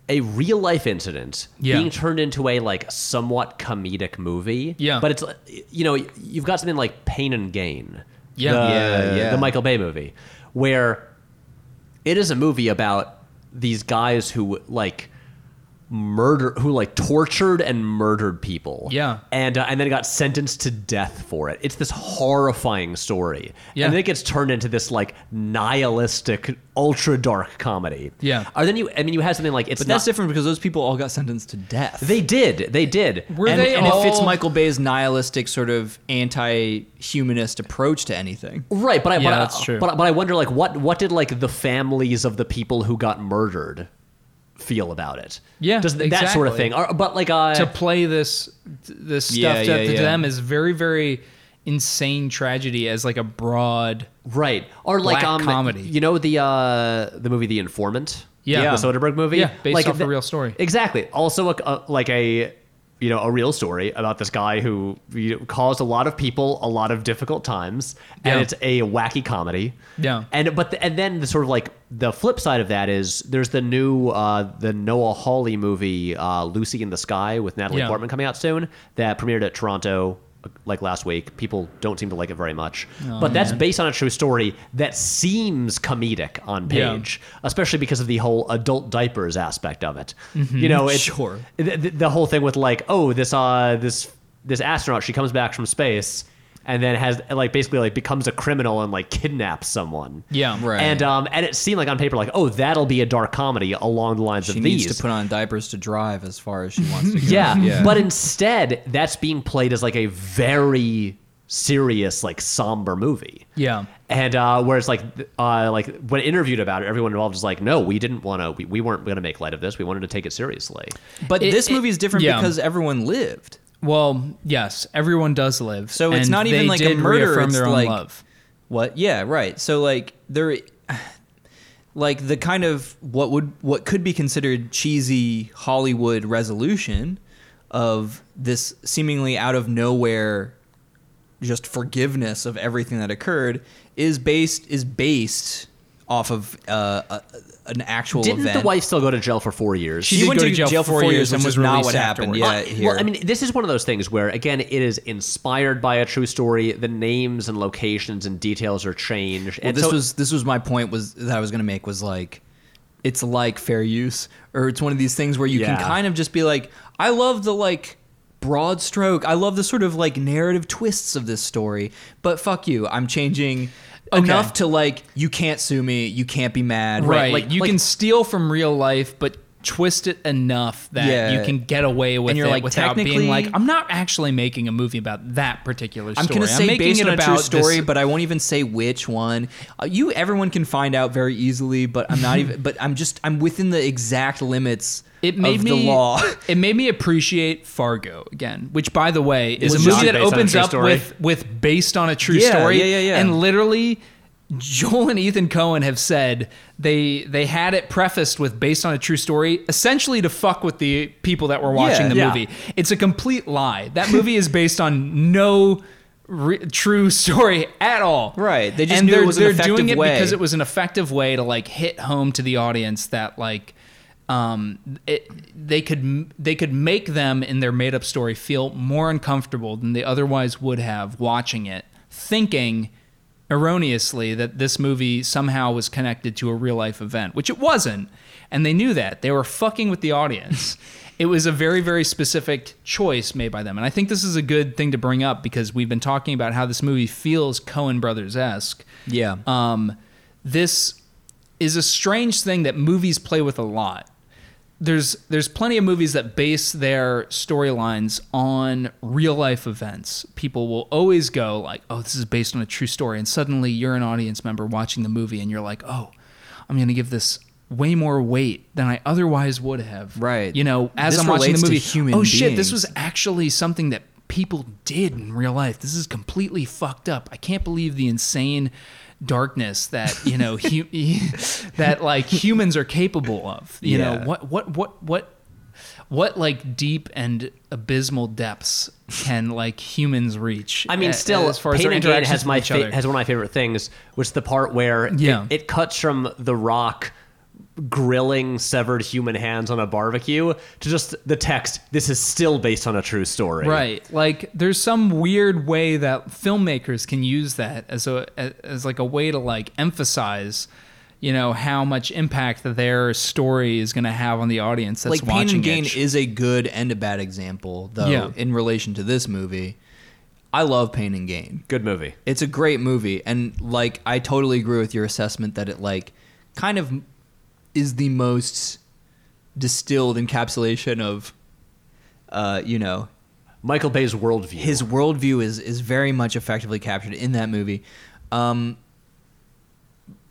a real life incident
Yeah.
being turned into a like somewhat comedic movie.
Yeah.
But it's uh, you know you've got something like Pain and Gain.
Yeah.
The,
Yeah, yeah.
The Michael Bay movie, where it is a movie about these guys who like murder who like tortured and murdered people
Yeah.
and uh, and then got sentenced to death for it it's this horrifying story
Yeah.
and then it gets turned into this like nihilistic ultra dark comedy
Yeah.
or then you i mean you have something like it's
But
not
that's different because those people all got sentenced to death.
they did they did
Were
and,
they
and
all-
it fits Michael Bay's nihilistic sort of anti-humanist approach to anything.
Right, but I,
Yeah,
but, I-
that's true.
but but I wonder like what what did like the families of the people who got murdered feel about it?
Yeah,
Does th- that sort of
exactly.
thing? Or, but like uh,
eh.
to play this this stuff
Yeah,
that
yeah,
to
yeah.
them is very very insane tragedy as like a broad
Right. Or like
Black
um,
comedy.
You know the uh, the movie The Informant.
Yeah.
the Soderbergh movie.
Yeah, based
like
off a
the-
real story.
Exactly. Also, a, a, like a you know a real story about this guy who you know, caused a lot of people a lot of difficult times,
Yeah.
and it's a wacky comedy.
Yeah.
And but the, and then the sort of like the flip side of that is there's the new uh, the Noah Hawley movie uh, Lucy in the Sky with Natalie
Yeah.
Portman coming out soon that premiered at Toronto uh, like last week. People don't seem to like it very much,
Oh,
but that's based on a true story that seems comedic on
Yeah.
page, especially because of the whole adult diapers aspect of it. You know, it's,
Mm-hmm. Sure.
th- th- the whole thing with like, oh, this uh, this this astronaut, she comes back from space. And then has like basically like becomes a criminal and like kidnaps someone.
Yeah.
Right.
And um, and it seemed like on paper like, oh, that'll be a dark comedy along the lines
She
of
needs
these.
to put on diapers to drive as far as she wants to go.
Yeah. But instead, that's being played as like a very serious, like somber movie.
yeah
And uh, where it's like, th- uh, like when interviewed about it, everyone involved was like, "No, we didn't want to. We, we weren't going to make light of this. We wanted to take it seriously."
But
It-
this
it-
movie is different
yeah.
because everyone lived.
well yes everyone does live
So it's
and
not even
they
like a
did
murder,
reaffirm
it's
their own
like-
love
What? Yeah, right. So like there like the kind of what would what could be considered cheesy Hollywood resolution of this seemingly out of nowhere just forgiveness of everything that occurred is based is based off of uh, a, an actual
Didn't
event.
the wife still go to jail for four years?
She did
went
go
to
to jail
jail
for
for
four
four
years
years,
and
which
was
is not
released
what happened.
afterwards.
Yeah,
Uh,
here.
Well, I mean, this is one of those things where, again, it is inspired by a true story. The names and locations and details are changed.
Well,
and
this
so-
was this was my point was that I was gonna make was like it's like fair use or it's one of these things where you
Yeah.
can kind of just be like I love the like broad stroke I love the sort of like narrative twists of this story but fuck you I'm changing enough to like you can't sue me you can't be mad
right,
like-
you
like-
can steal from real life but twist it enough that
Yeah.
you can get away with
And you're
it
like,
without being
technically-
like, I'm not actually making a movie about that particular story.
I'm gonna say
making
based
it
on a
about
true story,
this-
but I won't even say which one. Uh, you, everyone can find out very easily, but I'm not even. But I'm just I'm within the exact limits
it made
of
me
the law.
it made me appreciate Fargo again, which by the way is
Was
a movie
not
that
based on a
opens
true
up
story.
with with based on a true
Yeah,
story.
yeah, yeah, yeah.
And literally Joel and Ethan Cohen have said they they had it prefaced with based on a true story, essentially to fuck with the people that were watching
Yeah.
the
Yeah.
movie. It's a complete lie. That movie is based on no re- true story at all.
Right. They just
and
knew it
they're,
was an
they're
effective
doing it
way.
because it was an effective way to like hit home to the audience that like um it, they could they could make them in their made up story feel more uncomfortable than they otherwise would have watching it thinking erroneously that this movie somehow was connected to a real life event which it wasn't and they knew that they were fucking with the audience it was a very very specific choice made by them and i think this is a good thing to bring up because we've been talking about how this movie feels cohen brothers-esque
yeah.
um, this is a strange thing that movies play with a lot. There's there's plenty of movies that base their storylines on real life events. People will always go like, "Oh, this is based on a true story," and suddenly you're an audience member watching the movie, and you're like, "Oh, I'm going to give this." Way more weight than I otherwise would have.
Right.
You know, as
This
I'm watching the
relates to
movie,
human
oh shit, this
beings."
was actually something that people did in real life. This is completely fucked up. I can't believe the insane darkness that you know hu- that like humans are capable of. You
Yeah.
know what what what what what like deep and abysmal depths can like humans reach?
I mean,
a-
still,
as far as
Pain
their
and Gain
interactions
has
with
my
each
fa-
other.
has one of my favorite things, which is the part where it-
Yeah.
it, cuts from The Rock grilling severed human hands on a barbecue to just the text. This is still based on a true story,
Right. Like there's some weird way that filmmakers can use that as a as like a way to like emphasize you know how much impact that their story is going to have on the audience that's
like
watching
Pain and Gain
it.
is a good and a bad example, though,
Yeah.
in relation to this movie. I love Pain and Gain.
Good movie.
It's a great movie, and like I totally agree with your assessment that it like kind of is the most distilled encapsulation of, uh, you know,
Michael Bay's worldview.
his worldview is is very much effectively captured in that movie. Um,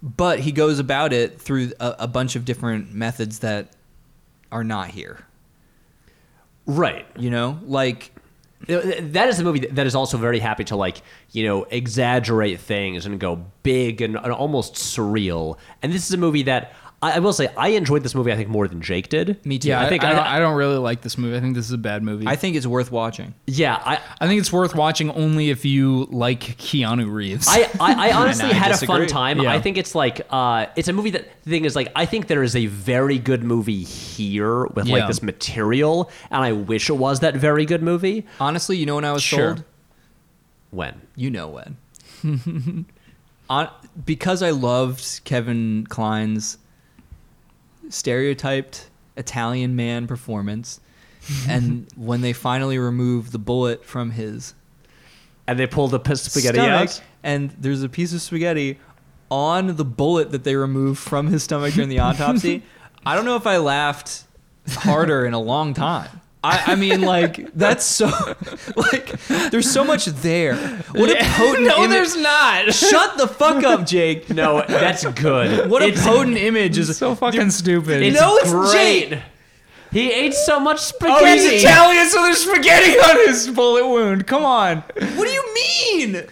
but he goes about it through a, a bunch of different methods that are not here.
right.
You know, like
That is a movie that is also very happy to like you know exaggerate things and go big and, and almost surreal. And this is a movie that I, I will say I enjoyed this movie I think more than Jake did.
Me too.
yeah, I, think I, don't,
I-
I don't really like this movie. I think this is a bad movie.
I think it's worth watching.
Yeah, I,
I think it's worth watching only if you like Keanu Reeves.
I, I, I honestly
I
had a
disagree.
fun time.
Yeah.
I think it's like uh, it's a movie that the thing is like I think there is a very good movie here with
Yeah.
like this material, and I wish it was that very good movie.
Honestly, you know when I was
Sure.
sold?
When
You know when. On, because I loved Kevin Kline's stereotyped Italian man performance, and when they finally removed the bullet from his
and they pulled the p- spaghetti
stomach,
out.
and there's a piece of spaghetti on the bullet that they removed from his stomach during the autopsy. I don't know if I laughed harder in a long time. I, I mean, like that's so like there's so much there. What a potent
no,
image!
there's not.
Shut the fuck up, Jake.
No, that's good.
What a
It's-
potent image is
so fucking stupid.
It's
No, it's
great.
Jake.
He ate so
oh,
much spaghetti.
he's Italian, so there's spaghetti on his bullet wound. Come on.
What do you mean?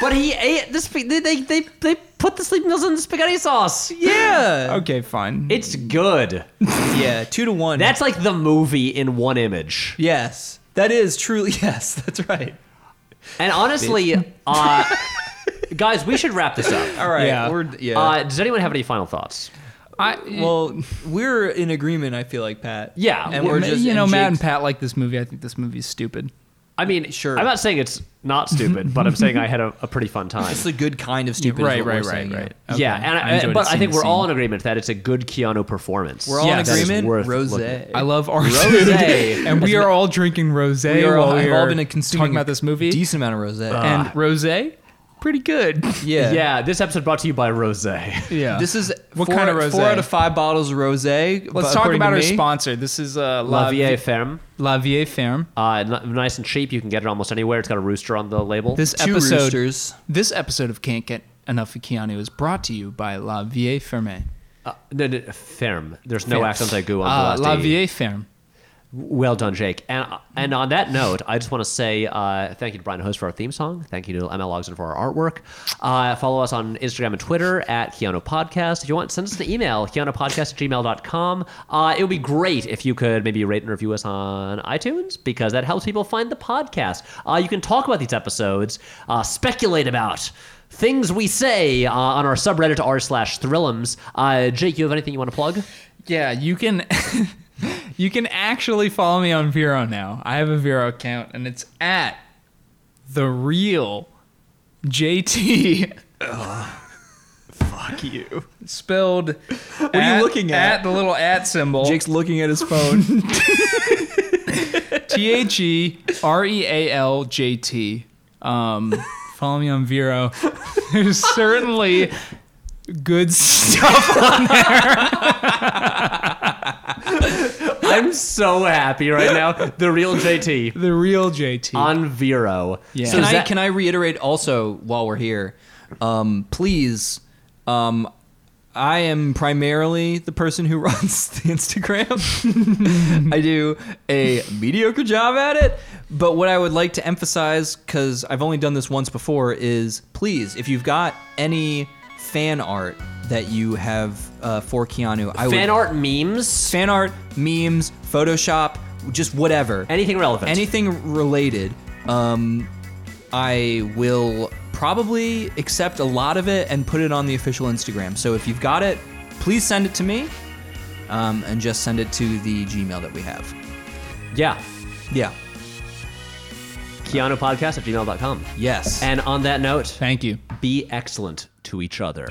but he ate the sp- they, they they they put the sleeping pills in the spaghetti sauce.
Yeah.
Okay, fine.
It's good.
Yeah. Two to one.
That's like the movie in one image.
yes. That is truly yes. That's right.
And honestly, uh, guys, we should wrap this up.
All right.
Yeah.
We're yeah.
Uh, does anyone have any final thoughts?
I,
well, we're in agreement. I feel like Pat.
Yeah,
And
well,
we're
Ma-
just
you know,
and
Matt and
Jake's-
Pat like this movie. I think this movie's stupid.
I mean,
Sure.
I'm not saying it's not stupid, but I'm saying I had a, a pretty fun time.
It's the good kind of stupid. is what we're saying, yeah.
yeah, and I,
enjoyed
but
it
I think
scene
we're
to
all in
scene.
agreement that it's a good Keanu performance.
We're all
Yes.
in
That is
agreement.
worth
Rose.
looking at.
I love our
Rosé.
food. and we are all drinking rosé.
We are
while
all,
we
have
are
all been consuming
talking about this movie.
Decent amount of rose.
and rosé, pretty good.
Yeah.
Yeah, this episode brought to you by Rosé.
Yeah.
This is
What
four,
kind of
Four
rosé?
out of five bottles of rosé.
Let's talk
bu- according
about
to
our
me.
sponsor. This is uh,
La
Vi-
Vieille Ferme.
La Vieille Ferme.
Uh, n- nice and cheap. You can get it almost anywhere. It's got a rooster on the label.
This
Two
episode,
roosters.
this episode of Can't Get Enough of Keanu is brought to you by La Vieille Ferme.
uh, no, no, Ferme. There's no
Ferme.
accent I go on. the
Uh,
last
La
E.
Vieille Ferme.
Well done, Jake. And and on that note, I just want to say uh, thank you to Brian Host for our theme song. Thank you to ML Ogden for our artwork. Uh, follow us on Instagram and Twitter at Keanu Podcast. If you want, send us an email, keanupodcast at gmail.com. Uh, it would be great if you could maybe rate and review us on iTunes because that helps people find the podcast. Uh, you can talk about these episodes, uh, speculate about things we say uh, on our subreddit r slash thrillums. Uh, Jake, you have anything you want to plug?
Yeah, you can you can actually follow me on Vero now. I have a Vero account and it's at the real JT. Fuck you. Spelled. What
are you looking at?
At the little at symbol.
Jake's looking at his phone.
T H E R E A L J T. Um, follow me on Vero. There's certainly good stuff.
I'm so happy right now. The real JT
The real JT.
Uh,
on Vero.
Yeah.
So
can,
is
I,
that-
can I reiterate also while we're here? Um, please, um, I am primarily the person who runs the Instagram. I do a mediocre job at it. But what I would like to emphasize, because I've only done this once before, is please, if you've got any fan art that you have uh, for Keanu, I
fan
would,
art memes?
fan art, memes, Photoshop, just whatever
Anything relevant?
anything related, um, I will probably accept a lot of it and put it on the official Instagram. So if you've got it, please send it to me, um, and just send it to the Gmail that we have.
yeah.
Yeah.
Keanupodcast at gmail.com.
Yes.
And on that note,
Thank you.
be excellent to each other.